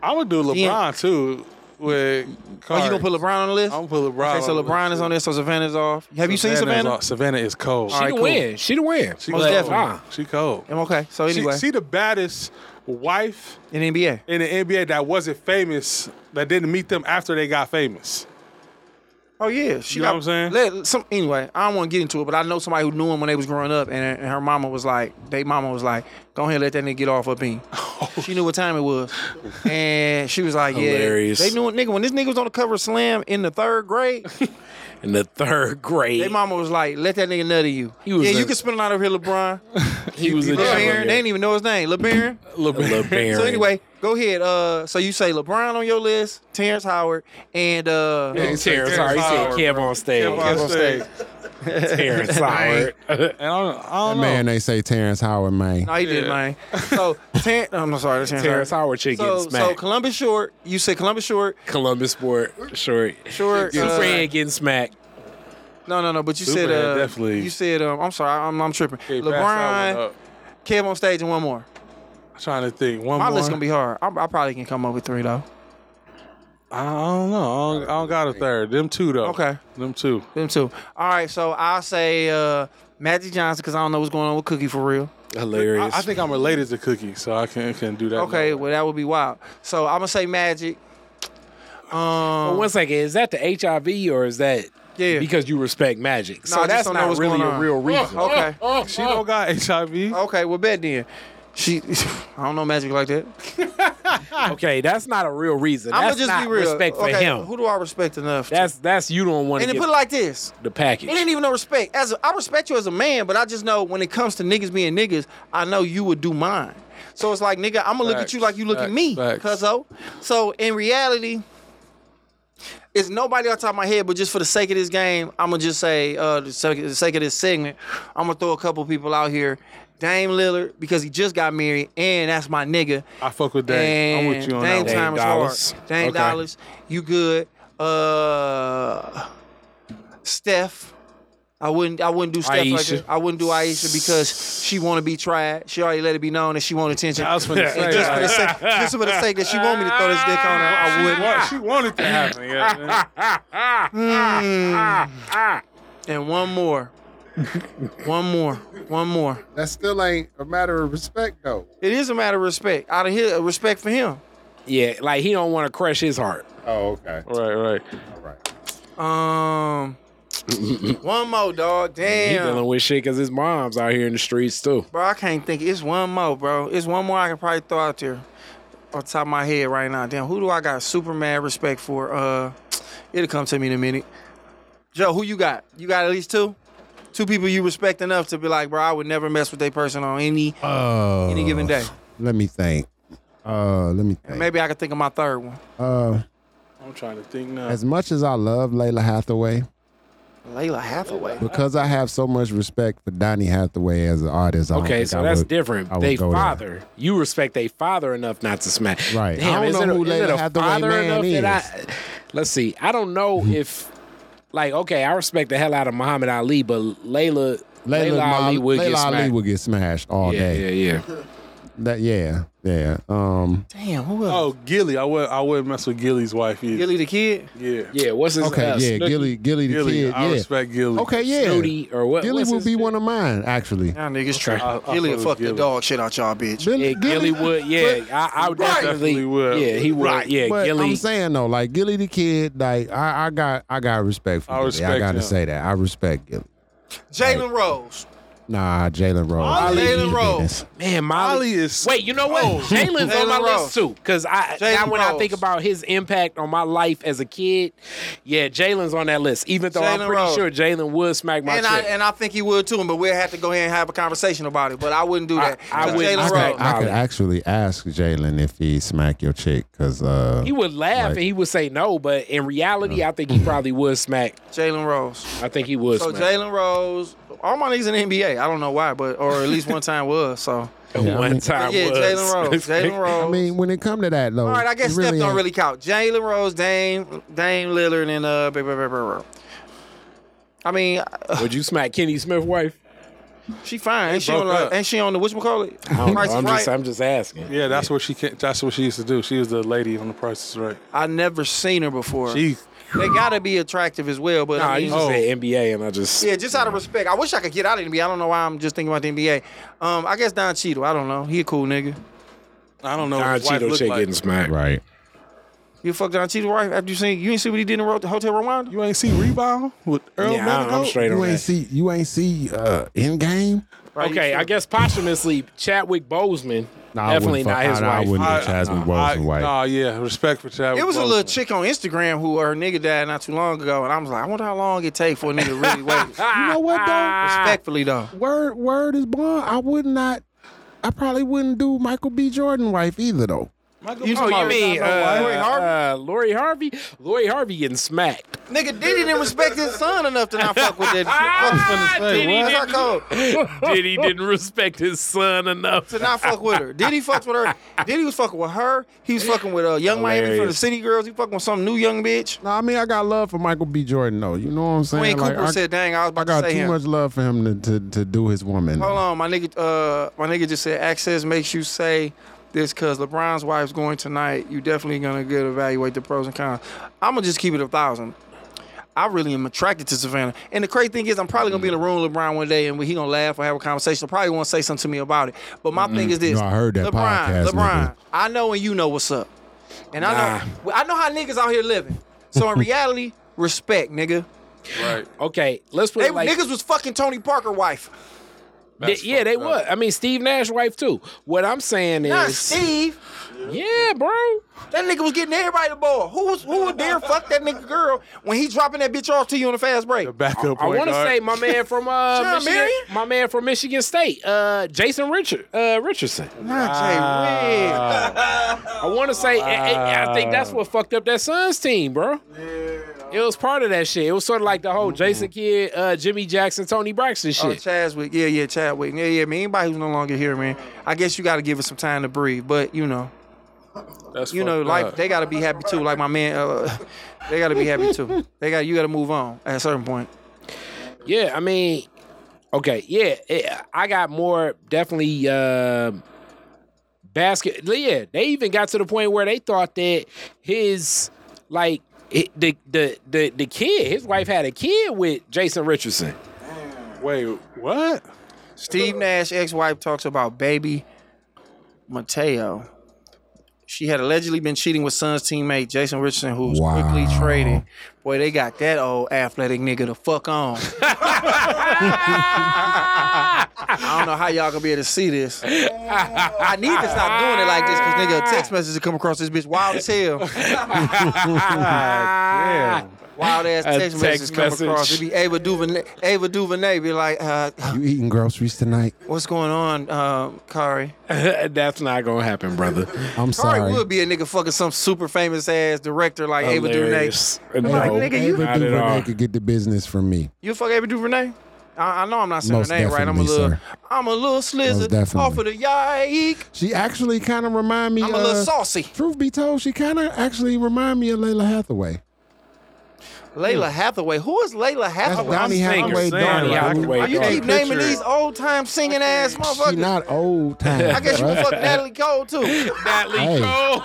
D: I would do LeBron
A: Yeah.
D: too. With
A: "Oh, you gonna put LeBron on the list?"
D: I'm gonna put LeBron.
A: Okay, so
D: on the
A: LeBron
D: list,
A: is
D: too.
A: on there. So Savannah's off. Have you seen
D: Savannah's
A: Savannah?
D: off. Savannah is cold.
B: She the
A: cool.
B: win. She the win.
D: She uh,
A: Most
D: cold.
A: definitely.
B: Ah.
D: She cold.
A: I'm okay. So
D: She-
A: anyway,
D: she the baddest wife
A: in the NBA.
D: in the NBA that wasn't famous, that didn't meet them after they got famous.
A: Oh yeah, she
D: You know
A: got,
D: what I'm saying?
A: Let, some anyway, I don't want to get into it, but I know somebody who knew him when they was growing up, and, and her mama was like, they mama was like, go ahead, and let that nigga get off up in. she knew what time it was, and she was like, yeah,
E: Hilarious.
A: they knew nigga when this nigga was on the cover of Slam in the third grade.
E: In the third grade.
A: They mama was like, let that nigga nutty you.
B: He was
A: yeah,
B: a- Oh,
A: you can spin it out over here, LeBron.
B: He was a
A: LeBron, they didn't even know his name, LeBron.
E: LeBaron.
A: So anyway, go ahead. Uh, so you say LeBron on your list, Terrence Howard, and uh,
E: Terrence,
D: Terrence
E: sorry, he said
D: Howard,
E: Kev on stage.
D: Kev on stage.
E: Terrence Howard.
D: And I don't, I
C: That
D: don't know.
C: man, they say Terrence Howard, man.
A: no, he did, man. So Terrence, I'm sorry, that's Terrence.
E: Terrence
A: Howard.
E: Howard should
A: So,
E: get smacked.
A: so Columbus Short, you said Columbus Short,
E: Columbus Sport short.
A: Short. uh,
E: Superhead getting smacked.
A: no, no, no. But you said
D: Superman,
A: uh,
D: definitely.
A: You said um, I'm sorry, I'm, I'm tripping.
D: Okay, pass that one
A: LeBron,
D: up.
A: Kev on stage, and one more.
D: I'm trying to think. One
A: My
D: more.
A: list gonna be hard. I, I probably can come up with three though.
D: I don't know. I don't, I don't got a third. Them two though.
A: Okay.
D: Them two.
A: Them two. All right, so I'll say uh, Magic Johnson because I don't know what's going on with Cookie for real.
E: Hilarious.
D: I, I think I'm related to Cookie, so I can can do that.
A: Okay, well that would be wild. So I'm gonna say Magic. Um,
B: One second, is that the HIV or is that
A: Yeah.
B: because you respect magic?
A: I
B: So
A: just
B: that's
A: don't know
B: not
A: what's
B: really
A: going
B: a
A: on. Oh,
B: real reason.
A: okay,
D: She don't got HIV.
A: okay, well bet then. She, I don't know Magic like that.
B: Okay, that's not a real reason.
A: I'm
B: That's
A: gonna just
B: not
A: be real.
B: respect for
A: okay,
B: him.
A: Who do I respect enough? to-
B: That's that's you don't want to
A: and then
B: get
A: put it like this. It
B: the
A: ain't
B: package.
A: even no respect. As a, I respect you as a man, but I just know when it comes to niggas being niggas, I know you would do mine. So it's like, nigga, I'm gonna look at you
D: Facts,
A: like you look at
D: facts,
A: me,
D: facts.
A: cuzzo. So in reality, it's nobody on top of my head, but just for the sake of this game, I'm gonna just say, uh, the sake, the sake of this segment, I'm gonna throw a couple people out here. Dame Lillard because he just got married, and that's my nigga.
D: I fuck with Dame. I'm with you on
A: Dame
D: that
A: time
D: one.
A: is
E: Dollars.
A: hard. Dame
E: Okay.
A: dollars, you good? Uh, Steph, I wouldn't. I wouldn't do Steph like
B: Aisha.
A: that. I wouldn't do Aisha because she want to be tried. She already let it be known that she want attention.
D: I was finna
A: And just for the
D: say.
A: sake, just for the sake that she want me to throw this dick on her, I
D: She,
A: would.
D: wa- she wanted to happen. Yeah.
A: And one more, one more, one more.
C: That still ain't a matter of respect, though.
A: It is a matter of respect. Out of here, respect for him.
B: Yeah, like he don't want to crush his heart.
C: Oh, okay.
D: right, right.
C: All right.
A: Um, one more, dog.
B: He
A: Damn.
B: dealing with shit because his mom's out here in the streets too.
A: Bro, I can't think. It's one more, bro. It's one more I can probably throw out there on top of my head right now. Damn, who do I got super mad respect for? Uh, it'll come to me in a minute. Joe, who you got? You got at least two? Two people you respect enough to be like, bro, I would never mess with that person on any
C: Uh,
A: any given day.
C: Let me think. Uh, let me think.
A: Maybe I could think of my third one.
C: Uh,
D: I'm trying to think now.
C: as much as I love Layla Hathaway,
A: Layla Hathaway.
C: because I have so much respect for Donnie Hathaway as an artist. I don't
B: Okay,
C: think
B: so
C: I
B: that's
C: would- I
B: different.
C: would
B: They
C: go there.
B: father. You respect they father enough not to smack.
C: Right.
B: Damn,
C: I
B: is,
C: don't know
B: it a,
C: who
B: is it
C: Layla
B: a
C: Hathaway
B: father
C: man
B: enough
C: is. Mm-hmm.
B: that I? Let's see. I don't know if, like, okay, I respect the hell out of Muhammad Ali, but Layla, Layla, Ali would
C: Layla
B: get
C: Ali
B: smacked.
C: would get smashed all
B: yeah,
C: day.
B: yeah, yeah.
C: That yeah, yeah. Um,
A: Damn, who else?
D: oh, Gilly. I would. I wouldn't mess with Gilly's wife either.
A: Gilly the Kid?
D: Yeah.
B: Yeah, what's his
C: okay,
B: uh,
C: yeah,
B: Snooki-
C: Gilly, Gilly the
D: Gilly.
C: kid,
D: I
C: yeah.
D: respect Gilly.
C: Okay, yeah.
B: Snooty or what?
C: Gilly
B: what's
C: will
B: his-
C: be one of mine actually.
A: Y'all niggas try.
D: I- I
A: Gilly
D: fuck
A: fuck
D: with
A: the
D: Gilly.
A: dog shit out y'all bitch.
C: Billy-
B: Yeah, Gilly would. Yeah, I, I would definitely,
D: Definitely would.
B: Yeah, he would.
D: Right.
B: Yeah,
C: But
B: Gilly.
C: I'm saying though, like Gilly the kid, like I, I got, I got respect for.
D: I
C: Gilly. I
D: respect
C: gotta
D: him.
C: say that I respect Gilly.
A: Jalen Rose.
C: Nah, Jalen Rose.
A: Jalen
C: He's the
A: Rose.
C: business.
B: Man, Molly
D: Molly is.
B: Wait, you know what? Jalen's on
A: Jalen
B: my
A: Rose.
B: list too, because I
A: Jalen
B: now when I
A: Rose.
B: think about his impact on my life as a kid, yeah, Jalen's on that list. Even though
A: Jalen
B: I'm pretty
A: Rose.
B: sure Jalen would smack my
A: And I,
B: chick.
A: and I think he would too, but we'll have to go ahead and have a conversation about it. But I wouldn't do that.
B: I- I
A: 'Cause
B: wouldn't
A: Jalen
C: I
B: respect
A: Rose.
C: could, I could
B: Molly.
C: actually ask Jalen if he smack your chick, cause uh,
B: he would laugh
C: Like-
B: and he would say no, but
C: Uh-huh.
B: in reality, I think he probably would smack.
A: Jalen Rose.
B: I think he would.
A: So
B: smack.
A: Jalen Rose, All my niggas in the NBA. I don't know why, but or at least one time was. So
C: Yeah, I
E: One
C: mean-
E: time
A: yeah,
E: was.
A: Jalen Rose. Jalen Rose.
C: I mean, when it come to that, though.
A: all right, I guess
C: it
A: Steph don't
C: ain't-
A: really count. Jalen Rose, Dame, Dame Lillard, and uh, blah, blah, blah, blah, blah. I mean, uh,
E: Would you smack Kenny Smith wife?
A: she fine. Ain't she
D: broke
A: on the?
D: up.
A: Ain't she on the? What you call it?
E: I don't know.
A: Price is
E: I'm
A: Right.
E: just, I'm just asking.
D: Yeah, that's what she can, that's what she used to do. She was the lady on The Price is Right.
A: I never seen her before.
D: She
A: They gotta be attractive as well, but
E: Nah,
A: I
E: you
A: mean,
E: just
D: Oh.
E: said NBA, and I just
A: yeah, just out of respect. I wish I could get out of the NBA. I don't know why I'm just thinking about the NBA. Um, I guess Don Cheadle. I don't know. He a cool nigga.
D: I don't know.
E: Don
D: what his wife
E: Cheeto
D: looked
E: shit
D: like.
E: getting smacked.
C: Right.
A: You fuck Don Cheadle right after you seen you ain't see what he did in Ro- Hotel Rwanda.
D: You ain't see rebound with Earl
E: Yeah, I-
D: Manigault?
E: I'm straight on
C: You ain't
E: that.
C: see. You ain't see uh, in game.
A: Right, you
B: Okay,
A: sure?
B: I guess posthumously, Chadwick Boseman
C: Nah, I
B: definitely
C: wouldn't
B: not
C: fuck-
B: his
C: I- I
B: wife.
C: wouldn't.
D: I-
C: Jasmine
D: I-
C: Wilson White.
D: Nah, yeah, respect for Chadwick.
A: It was a little
D: Boseman.
A: chick on Instagram who her nigga died not too long ago, and I was like, I wonder how long it take for a nigga to really wait.
C: You know what though?
B: Ah.
A: Respectfully though,
C: Word, word is bond. I would not. I probably wouldn't do Michael B. Jordan wife either though.
D: Michael
A: You
D: Paul
A: talking
D: is
B: Oh,
A: about-
B: you
D: not
B: mean uh,
D: no wife.
B: Lori Harvey? Uh, Lori Harvey? Lori Harvey getting smacked.
A: nigga Diddy didn't respect his son enough to not fuck with that. fuck with
D: Diddy
A: That's our
B: didn't-
A: code.
B: Diddy didn't respect his son enough.
A: to not fuck with her. Diddy fucked with her. Diddy was fucking with her. He was fucking with uh, young Miami for the
E: Hilarious.
A: city girls. He fucking with some new young bitch.
C: No, I mean I got love for Michael B. Jordan though. You know what I'm saying?
A: Wayne
C: Like,
A: Cooper
C: I,
A: said, "Dang, I was
C: I
A: about
C: got
A: to
C: too
A: say him."
C: much love for him to, to, to do his woman.
A: Hold on, my nigga. Uh, my nigga just said, "Access makes you say this because LeBron's wife's going tonight. You definitely gonna good evaluate the pros and cons." I'm gonna just keep it a thousand. I really am attracted to Savannah, and the crazy thing is, I'm probably gonna be in the room with LeBron one day, and he gonna laugh or have a conversation. Probably won't say something to me about it. But my thing is this:
C: No, I heard
A: LeBron,
C: that podcast,
A: LeBron,
C: nigga.
A: I know and you know what's up, and I know, well, I know how niggas out here living. So in reality, respect, nigga.
D: Right.
B: Okay, let's put
A: They,
B: it like
A: niggas was fucking Tony Parker wife.
B: Th- yeah, they
D: fucked
B: was. I mean, Steve Nash wife too. What I'm saying is,
A: Not Steve.
B: yeah, bro.
A: That nigga was getting everybody the ball. Who was who would dare fuck that nigga girl when he dropping that bitch off to you on the fast break?
D: The backup
B: I
D: point
B: want to
D: guard.
B: say my man from uh,
A: John
B: Michigan,
A: Marion?
B: my man from Michigan State, uh, Jason Richard uh, Richardson.
A: Not Jay Red.
B: I want to say, eh, I- I, I think that's what fucked up that Suns team, bro. It was part of that shit. It was sort of like the whole Jason Kidd, uh, Jimmy Jackson, Tony Braxton
A: Oh,
B: shit.
A: Chadwick. Yeah, yeah, Chadwick. Yeah, yeah, man. Anybody who's no longer here, man. I guess you got to give it some time to breathe. But you know,
D: That's
A: you know,
D: fucked
A: life.
D: up.
A: They got to be happy too. Like my man, uh, they got to be happy too. They got you got to move on at a certain point.
B: yeah, I mean, okay, yeah, yeah, I got more definitely uh, basket. Yeah, they even got to the point where they thought that his like it- the the the the kid, his wife had a kid with Jason Richardson.
D: Wait, what?
A: Steve Nash ex-wife talks about baby Mateo. She had allegedly been cheating with Suns teammate Jason Richardson, who was quickly
C: Wow.
A: traded. Boy, they got that old athletic nigga the fuck on. I don't know how y'all gonna be able to see this. I need to stop doing it like this because nigga, a text messages come across this bitch wild as hell.
D: Yeah.
A: Wild ass text,
B: text
A: messages come
B: message.
A: across. It be Ava Duvernay, Ava Duvernay be like, uh,
C: You eating groceries tonight?
A: "What's going on, uh, Kari?"
B: That's not gonna happen, brother.
C: I'm
A: Sorry.
C: sorry.
A: would be a nigga fucking some super famous ass director like Ava Duvernay.
E: Hilarious.
C: Ava,
E: No,
A: nigga, you-
C: Ava
E: Not at all.
C: Duvernay could get the business from me.
A: You fuck Ava Duvernay? I, I know I'm not saying
C: Most
A: her name right. I'm a
C: definitely,
A: little,
C: sir.
A: I'm a little
C: Most
A: slizzard
C: definitely.
A: off of the yike.
C: She actually kind of remind me.
A: I'm a little
C: uh,
A: saucy.
C: Truth be told, she kind of actually remind me of Layla Hathaway.
A: Layla Hathaway. Who is Layla
C: That's
A: Hathaway?
C: Donny
D: saying
C: Hathaway.
D: Donny
C: daughter.
E: Hathaway
A: you
E: Dark
A: keep naming
D: picture.
A: these old time singing ass
C: She
A: motherfuckers.
C: not old time.
A: I guess you
C: bruh.
A: can fuck Natalie Cole too.
B: Natalie
C: Hey.
B: Cole.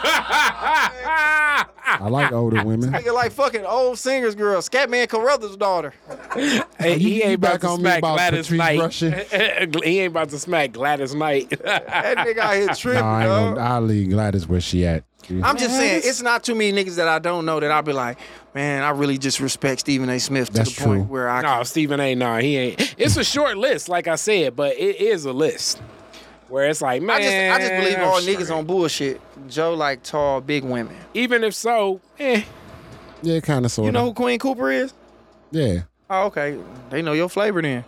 C: I like older women.
A: Nigga like fucking old singers girl, Scatman Carruthers' daughter.
B: Hey,
C: You-
B: he
C: you
B: ain't about
C: back
B: to
C: on me
B: smack
C: about
B: Gladys
C: Patrice
B: Knight.
C: Rushen?
B: he ain't about to smack Gladys Knight.
A: That nigga out here tripping.
C: No, I ain't
A: dog.
C: gonna, I'll leave Gladys where she at. She-
A: I'm just saying, it's not too many niggas that I don't know that I'll be like, man, I really just respect Stephen A. Smith to
C: That's
A: the point
C: true.
A: where I
B: no, Stephen ain't. Nah, he ain't. It's a short list, like I said, but it is a list where it's like, man,
A: I just I just believe all niggas
B: straight.
A: on bullshit. Joe like tall, big women.
B: Even if so, eh,
C: yeah, kind of sort
A: You
C: of.
A: know who Queen Cooper is?
C: yeah,
A: Oh, okay. They know your flavor then.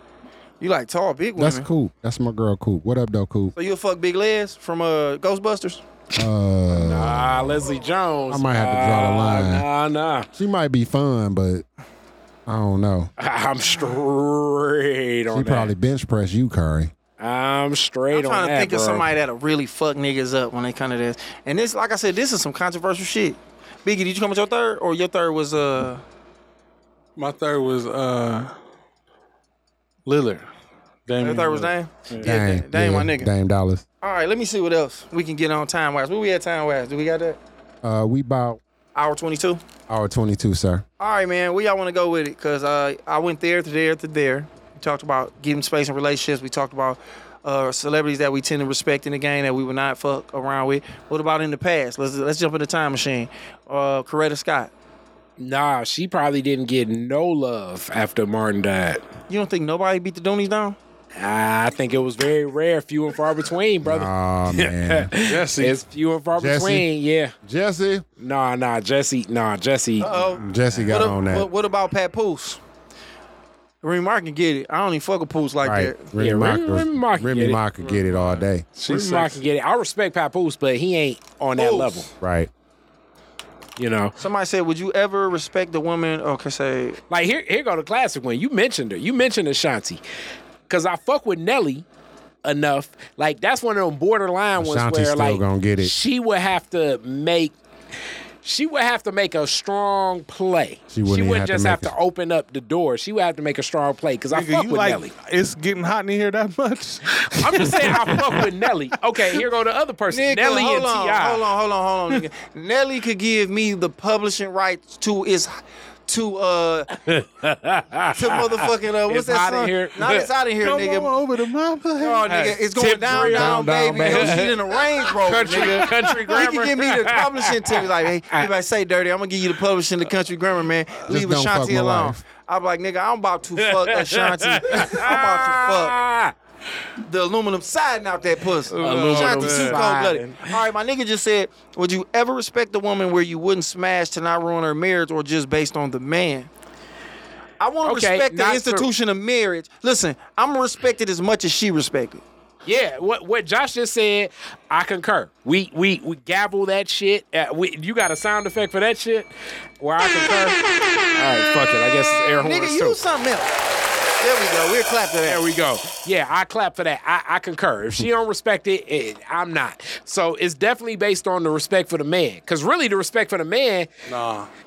A: You like tall, big women.
C: that's cool. That's my girl, Coop. What up, though, Coop?
A: So you'll fuck Big Les from uh Ghostbusters?
C: Uh,
B: ah, Leslie Jones.
C: I might have to draw the
B: Ah,
C: line.
B: Nah, nah.
C: She might be fun, but I don't know.
B: I'm straight on
C: She
B: that.
C: probably bench press you, Curry.
B: I'm
A: I'm
B: straight on
A: trying to
B: that,
A: think
B: bro.
A: of somebody that'll really fuck niggas up when they come to this. And this, like I said, this is some controversial shit. Biggie, did you come with your third, or your third was uh?
D: My third was uh Lillard. Damian
A: Your third was
D: Lillard.
A: Dame. Yeah, Dame, Dame my
C: yeah,
A: nigga.
C: Dame Dollars.
A: All right, let me see what else we can get on time wise. Where we at time wise? Do we got that?
C: Uh, we about
A: Hour twenty two.
C: hour 22, sir.
A: All right, man. Where y'all want to go with it? Cause uh, I went there to there to there. We talked about giving space and relationships. We talked about uh, celebrities that we tend to respect in the game that we would not fuck around with. What about in the past? Let's let's jump in the time machine. Uh, Coretta Scott.
B: Nah, she probably didn't get no love after Martin died. Ah,
A: You don't think nobody beat the Doonies down?
B: I think it was very rare, few and far between, brother.
C: Oh, man.
B: Jesse. It's few and far
C: Jesse.
B: between, yeah.
C: Jesse.
B: Nah, nah, Jesse, nah, Jesse.
A: Oh,
C: Jesse got
A: what,
C: on that.
A: what, what about Pat Poose? Remark can get it. I don't even fuck with Poose like
C: right.
A: that.
C: Remy
B: Yeah,
C: Mock
B: Remy- Remy Mock
C: could-
B: could
C: Remy
B: get it.
C: Mock could get it all day.
B: Remy Ma can get it. I respect Papoose, but he ain't on that
A: Poose.
B: level,
C: Right.
B: you know.
A: Somebody said, "Would you ever respect a woman?" Okay, say
B: Like here, here go the classic one. You mentioned her. You mentioned Ashanti, because I fuck with Nelly enough. Like that's one of them borderline ones
C: Ashanti
B: where
C: still
B: like
C: gonna get it.
B: she would have to make. She would have to make a strong play.
C: She wouldn't even
B: not
C: have to
B: just have
C: make
B: to
C: it.
B: open up the door. She would have to make a strong play because I
D: Nigga,
B: fuck
D: you
B: with
D: like
B: Nelly.
D: it's getting hot in here that much?
B: I'm just saying I fuck with Nelly. Okay, here go the other person,
A: Nigga,
B: Nelly
A: hold
B: and
A: on,
B: Ti.
A: Hold on, hold on, hold on. nigga. Nelly could give me the publishing rights to its to uh to motherfucking uh what's
B: It's
A: that
B: hot in
A: song?
B: here.
A: Not it's out of here,
D: Come
A: nigga.
D: on over to my place.
A: Oh, nigga, it's going down, down,
C: down, down,
A: baby. Hell,
C: baby.
A: shit in a Range Rover, nigga.
B: country
A: You can
B: grammar.
A: give me the publishing to me. Like, hey, if I say dirty, I'm gonna give you the publishing to Country Grammar, man. Leave
C: don't fuck
A: Ashanti
C: my
A: alone.
C: wife.
A: I'm like, nigga, I'm about to fuck Ashanti. I'm about
B: Ah,
A: to fuck the aluminum siding out that pussy. Ashanti too cold
B: siding.
A: blooded. All right, my nigga just said, would you ever respect a woman where you wouldn't smash to not ruin her marriage or just based on the man? I want to
B: Okay,
A: respect the
B: not for-
A: institution of marriage. Listen, I'm respected as much as she respected.
B: Yeah, what what Josh just said, I concur. We we we gavel that shit. Uh, we, you got a sound effect for that shit? Where I concur. All right, fuck it. I guess it's air horns
A: Nigga,
B: too.
A: use something else. There we go. We're clapping
B: there
A: that.
B: we go. Yeah, I clap for that. I, I concur. If she don't respect it, it, I'm not. So it's definitely based on the respect for the man. Cause really, the respect for the man,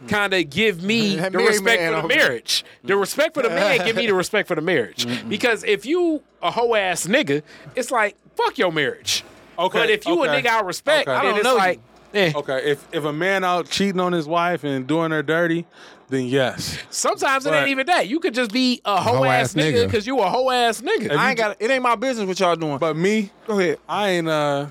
B: kind of give me the
A: That married
B: respect
A: man
B: for the
A: over there.
B: marriage. The respect for the man give me the respect for the marriage. Because if you a hoe ass nigga, it's like fuck your marriage.
D: Okay,
B: But if you a
D: okay,
B: nigga I respect,
D: okay. I
B: then
A: don't
B: it's
A: know you.
B: like. eh.
D: Okay, if if a man out cheating on his wife and doing her dirty, then yes.
B: Sometimes it
D: But-
B: ain't even that. You could just be a hoe ass nigga because you a hoe ass nigga.
A: I ain't got. It ain't my business what y'all doing.
D: But me,
A: go ahead.
D: I ain't uh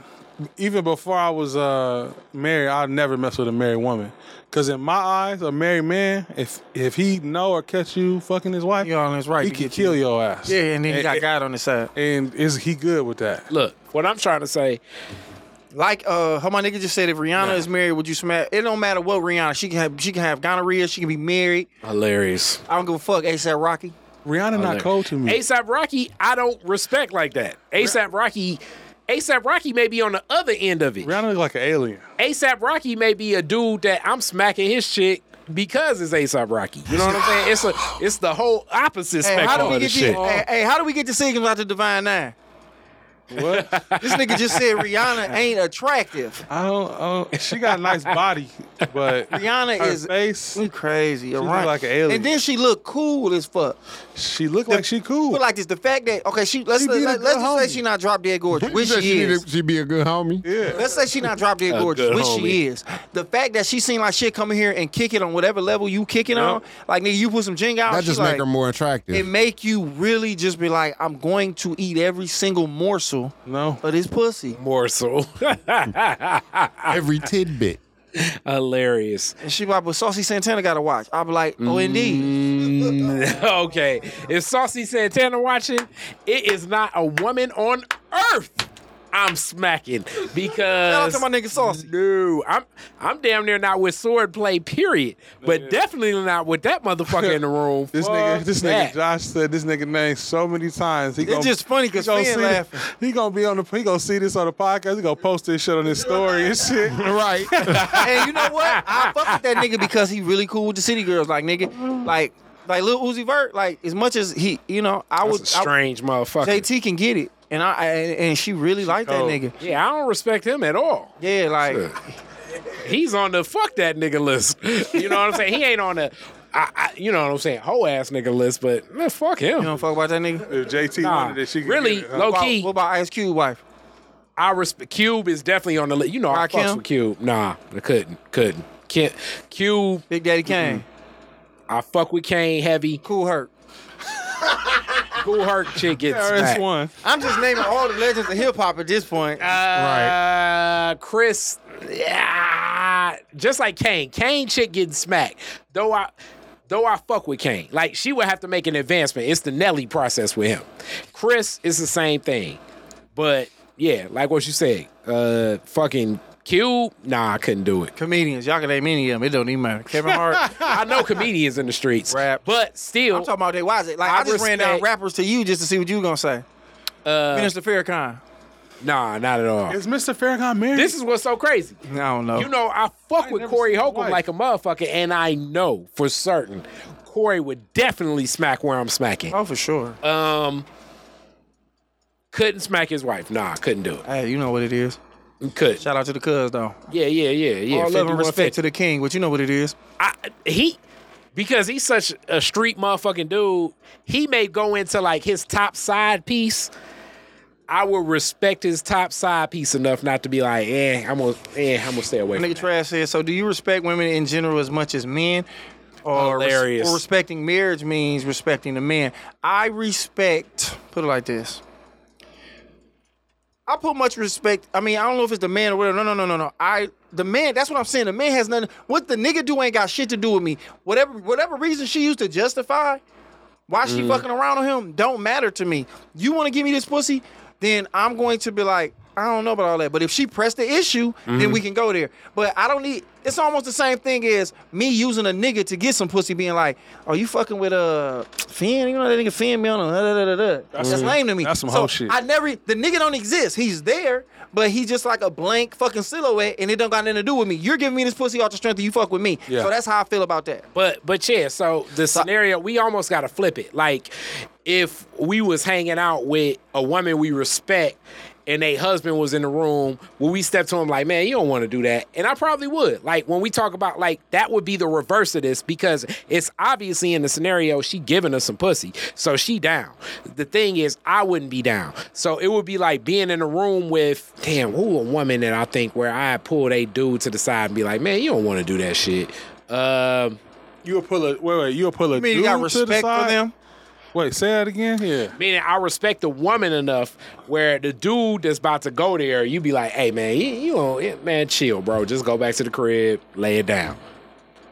D: even before I was uh married, I never mess with a married woman. Cause in my eyes, a married man, if if he know or catch you fucking his wife,
A: Y'all is right.
D: he
A: to
D: can
A: get
D: kill
A: you.
D: your ass.
A: Yeah, and then you got
D: and,
A: God on the side.
D: and is he good with that?
B: Look, what I'm trying to say,
A: Like uh, how my nigga just said, if Rihanna is married, would you smash? It don't matter what Rihanna. She can have. She can have gonorrhea. She can be married.
B: hilarious.
A: I don't give a fuck. ASAP Rocky.
D: Rihanna not cold
A: Hmm.
D: to me.
B: ASAP Rocky, I don't respect like that. ASAP Rocky, ASAP Rocky may be on the other end of it.
D: Rihanna look like an alien.
B: ASAP Rocky may be a dude that I'm smacking his chick because it's ASAP Rocky. You know what I'm saying? It's a it's the whole opposite
A: Hey, how do
B: spectrum
A: we
B: of the
A: get the,
B: shit.
A: hey, hey, how do we get the signals out the Divine Nine?
D: What?
A: This nigga just said Rihanna ain't attractive.
D: I don't. I don't- she got a nice body, but
A: Rihanna
D: her
A: is-
D: face.
A: You crazy, all
D: look
A: right?
D: like an alien.
A: And then she look cool as fuck.
D: She look like she cool.
A: But like this, the fact that okay, she let's
C: She be the
A: let, us
C: good
A: just say
C: homie.
A: she not drop dead gorgeous, which
C: You said
A: she
C: she
A: is.
C: need to- she be a good homie.
D: yeah.
A: Let's say she not drop dead gorgeous,
B: good
A: which she
B: homie.
A: is. The fact that she seem like she come in here and kick it on whatever level you kicking on, like nigga, you put some jing out,
C: That
A: she
C: just
A: like,
C: make her more attractive.
A: It make you really just be like, I'm going to eat every single morsel
D: No.
A: of this pussy,
B: Morsel.
C: Every tidbit.
B: Hilarious.
A: and she be like, but Saucy Santana gotta watch. I be like, oh
B: Mm,
A: indeed,
B: Okay. If Saucy Santana watching, it is not a woman on earth I'm smacking
A: shout out
B: because
A: to my nigga Saucy.
B: No, I'm I'm damn near not with swordplay, period. But definitely not with that motherfucker in the room.
D: This
B: Fuck
D: nigga, this nigga
B: that.
D: Josh said this nigga name so many times. He
A: It's just funny 'cause
D: he gonna
A: Finn
D: see this- He gonna be on the. He gonna see this on the podcast. He gonna post this shit on his story and shit.
C: right.
A: And you know what? I fuck with that nigga because he really cool with the city girls. Like nigga, like Like Lil Uzi Vert, like as much as he, you know, I
B: That's a
A: would. I,
B: strange motherfucker.
A: JT can get it, and I, I and she really liked
D: cold.
A: that nigga.
B: Yeah, I don't respect him at all.
A: Yeah, like
B: he's on the fuck that nigga list. You know what I'm saying? He ain't on the, I, I, you know what I'm saying, whole ass nigga list. But man, fuck him.
A: you don't fuck about that nigga.
D: If JT
B: Nah,
D: wanted it, she could
B: really,
D: get it, huh?
B: low
A: What about-
B: key.
A: What about Ice Cube wife?
B: I respect Cube is definitely on the list. You know, I
A: Rakim?
B: fucks with Cube. Nah, I couldn't, couldn't. Can't. Cube,
A: Big Daddy Kane,
B: I fuck with Kane heavy.
A: Cool Hurt.
B: Cool hurt shit gets
D: RS
B: smacked.
D: one.
A: I'm just naming all the legends of hip hop at this point.
B: Uh, Chris, yeah, just like Kane, Kane chick getting smacked. Though I, though I fuck with Kane. Like she would have to make an advancement. It's the Nelly process with him. Chris is the same thing, but yeah, like what you said, uh, fucking Cube, nah, I couldn't do it.
A: Comedians, y'all can name any of them. It don't even matter. Kevin Hart. I'm
B: I know comedians in the streets,
A: Rap.
B: but still,
A: talking about they why is it? Like
B: I
A: I, just ran down
B: respect-
A: rappers to you just to see what you gonna say. Uh, Minister Farrakhan.
B: nah, not at all.
D: Is Mr. Farrakhan married?
B: This is what's so crazy.
A: I don't know.
B: You know, I fuck
D: ain't
B: with
D: never
B: Corey
D: seen his
B: Holcomb
D: wife.
B: like a motherfucker, and I know for certain Corey would definitely smack where I'm smacking.
A: oh for sure.
B: Um, couldn't smack his wife. Nah, couldn't do
A: hey, you know what it is.
B: it. Could.
A: Shout out to the cuz though.
B: Yeah, yeah, yeah, yeah.
A: All love and
B: 51,
A: respect to the king, but you know what it is.
B: I, he because he's such a street motherfucking dude, he may go into like his top side piece. I will respect his top side piece enough not to be like, eh, I'm gonna, eh, I'm gonna stay away. From
A: Nigga
B: that.
A: Trash says, so do you respect women in general as much as men? Or, res-
B: Hilarious.
A: or respecting marriage means respecting the man. I respect, put it like this. I put much respect. I mean, I don't know if it's the man or whatever. No, no, no, no, no. I the man, that's what I'm saying. The man has nothing. What the nigga do ain't got shit to do with me. Whatever whatever reason she used to justify, why
D: Mm.
A: she fucking around on him don't matter to me. You want to give me this pussy, then I'm going to be like, I don't know about all that. But if she pressed the issue, then
D: Mm-hmm.
A: we can go there. But I don't need. It's almost the same thing as me using a nigga to get some pussy, being like, "Oh, you fucking with uh, Finn? You know that nigga Finn me on a da, da, da, da. That's, lame to me.
D: Mm. That's some
A: so
D: hoe shit.
A: I never. The nigga don't exist. He's there, but he's just like a blank fucking silhouette, and it don't got nothing to do with me. You're giving me this pussy off the strength of you fuck with me.
D: Yeah.
A: So that's how I feel about that.
B: But but yeah, so the scenario we almost gotta flip it. Like if we was hanging out with a woman we respect and a husband was in the room, when we step to him like, man, you don't want to do that. And I probably would. Like when we talk about like that would be the reverse of this because it's obviously in the scenario she giving us some pussy. So she down. The thing is I wouldn't be down. So it would be like being in a room with damn, who a woman that I think where I pull a dude to the side and be like, man, you don't want to do that shit. Um
D: you'll pull a wait, wait, you'll pull a
A: I mean, you got
D: dude to the
A: respect for
D: side?
A: them.
D: Wait, say that again? Yeah.
B: Meaning, I respect the woman enough where the dude that's about to go there, you be like, "Hey, man, you, you don't- yeah, man, chill, bro. Just go back to the crib, lay it down."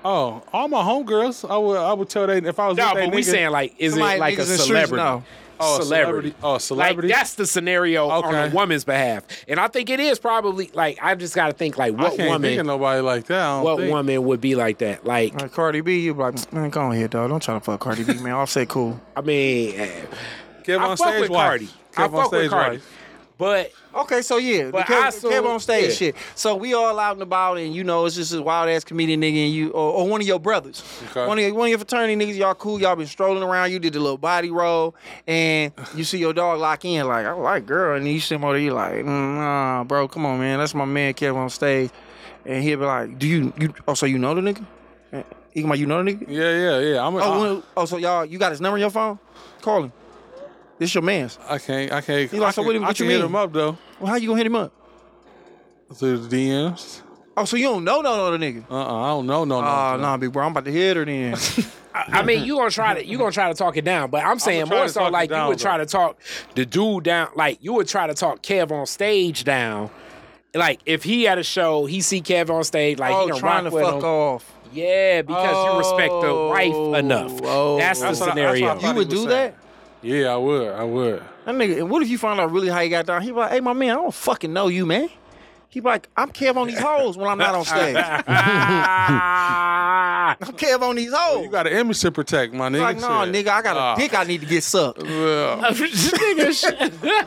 D: Oh, all my homegirls, I would I would tell they if I was
B: No,
D: with that
B: but we
D: nigga-
B: saying like, is it
A: Somebody
B: like a
A: niggas in streets
B: celebrity?
A: know.
D: Oh, a
B: celebrity.
D: celebrity. Oh, a celebrity.
B: Like that's the scenario on
D: Okay.
B: a woman's behalf, and I think it is probably like I just got to think like
D: I
B: what
D: can't think
B: woman,
D: of nobody like that. I don't
B: what
D: think.
B: woman would be like that? Like,
A: Like Cardi B, you be like, man, go on here, dog. Don't try to fuck Cardi B, man. I'll say cool.
B: I mean, eh,
D: Kev
B: I
D: on
B: fuck
D: stage
B: with
D: wife.
B: Cardi. I
D: Kev on
B: fuck with
D: stage
B: Cardi,
D: wife.
B: but
A: Okay, so yeah,
B: But
A: the Kev,
B: I saw-
A: Kev on stage
B: yeah.
A: shit. So we all out and about, and you know, it's just this wild ass comedian nigga, and you or, or one of your brothers,
D: Okay.
A: one of your, one of your fraternity niggas. Y'all cool. Y'all been strolling around. You did the little body roll, and you see your dog lock in. Like I like girl, and you see him over there. You like, mm, nah, bro, come on, man. That's my man, Kev on stage, and he'll be like, do you you? Oh, so you know the nigga? And He come like, you know the nigga?
D: Yeah, yeah, yeah. I'm,
A: Oh,
D: I,
A: when- oh, so y'all, you got his number on your phone? Call him. This your man's.
D: I can't. I can't.
A: He like,
D: I
A: so
D: can,
A: what-
D: I
A: what
D: can
A: you
D: hit
A: mean?
D: him up though
A: Well, how you gonna hit him up?
D: through the DMs.
A: Oh, so you don't know no no the nigga?
D: Uh, uh I don't know. No, no.
A: Oh, nah, big bro, I'm about to hit her then.
B: I mean, you gonna try to you gonna try to talk it down, but I'm saying
D: try
B: more
D: to
B: so
D: talk it
B: like you
D: down,
B: would try to talk the dude down, like you would try to talk Kev on stage down. Like if he had a show, he see Kev on stage, like he
A: oh,
B: gonna
A: trying to
B: rock with
A: fuck
B: him.
A: off.
B: Yeah, because you respect the
A: Oh,
B: wife enough.
A: oh.
B: that's the
D: That's what I- that's what I
B: scenario.
D: thought
A: You
D: Thought he
A: would
D: was
A: do
D: saying.
A: that?
D: Yeah, I would. I would.
A: That nigga, and what if you find out really how he got down? He be like, hey, my man, I don't fucking know you, man. He be like, I'm Kev on these hoes when I'm not on stage. I'm
B: Ah,
A: Kev on these hoes.
D: You got an image to protect, my nigga.
A: like, no,
D: Shit.
A: nigga, I got a
D: Ah.
A: dick I need to get sucked.
D: Well,
B: nigga, shit. God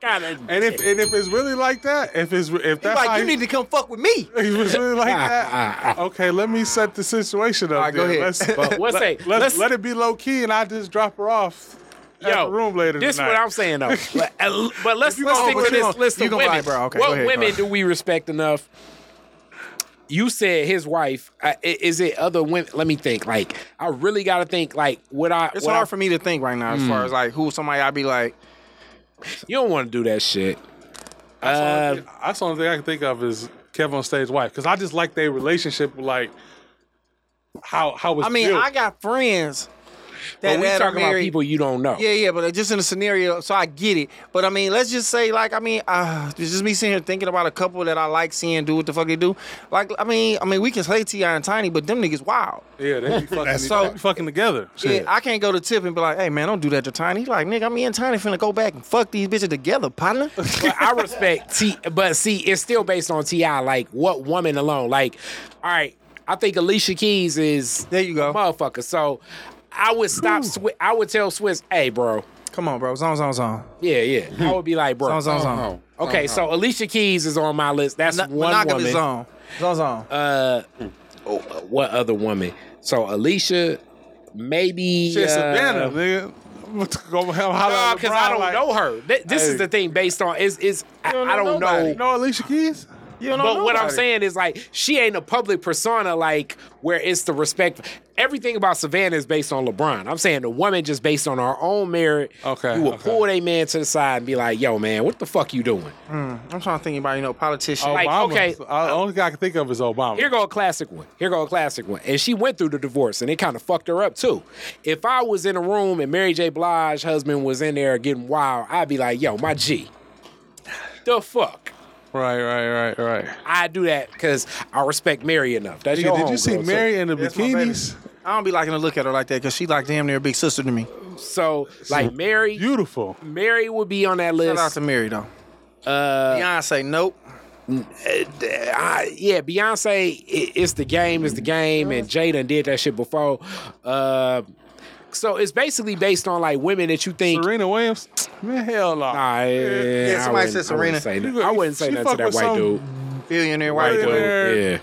B: gotta.
D: And if and if it's really like that, if it's re- if that's
A: like,
D: how
A: you need to come fuck with me.
D: if it's really like that, okay, let me set the situation up.
A: All right, go
D: then.
A: ahead.
D: Let's,
B: But what's
D: let,
B: that? Let's-
D: let's- let it be low key, and I just drop her off at the room later.
B: This is
D: tonight.
B: what I'm saying though. But, uh, but let's
A: you
B: let's
A: gonna-
B: stick
A: but
B: to
A: you
B: this
A: gonna-
B: list
A: you
B: of
A: gonna
B: women.
A: lie, bro. Okay,
B: what
A: go ahead,
B: women
A: bro.
B: do we respect enough? You said his wife. Uh, i- is it other women? Let me think. Like I really got to think. Like what I.
A: It's
B: what I-
A: hard Hmm. for me to think right now as far as like who somebody I'd be like.
B: You don't want to do that shit.
D: That's the only thing- Uh, that's the only thing I can think of is Kev on stage wife because I just like their relationship, like
A: Oh,
D: how how it's
A: I mean,
D: built.
A: I got friends that
B: But we
A: that are
B: talking about
A: married-
B: people you don't know.
A: Yeah, yeah, but uh, just in a scenario, so I get it. But I mean, let's just say, like, I mean, uh, it's just me sitting here thinking about a couple that I like seeing do what the fuck they do. Like, I mean, I mean, we can say Ti and Tiny, but them niggas wild.
D: yeah, they be fucking,
A: so-
D: they be fucking together.
A: Yeah,
D: Shit.
A: I can't go to Tip and be like, hey man, don't do that to Tiny. He like, nigga, me and Tiny finna go back and fuck these bitches together, partner.
B: but I respect T. But see, it's still based on Ti. Like what woman alone? Like, all right, I think Alicia Keys is
A: There you go.
B: a motherfucker. So I would stop. Swi- I would tell Swiss, hey, bro.
A: Come on, bro. Zone, zone, zone.
B: Yeah, yeah. I would be like, bro.
A: Zone, zone, zone.
B: Okay, so Alicia Keys is on my list. That's
A: Mon-
B: one
A: Monogamy
B: woman. Oh, uh,
A: zone. Zone, zone.
B: What other woman? So Alicia, maybe.
D: Shit,
B: uh,
D: Savannah, nigga. I'm gonna go have a holler
B: Nah,
D: at
B: because
D: LeBron,
B: I don't
D: like,
B: know her. Th- this
D: Hey.
B: is the thing. Based on is is I,
D: you
B: I don't
D: nobody.
B: know.
D: You know Alicia Keys?
A: you don't know
B: But what I'm
A: nobody.
B: saying is like she ain't a public persona like where it's the respect. Everything about Savannah is based on LeBron. I'm saying the woman just based on her own merit.
D: Okay,
B: you would
D: okay.
B: pull a man to the side and be like, "Yo, man, what the fuck you doing?"
A: I'm trying to think about you know politician.
B: Like,
D: Obama.
B: okay.
D: The only guy I can think of is Obama.
B: Here go a classic one. Here go a classic one. And she went through the divorce, and it kind of fucked her up too. If I was in a room and Mary J. Blige's husband was in there getting wild, I'd be like, "Yo, my G, the fuck."
D: Right, right, right, right.
B: I do that because I respect Mary enough. That's your
D: Nigga, did you
B: homegirl,
D: see
B: so-
D: Mary in the
A: That's my baby.
D: bikinis?
A: I don't be liking to look at her like that because she like damn near a big sister to me.
B: So like Mary,
D: Beautiful.
B: Mary would be on that
A: Shout out
B: list.
A: to Mary though. Uh, Beyonce, nope.
B: I- Uh, yeah, Beyonce, i it's the game, it's the game, and Jay done did that shit before. Uh, so it's basically based on like women that you think.
D: Serena Williams? Man, hell no.
B: Nah, yeah,
A: Yeah, somebody
B: I wouldn't-
A: said
B: I wouldn't
A: Serena.
B: say
D: You
B: nothing,
D: go-
B: I wouldn't say
D: she
B: nothing
D: fuck
B: to that
D: with
B: whight
D: some
B: dude.
A: Billionaire white
B: White
A: dude.
B: dude.
D: Billionaire.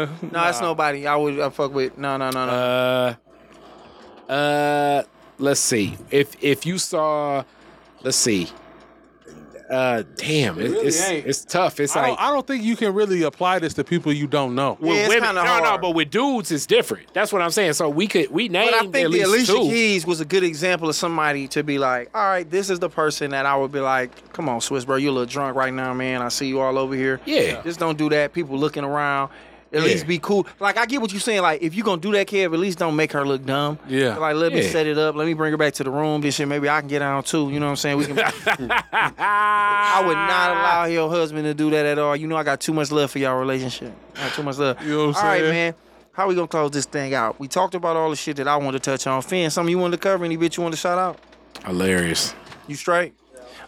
D: yeah.
A: No, that's nobody. I would I fuck with. No, no, no, no.
B: Uh, let's see. If if you saw, let's see. Uh, damn, it, it's
D: ain't.
B: it's tough. It's
D: I
B: like
D: don't, I don't think you can really apply this to people you don't know.
B: with
A: Yeah, it's
B: women.
A: kinda
B: no, no,
A: hard.
B: but with dudes, it's different. That's what I'm saying. So we could we named
A: but I think
B: at
A: the
B: least
A: Alicia
B: two.
A: Keys was a good example of somebody to be like, all right, this is the person that I would be like, come on, Swiss, bro, you a little drunk right now, man. I see you all over here.
B: Yeah.
A: Just don't do that. People looking around. At least be cool. Like I get what you're saying. Like if you gonna do that, Kev, at least don't make her look dumb.
D: Yeah.
A: Like let me
B: Yeah.
A: set it up. Let me bring her back to the room. This shit, maybe I can get on too. You know what I'm saying? We can. I would not allow your husband to do that at all. You know I got too much love for y'all relationship. I got too much love.
D: You know what I'm
A: All right,
D: saying?
A: man. How we gonna close this thing out? We talked about all the shit that I wanted to touch on. Finn, something you wanted to cover? Any bitch you want to shout out?
B: Hilarious.
A: You straight?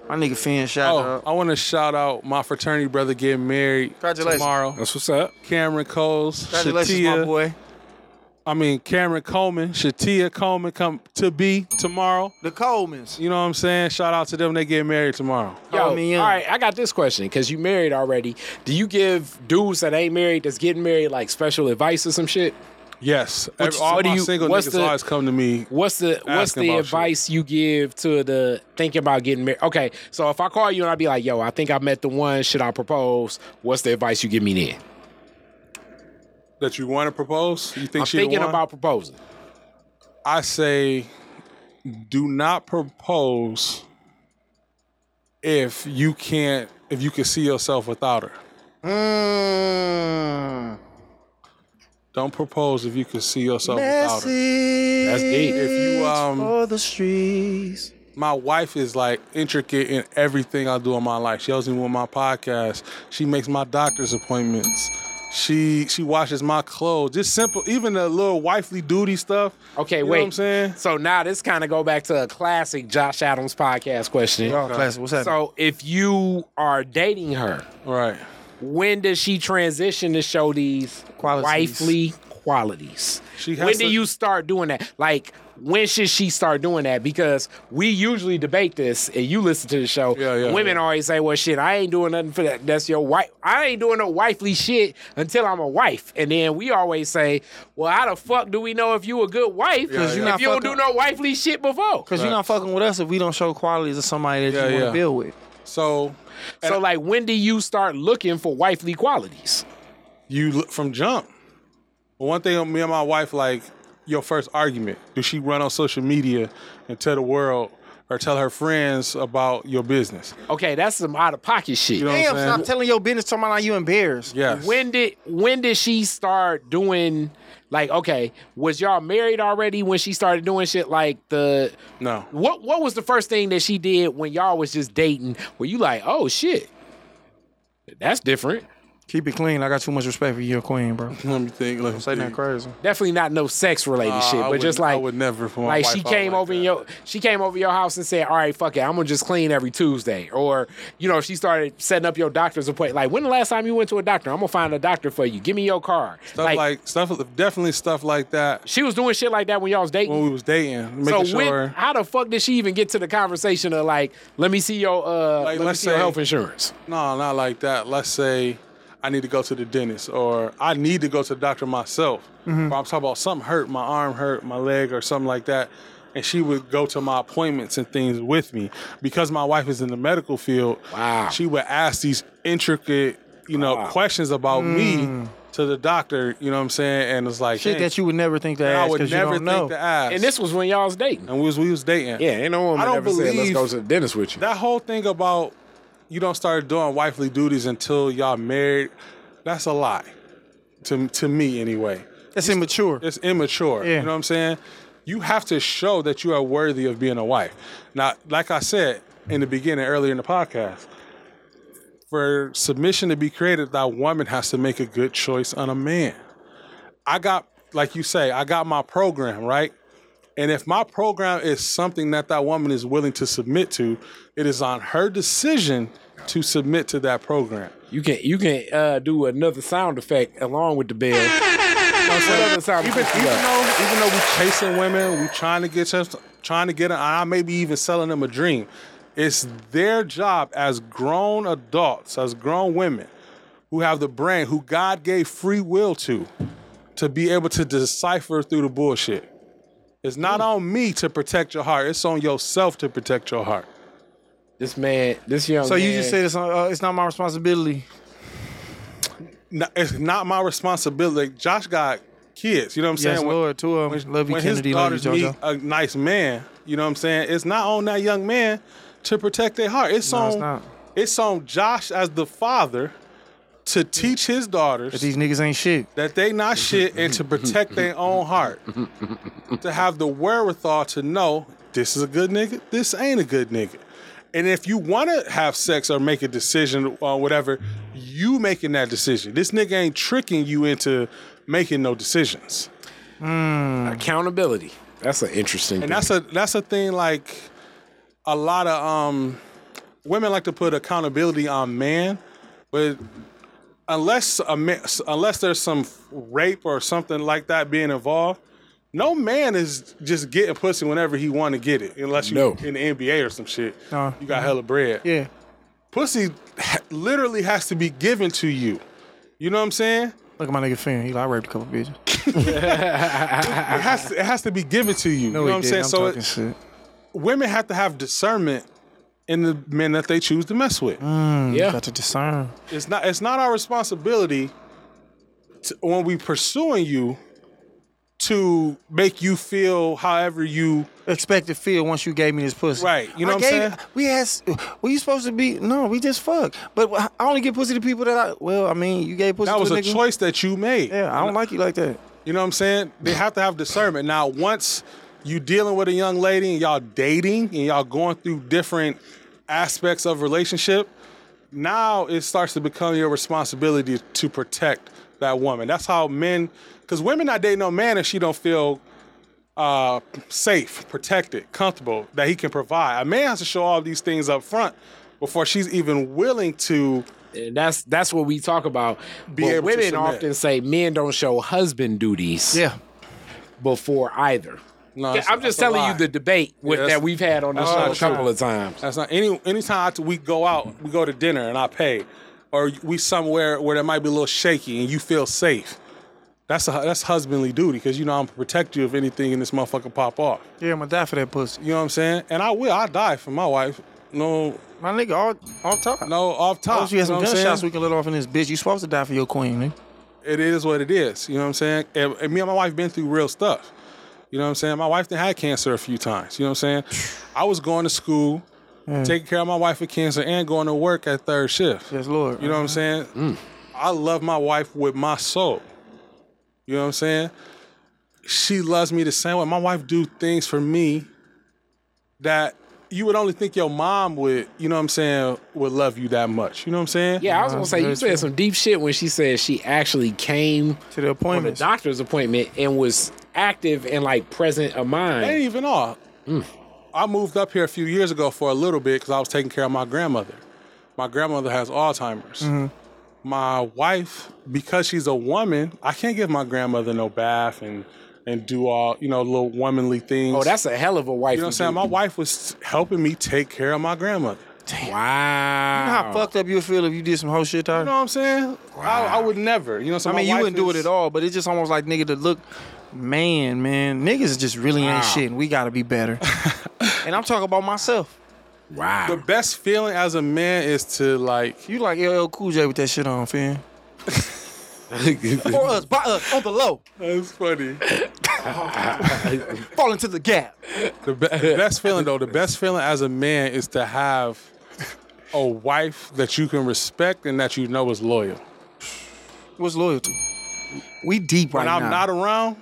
A: My nigga Finn, shout
D: Oh,
A: out.
D: I want to shout out my fraternity brother getting married
A: Congratulations.
D: tomorrow.
B: That's what's up.
D: Cameron Coles,
A: Congratulations,
D: Shatia.
A: my boy.
D: I mean, Cameron Coleman, Shatia Coleman come to be tomorrow.
A: The Colemans.
D: You know what I'm saying? Shout out to them. They get married tomorrow.
B: Yo,
A: Call me young.
B: all right, I got this question because you married already. Do you give dudes that ain't married that's getting married like special advice or some shit?
D: Yes. Every- all
B: what do
D: my
B: you-
D: single
B: what's
D: niggas
B: the-
D: always come to me.
B: What's the what's
D: Asking
B: the
D: about
B: advice you give to the thinking about getting married? Okay, so if I call you and I be like, "Yo, I think I met the one. Should I propose?" What's the advice you give me then?
D: That you want to propose? You think
B: I'm
D: she the
B: thinking
D: one?
B: about proposing.
D: I say, do not propose if you can't, if you can see yourself without her.
A: Hmm. Mm.
D: Don't propose if you can see yourself without her.
A: Message
B: That's deep.
D: If you, um,
A: for the streets.
D: my wife is like intricate in everything I do in my life. She helps me with my podcast. She makes my doctor's appointments. She she washes my clothes. Just simple, even the little wifely duty stuff.
B: Okay,
D: you
B: wait.
D: Know what I'm saying.
B: So now this kind of go back to a classic Josh Adams podcast question.
A: Oh, classic. What's happening?
B: So if you are dating her,
D: Right.
B: when does she transition to show these
A: Qualities.
B: wifely qualities?
D: She has
B: when
D: to-
B: do you start doing that? Like, when should she start doing that? Because we usually debate this, and you listen to the show.
D: Yeah, yeah,
B: Women
D: yeah.
B: always say, "Well, shit, I ain't doing nothing for that. That's your wife. I ain't doing no wifely shit until I'm a wife." And then we always say, "Well, how the fuck do we know if you a good wife?
D: Yeah,
B: if
D: yeah.
B: you don't do no wifely shit before."
A: Cause you're not fucking with us if we don't show qualities of somebody that
D: Yeah,
A: you want to
D: yeah.
A: build with.
D: So
B: So, like, when do you start looking for wifely qualities?
D: you look from jump. But one thing, me and my wife like your first argument. Did she run on social media and tell the world or tell her friends about your business?
B: Okay, that's some out of pocket shit.
D: You know
A: Damn,
D: what I'm saying?
A: stop telling your business talking about how you embarrassed.
D: Yes.
B: when did when did she start doing like okay was y'all married already when she started doing shit like the
D: No.
B: what what was the first thing that she did when y'all was just dating were you like oh shit that's different
A: Keep it clean. I got too much respect for you, queen, bro.
D: Let me think. Let me
A: Say nothing
D: think.
A: crazy.
B: definitely not no sex related
D: Nah,
B: shit
D: I
B: but just
D: wouldn't- I
B: like
D: would never for my
B: like
D: wife
B: she
D: out
B: came
D: like
B: over in
D: that.
B: your she came over your house and said all right fuck it i'm gonna just clean every tuesday or you know she started setting up your doctor's appointment like when the last time you went to a doctor i'm gonna find a doctor for you give me your card
D: Stuff like, stuff, definitely stuff like that
B: she was doing shit like that when y'all was dating
D: when we was dating,
B: So
D: making
B: when-
D: sure.
B: how the fuck did she even get to the conversation of like, let me see your uh,
D: Like,
B: let me
D: let's
B: see your
D: say-
B: health insurance?
D: No, not like that. Let's say I need to go to the dentist or I need to go to the doctor myself.
A: Mm-hmm.
D: Or I'm talking about something hurt, my arm hurt, my leg or something like that. And she would go to my appointments and things with me. Because my wife is in the medical field,
B: Wow.
D: she would ask these intricate, you know, questions about me to the doctor, you know what I'm saying? And it's like
A: Mm. Shit
D: dang,
A: that you would never think to
D: I
A: ask
D: would
A: because you
D: never
A: don't
D: think
A: know.
D: to ask.
B: And this was when y'all was dating.
D: and we was we was dating.
B: Yeah, ain't no woman
D: I don't
B: ever said let's
D: believe-
B: go to the dentist with you.
D: that whole thing about you don't start doing wifely duties until y'all married, that's a lie. To to me anyway.
A: That's immature.
D: It's immature.
A: Yeah.
D: You know what I'm saying? You have to show that you are worthy of being a wife. Now, like I said in the beginning earlier in the podcast, for submission to be created, that woman has to make a good choice on a man. I got, like you say, I got my program, right? And if my program is something that that woman is willing to submit to, it is on her decision to submit to that program.
B: You can you can uh, do another sound effect along with the bell. what other sound
D: even,
B: effect you
D: even
B: got?
D: though even though we chasing women, we trying to get us- trying to get an eye, maybe even selling them a dream. It's their job as grown adults, as grown women, who have the brain, who God gave free will to, to be able to decipher through the bullshit. It's
A: Hmm.
D: not on me to protect your heart. It's on yourself to protect your heart.
B: this man, this young
A: so you
B: man-
A: just said it's, uh, it's not my responsibility.
D: No, it's not my responsibility. Josh got kids. You know what I'm
A: Yes,
D: saying?
A: Lord, two of 'em. Love you,
D: when
A: Kennedy,
D: his
A: love you,
D: daughters meet
A: JoJo.
D: a nice man, you know what I'm saying? It's not on that young man to protect their heart. It's
A: No,
D: on
A: it's not.
D: it's on Josh as the father to teach his daughters
A: These niggas ain't shit.
D: that they not shit and to protect their own heart. to have the wherewithal to know this is a good nigga, this ain't a good nigga. And if you want to have sex or make a decision or whatever, you making that decision. This nigga ain't tricking you into making no decisions.
B: accountability. That's an interesting.
D: And
B: thing.
D: that's a that's a thing like a lot of um women like to put accountability on man, but unless a man, unless there's some rape or something like that being involved, no man is just getting pussy whenever he want to get it. Unless you
B: No.
D: in the NBA or some shit,
A: Uh,
D: you got hella bread.
A: Yeah.
D: Pussy ha- literally has to be given to you. You know what I'm saying?
A: Look at my nigga Finn. He like, I raped a couple bitches.
D: It has to, it has to be given to you.
A: No,
D: you know
A: he
D: what I'm
A: didn't.
D: saying?
A: I'm
D: so
A: talking
D: it,
A: shit.
D: women have to have discernment in the men that they choose to mess with.
B: yeah.
A: Got to discern.
D: It's not it's not our responsibility to, when we pursuing you to make you feel however you
A: Expect to feel once you gave me this pussy.
D: Right, you know
A: I
D: what I'm
A: gave-
D: saying?
A: We had. Were you supposed to be? No, we just fuck. But I only give pussy to people that I. Well, I mean, you gave pussy
D: that
A: to
D: was a
A: nigga.
D: choice that you made.
A: Yeah, I don't like you like that.
D: You know what I'm saying? They have to have discernment. Now, once you dealing with a young lady and y'all dating and y'all going through different aspects of relationship, now it starts to become your responsibility to protect that woman. That's how men, because women not dating no man if she don't feel uh, safe, protected, comfortable that he can provide. A man has to show all these things up front before she's even willing to.
E: And that's that's what we talk about.
D: Be
E: But
D: able to
E: women
D: submit.
E: often say men don't show husband duties
A: Yeah.
E: before either.
D: No,
E: Yeah,
D: that's-
E: I'm just
D: that's a
E: telling
D: lie.
E: you the debate with,
D: that's- Oh,
E: that we've had on this
D: that's
E: show
D: not
E: a
D: true.
E: couple of times.
D: That's not any anytime I, we go out, we go to dinner and I pay, or we somewhere where it might be a little shaky and you feel safe. That's a, that's husbandly duty because you know I'm gonna protect you if anything in this motherfucker pop off.
A: Yeah, I'm gonna die for that pussy.
D: You know what I'm saying? And I will. I die for my wife. No,
A: My nigga, all off top.
D: no, off top.
A: Unless we had
D: you know
A: some
D: what I'm saying?
A: gunshots we can let off in this bitch. You supposed to die for your queen, nigga.
D: it is what it is. You know what I'm saying? And, and me and my wife been through real stuff. You know what I'm saying? My wife done had cancer a few times. You know what I'm saying? I was going to school,
A: Mm.
D: taking care of my wife with cancer, and going to work at third shift.
A: Yes, Lord.
D: You know what I'm saying? I love my wife with my soul. You know what I'm saying? She loves me the same way. My wife do things for me that you would only think your mom would, you know what I'm saying, would love you that much. You know what I'm saying?
E: Yeah, I was gonna say you said some deep shit when she said she actually came
A: to
E: on
A: the
E: a
A: appointment.
E: doctor's appointment and was active and like present of
D: That
E: mind.
D: ain't even all. I moved up here a few years ago for a little bit because I was taking care of my grandmother. My grandmother has Alzheimer's.
A: Mm-hmm.
D: My wife, because she's a woman, I can't give my grandmother no bath and and do all you know little womanly things.
E: Oh, that's a hell of a wife.
D: you know what I'm saying. My wife was helping me take care of my grandmother.
E: Wow.
A: You know how fucked up you feel if you did some whole shit, to her?
D: You know what I'm saying? I, I would never. You know, so
A: I
D: my
A: mean, you
D: wife
A: wouldn't do it
D: is-
A: at all, but it's just almost like nigga to look, man, man, niggas just really ain't shit, and we gotta be better. and I'm talking about myself.
E: wow.
D: The best feeling as a man is to like
A: You like LL Cool J with that shit on, fam. For us, by us, on the low,
D: That's funny.
A: fall into the gap.
D: The be- best feeling though, the best feeling as a man is to have a wife that you can respect and that you know is loyal.
A: What's loyalty? We deep right
D: When I'm
A: now.
D: not around,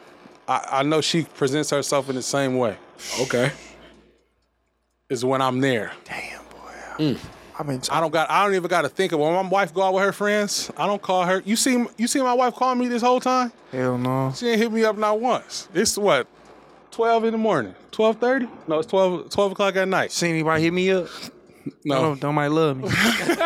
D: I, I know she presents herself in the same way.
E: okay.
D: Is when I'm there. Mm.
A: I've been
D: I don't got. I don't even got to think of when my wife go out with her friends. I don't call her. You see, you see my wife calling me this whole time.
A: hell no.
D: She ain't hit me up not once. It's what, twelve in the morning, twelve thirty? No, it's 12, 12 o'clock at night.
A: See anybody hit me up?
D: No,
A: Don't, don't might love me.
D: you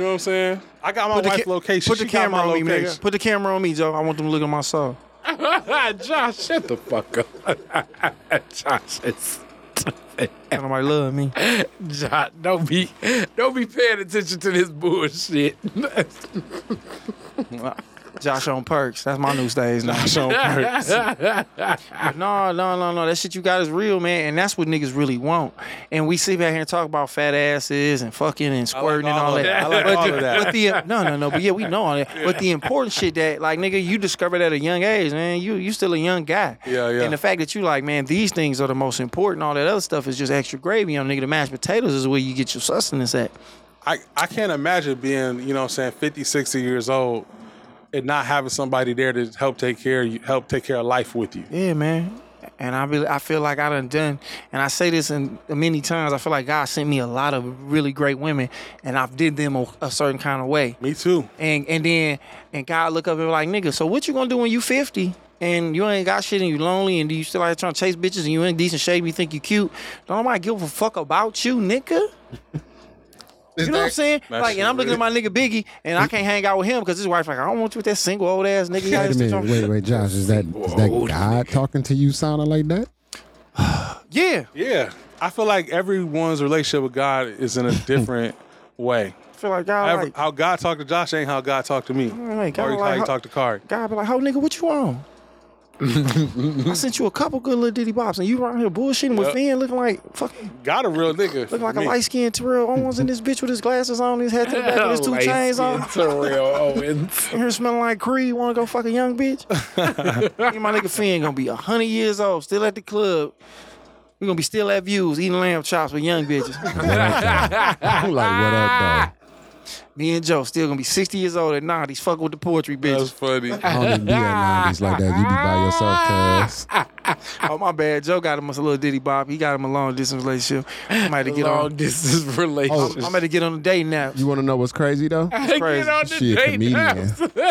D: know what I'm saying. I got my
A: Put the
D: wife's
A: ca-
D: location.
A: Put the
D: She got
A: camera on
D: my
A: me,
D: location.
A: nigga. Put the camera on me, Joe. I want them looking at my soul.
E: Josh, shut the fuck up. Josh, it's,
A: Don't nobody love me.
E: Josh, don't be, don't be paying attention to this bullshit.
A: Josh on perks. That's my new stage now. Josh on perks. no, no, no, no. That shit you got is real, man. And that's what niggas really want. And we sit back here and talk about fat asses and fucking and squirting and
D: all
A: all
D: of
A: that.
D: that. I like
A: but
D: all of that.
A: but the no, no, no. But yeah, we know all that. But the important shit that like nigga, you discovered at a young age, man. You you still a young guy.
D: Yeah, yeah.
A: And the fact that you like, man, these things are the most important. All that other stuff is just extra gravy on nigga. The mashed potatoes is where you get your sustenance at.
D: I, I can't imagine being, you know what I'm saying, 50, 60 years old and not having somebody there to help take care of you, help take care of life with you.
A: Yeah, man. And I really, I feel like I done done, and I say this in many times. I feel like God sent me a lot of really great women, and I've did them a, a certain kind of way.
D: Me too.
A: And and then and God look up and be like, nigga, so what you gonna do when you fifty and you ain't got shit and you lonely and you still out here trying to chase bitches and you in decent shape, you think you cute? Don't nobody give a fuck about you, nigga. You know what I'm saying?
D: That
A: Like, and I'm
D: shit
A: looking at my nigga Biggie, and I can't hang out with him because his wife like, I don't want you with that single old ass nigga. you out here
C: Wait a minute.
A: trying-
C: Wait, wait, Josh. Is that is that
A: Oh,
C: God talking to you sounding like that?
A: Yeah,
D: Yeah. I feel like everyone's relationship with God is in a different way.
A: I feel like God
D: However,
A: like
D: how God talked to Josh ain't how God talked to me.
A: Right, God
D: or how
A: like
D: he
A: how-
D: talked to Kari.
A: God be like, "Ho, nigga, what you on?" I sent you a couple good little diddy bops, and you around here bullshitting with
D: Yep.
A: Finn, looking like fucking
D: God a real nigga.
A: looking like
D: for
A: a
D: me.
A: light skinned Terrell Owens in this bitch with his glasses on, his hat to the back, with his two chains on.
E: Terrell Owens.
A: Here smelling like Creed. Want to go fuck a young bitch? Me and my nigga Finn gonna be hundred years old, still at the club. We gonna be still at views, eating lamb chops with young bitches.
C: What up, dog? I'm like, what up, dog?
A: Me and Joe still gonna be sixty years old at nineties. Fuck with the poetry
D: That's
A: bitches.
D: funny.
C: I don't even be at 90s like that. You be by yourself, cuz.
A: Oh my bad. Joe got him a little diddy bop. He got him a long distance relationship. I might have to get on.
E: Long distance relationship.
A: I'm about to get on a date now.
C: Oh, You want to know what's crazy though?
A: Crazy.
C: She a comedian.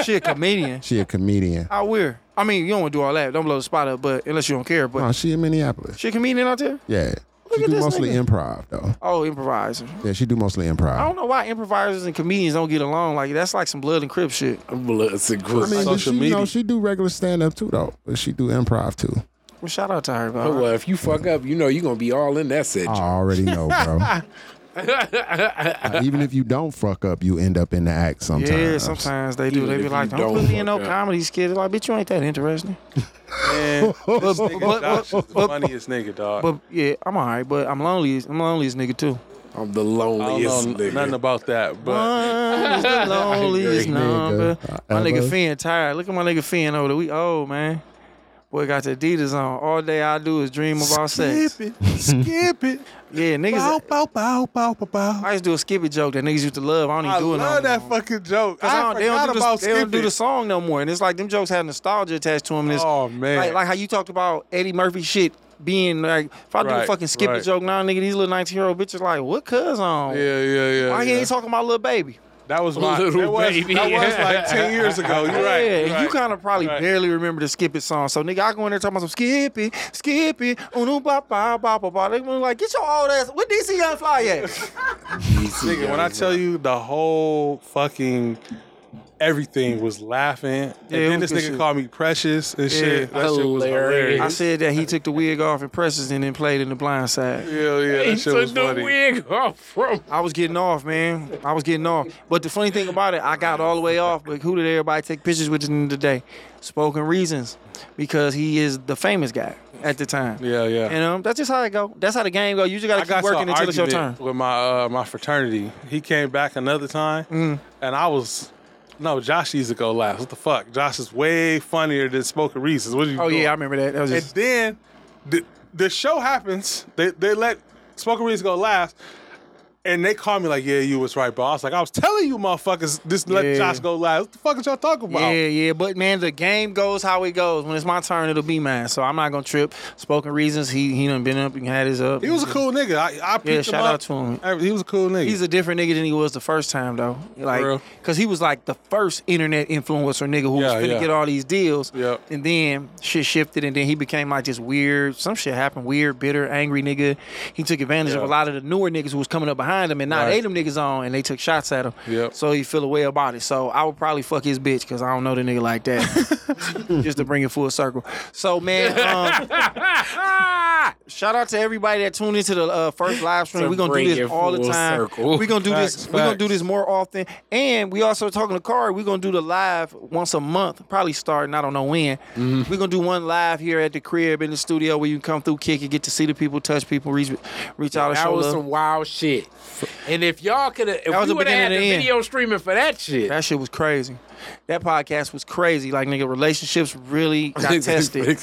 A: she a comedian.
C: She a comedian.
A: I wear. I mean, you don't want to do all that. Don't blow the spot up, but unless you don't care. But
C: Oh, she in Minneapolis.
A: she a comedian out there.
C: Yeah.
A: Look
C: She
A: at
C: do
A: this
C: mostly
A: nigga.
C: improv though.
A: oh, improviser.
C: Yeah, she do mostly
A: I
C: improv.
A: don't know why improvisers and comedians don't get along. Like that's like some blood and crip shit.
E: Bloods and
C: I mean,
E: Crips.
C: but
D: Social
C: she, you know,
D: media.
C: she do regular stand up too though. But she do improv too.
A: Oh, Well, shout out to her, bro.
E: Well, if you fuck up, you know you're gonna be all in that set.
C: I already know, bro. Like, even if you don't fuck up, you end up in the act sometimes.
A: Yeah, sometimes they do.
E: Even
A: They be
E: if
A: like,
E: you
A: "Don't put
E: don't
A: me in no
E: fuck up.
A: comedy skit." Like, bitch, you ain't that interesting.
D: This nigga
A: but-
D: Josh is the
A: but-
D: funniest nigga, dog.
A: But yeah, I'm alright. But I'm lonely. as- I'm lonely as nigga too.
E: I'm the
D: I
E: loneliest
D: don't know
E: nigga.
D: nothing about that, but
A: One is the loneliest
C: Nigga,
A: number. My nigga
C: ever.
A: Finn tired. Look at my nigga Finn over there. We old man. Boy got the Adidas on. All day I do is dream about sex.
D: skip it, skip it.
A: Yeah, niggas.
D: Bow, bow, bow, bow, bow, bow.
A: I used to do a skip it joke that niggas used to love. I don't even
D: I
A: do it no
D: love that
A: more.
D: fucking joke.
A: 'Cause I
D: I
A: don't- they don't,
D: forgot
A: do the,
D: about
A: they don't do the
D: skip
A: song no more. And it's like them jokes have nostalgia attached to them. And
D: it.
A: it's
D: Oh man,
A: like, like how you talked about Eddie Murphy shit being like, if I do a
D: Right,
A: fucking skip it
D: right.
A: joke now, nigga, these little 19 year old bitches like, what cuz on?
D: yeah, yeah, yeah.
A: Why he
D: yeah.
A: ain't talking about little baby?
D: That was my
E: Little
D: that was,
E: baby.
D: That was like ten years ago. You're right.
A: yeah,
D: you're
A: and you
D: right.
A: kind of probably
D: Right.
A: barely remember the Skip It song. So, nigga, I go in there talking about some Skip It, Skip It, unu ba ba ba ba ba. They gonna be like, get your old ass, what DC Young Fly at?
D: Nigga, when I tell you the whole fucking everything was laughing, and
A: it
D: then
A: was
D: this
A: good
D: nigga
A: shit.
D: called me precious and shit. That shit was
E: Hilarious.
A: I
D: hilarious.
A: said that he took the wig off and presses and then played in the blind side.
D: Hell yeah, that
E: He
D: shit
E: took
D: was
E: the
D: funny.
E: wig off from.
A: I was getting off, man. I was getting off. But the funny thing about it, I got all the way off. But who did everybody take pictures with in the day? Spoken Reasons, because he is the famous guy at the time.
D: Yeah, yeah.
A: And um, that's just how it go. That's how the game go. You just
D: I
A: gotta
D: got
A: keep
D: to
A: working
D: an
A: until it's your turn.
D: argument with my uh, my fraternity. He came back another time,
A: Mm-hmm.
D: and I was. No, Josh used to go last. What the fuck? Josh is way funnier than Smoking Reese's. What are you
A: Oh
D: doing?
A: yeah, I remember that. That was
D: And
A: just
D: then the, the show happens. They they let Smoker Reeves go last. And they called me like, yeah, you was right, boss. Like, I was telling you motherfuckers, just let
A: Yeah.
D: Josh go last. What the fuck is y'all talking about?
A: Yeah, yeah, but man, the game goes how it goes. When it's my turn, it'll be mine. So I'm not gonna trip. Spoken reasons, he he done been up and had his up.
D: He was a cool nigga. I, I picked
A: Yeah,
D: him
A: shout
D: up.
A: out to him.
D: I- He was a cool nigga.
A: He's a different nigga than he was the first time though.
D: For
A: Like,
D: real?
A: cause he was like the first internet influencer nigga who was
D: Yeah,
A: finna
D: yeah.
A: get all these deals.
D: Yep.
A: And then shit shifted, and then he became like just weird. Some shit happened. Weird, bitter, angry nigga. He took advantage of a lot of the newer niggas who was coming up behind him, and not
D: Right.
A: ate them niggas on, and they took shots at him.
D: Yep.
A: So he feel a way about it. So I would probably fuck his bitch, cause I don't know the nigga like that. just to bring it full circle. So man. Um, shout out to everybody that tuned into the uh, first live stream.
E: To
A: We're gonna
E: bring
A: do
E: it
A: this all the
E: full
A: time.
E: circle.
A: We're gonna do this.
D: Facts,
A: We're gonna do
D: facts.
A: this more often. And we also talking to Car. We're gonna do the live once a month, probably starting. I don't know when.
E: Mm-hmm.
A: We're gonna do one live here at the crib in the studio where you can come through, kick it, get to see the people, touch people, reach, reach out and
E: That
A: show
E: was
A: love.
E: some wild shit. And if y'all could have,
A: was
E: if
A: the
E: we would have had
A: beginning
E: the
A: of the end.
E: video streaming for that shit,
A: that shit was crazy. That podcast was crazy. Like nigga, relationships really got tested,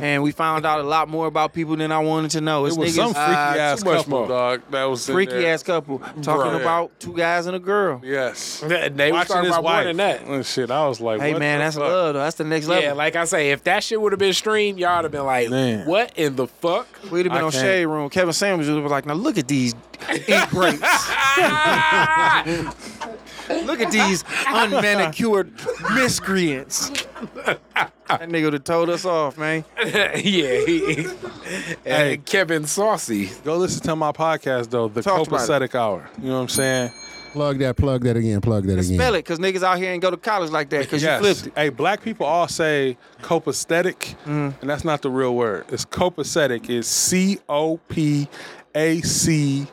A: and we found out a lot more about people than I wanted to know. It's
D: it was
A: niggas- uh,
D: some freaky ass
E: too much
D: couple,
E: more.
D: Ah, dog. That was in
A: freaky
D: there.
A: ass couple talking
D: Bruh.
A: about two guys and a girl.
D: Yes.
E: they was
D: Watching
E: talking
D: his
E: about more
D: wife
E: than that.
D: and shit. I was like,
A: Hey
D: what
A: man,
D: the
A: that's
D: fuck?
A: love. Though. That's the next level.
E: Yeah, like I say, if that shit would have been streamed, y'all would have been like,
D: Man.
E: "What in the fuck?"
A: We'd have been
D: I
A: on
D: can't.
A: Shade Room. Kevin Sanders would have been like, now look at these ink breaks. look at these unmanicured miscreants. That nigga would have told us off, man.
E: yeah, he, hey. Kevin Saucy.
D: Go listen to my podcast though, the
A: Talk about it.
D: Copacetic Hour. You know what I'm saying?
C: Plug that, plug that again, plug that again.
A: Spell it, because niggas out here ain't go to college like that, because you flipped it. Mm.
D: Hey, black people all say copacetic, and that's not the real word. It's copacetic. It's C O P A C.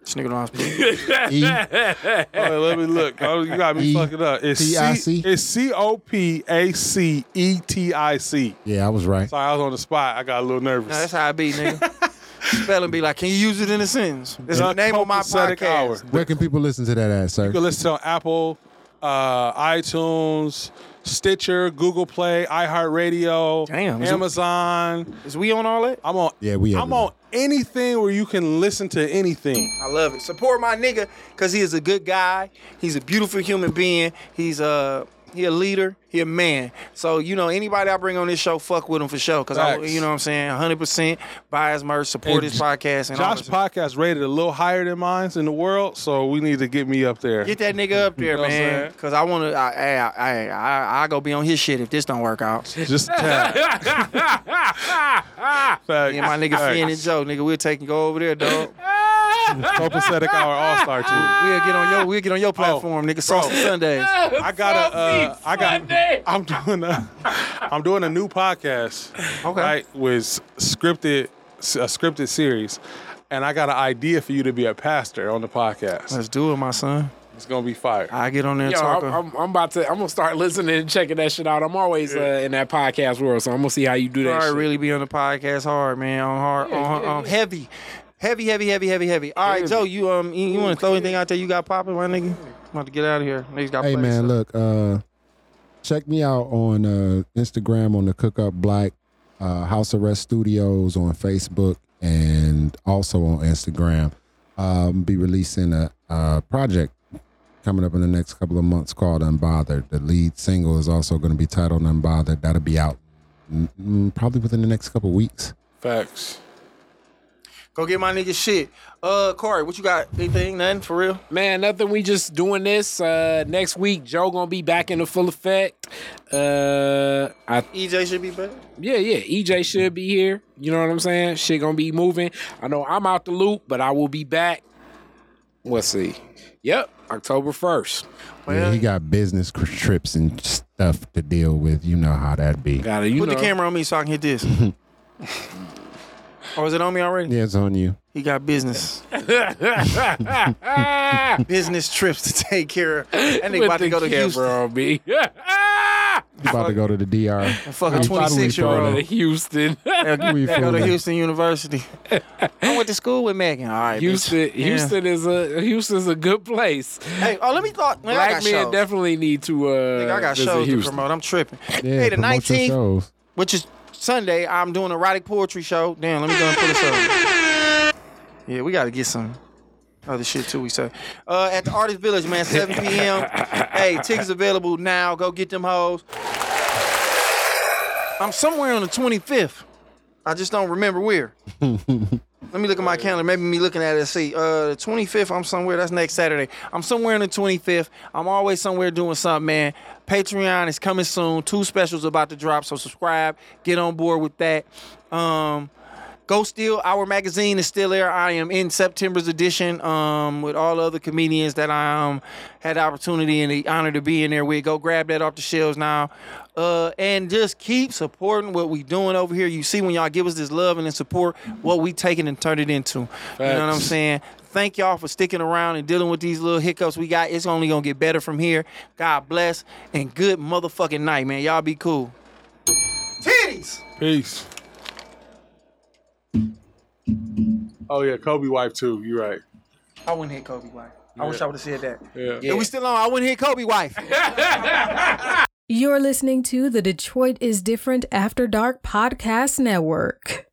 A: This nigga don't know how to spell it.
C: E,
D: Oh, let me look. Oh, you got me
C: E-
D: fucking up. It's
C: T-I-C?
D: C. It's C O P A C E T I C.
C: yeah, I was right.
D: Sorry, I was on the spot. I got a little nervous.
A: No, that's how I be, nigga. Spell and be like, can you use it in a sentence? It's
D: The
A: the name of my
D: Copacetic
A: podcast.
D: Hour.
C: Where can people listen to that at, sir?
D: You can listen on Apple, uh, iTunes, Stitcher, Google Play, iHeartRadio,
A: Damn, is it-
D: Amazon.
A: Is we on all that?
D: I'm on.
C: Yeah, we
D: I'm
C: everywhere.
D: on anything where you can listen to anything.
A: I love it. Support my nigga because he is a good guy. He's a beautiful human being. He's uh He a leader. He a man. So you know anybody I bring on this show, fuck with him for sure. Cause I,
D: Facts.
A: you know what I'm saying, 100 percent buy his merch, support
D: And
A: his podcast, and all this.
D: Josh's podcast rated a little higher than mine's in the world, so we need to get me up there.
A: Get that nigga up there,
D: know what I'm
A: man.
D: saying?
A: Cause I wanna, I, I, I, I, I go be on his shit if this don't work out.
D: Just tap. Facts.
A: Me and my nigga
D: Facts.
A: Finn and Joe, nigga, we'll take and go over there, dog.
D: Copacetic Hour All Star Team.
A: We'll get on your, we'll get on
E: Oh,
A: your platform, nigga. Sauce and Sundays.
D: I got a, uh, I got, I'm doing a, I'm doing a new podcast.
A: Okay.
D: Right, with scripted, a scripted series, and I got an idea for you to be a pastor on the podcast.
A: Let's do it, my son.
D: It's gonna be fire.
A: I get on there and
E: Yo,
A: talk.
E: I'm,
A: a-
E: I'm, I'm about to. I'm gonna start listening and checking that shit out. I'm always uh, in that podcast world, so I'm gonna see how you do that.
A: Sorry,
E: shit.
A: really be on the podcast hard, man. On hard, on, on heavy, heavy, heavy, heavy, heavy, heavy. All right, Joe, you um, you, want to throw anything out there you got popping, my nigga? I'm about to get out of here. Niggas got
C: Hey
A: plays.
C: man, look, uh check me out on uh Instagram on the Cook Up Black, uh House Arrest Studios on Facebook and also on Instagram. Um be releasing a, uh project coming up in the next couple of months called Unbothered. The lead single is also going to be titled Unbothered. That'll be out mm, mm, probably within the next couple of weeks.
D: Facts.
A: Go get my nigga shit. Uh, Corey, what you got? Anything? Nothing for real?
E: Man, nothing. We just doing this. Uh, next week, Joe gonna be back in the full effect. Uh, I
A: EJ E should be back.
E: yeah yeah. EJ should be here. You know what I'm saying? Shit gonna be moving. I know I'm out the loop, but I will be back. Let's see. Yep, October first.
C: Yeah, he got business cr- trips and stuff to deal with. You know how that be.
E: Got it. You
A: Put
E: know.
A: the camera on me so I can hit this. oh, is it on me already?
C: Yeah, it's on you.
A: He got business. business trips to take care of. That nigga
E: Put
A: about to
E: the
A: go to
E: camera
A: Houston.
E: on me.
C: You about to go to the DR.
A: Fuck a
C: I'm finally
A: 26 year
C: throwing
A: old.
C: it.
E: Houston.
C: We
A: Go to
C: fooling.
A: Houston University. I went to school with Megan. All right, bitch.
E: Houston,
A: Yeah.
E: Houston is a Houston's a good place.
A: Hey, oh, let me thought. Man, I
E: Black men
A: got shows.
E: definitely need to. Uh,
A: Nigga, I got
E: visit
A: shows to
E: Houston.
A: promote. I'm tripping.
C: Yeah,
A: hey, the
C: promote your
A: 19th,
C: shows.
A: which is Sunday, I'm doing an erotic poetry show. Damn, let me go and put this up. Yeah, we got to get some other shit too. We say uh, at the Artist Village, man, 7 p.m. hey, tickets available now. Go get them hoes. I'm somewhere on the 25th. I just don't remember where. Let me look at my calendar. Maybe me looking at it. See, uh, the 25th. I'm somewhere. That's next Saturday. I'm somewhere on the 25th. I'm always somewhere doing something, man. Patreon is coming soon. Two specials about to drop. So subscribe. Get on board with that. Um, Go Steal Our Magazine is still there. I am in September's edition um, with all the other comedians that I um, had the opportunity and the honor to be in there with. Go grab that off the shelves now. Uh, and just keep supporting what we doing over here. You see when y'all give us this love and this support, what we taking and turn it into. You know what I'm saying? Thank y'all for sticking around and dealing with these little hiccups we got. It's only going to get better from here. God bless and good motherfucking night, man. Y'all be cool. Titties!
D: Peace. Oh yeah, Kobe wife too. You're right.
A: I wouldn't hit Kobe wife. I wish I would have said that.
D: Yeah.
A: If we still on, I wouldn't hit Kobe wife.
F: You're listening to the Detroit is Different After Dark Podcast Network.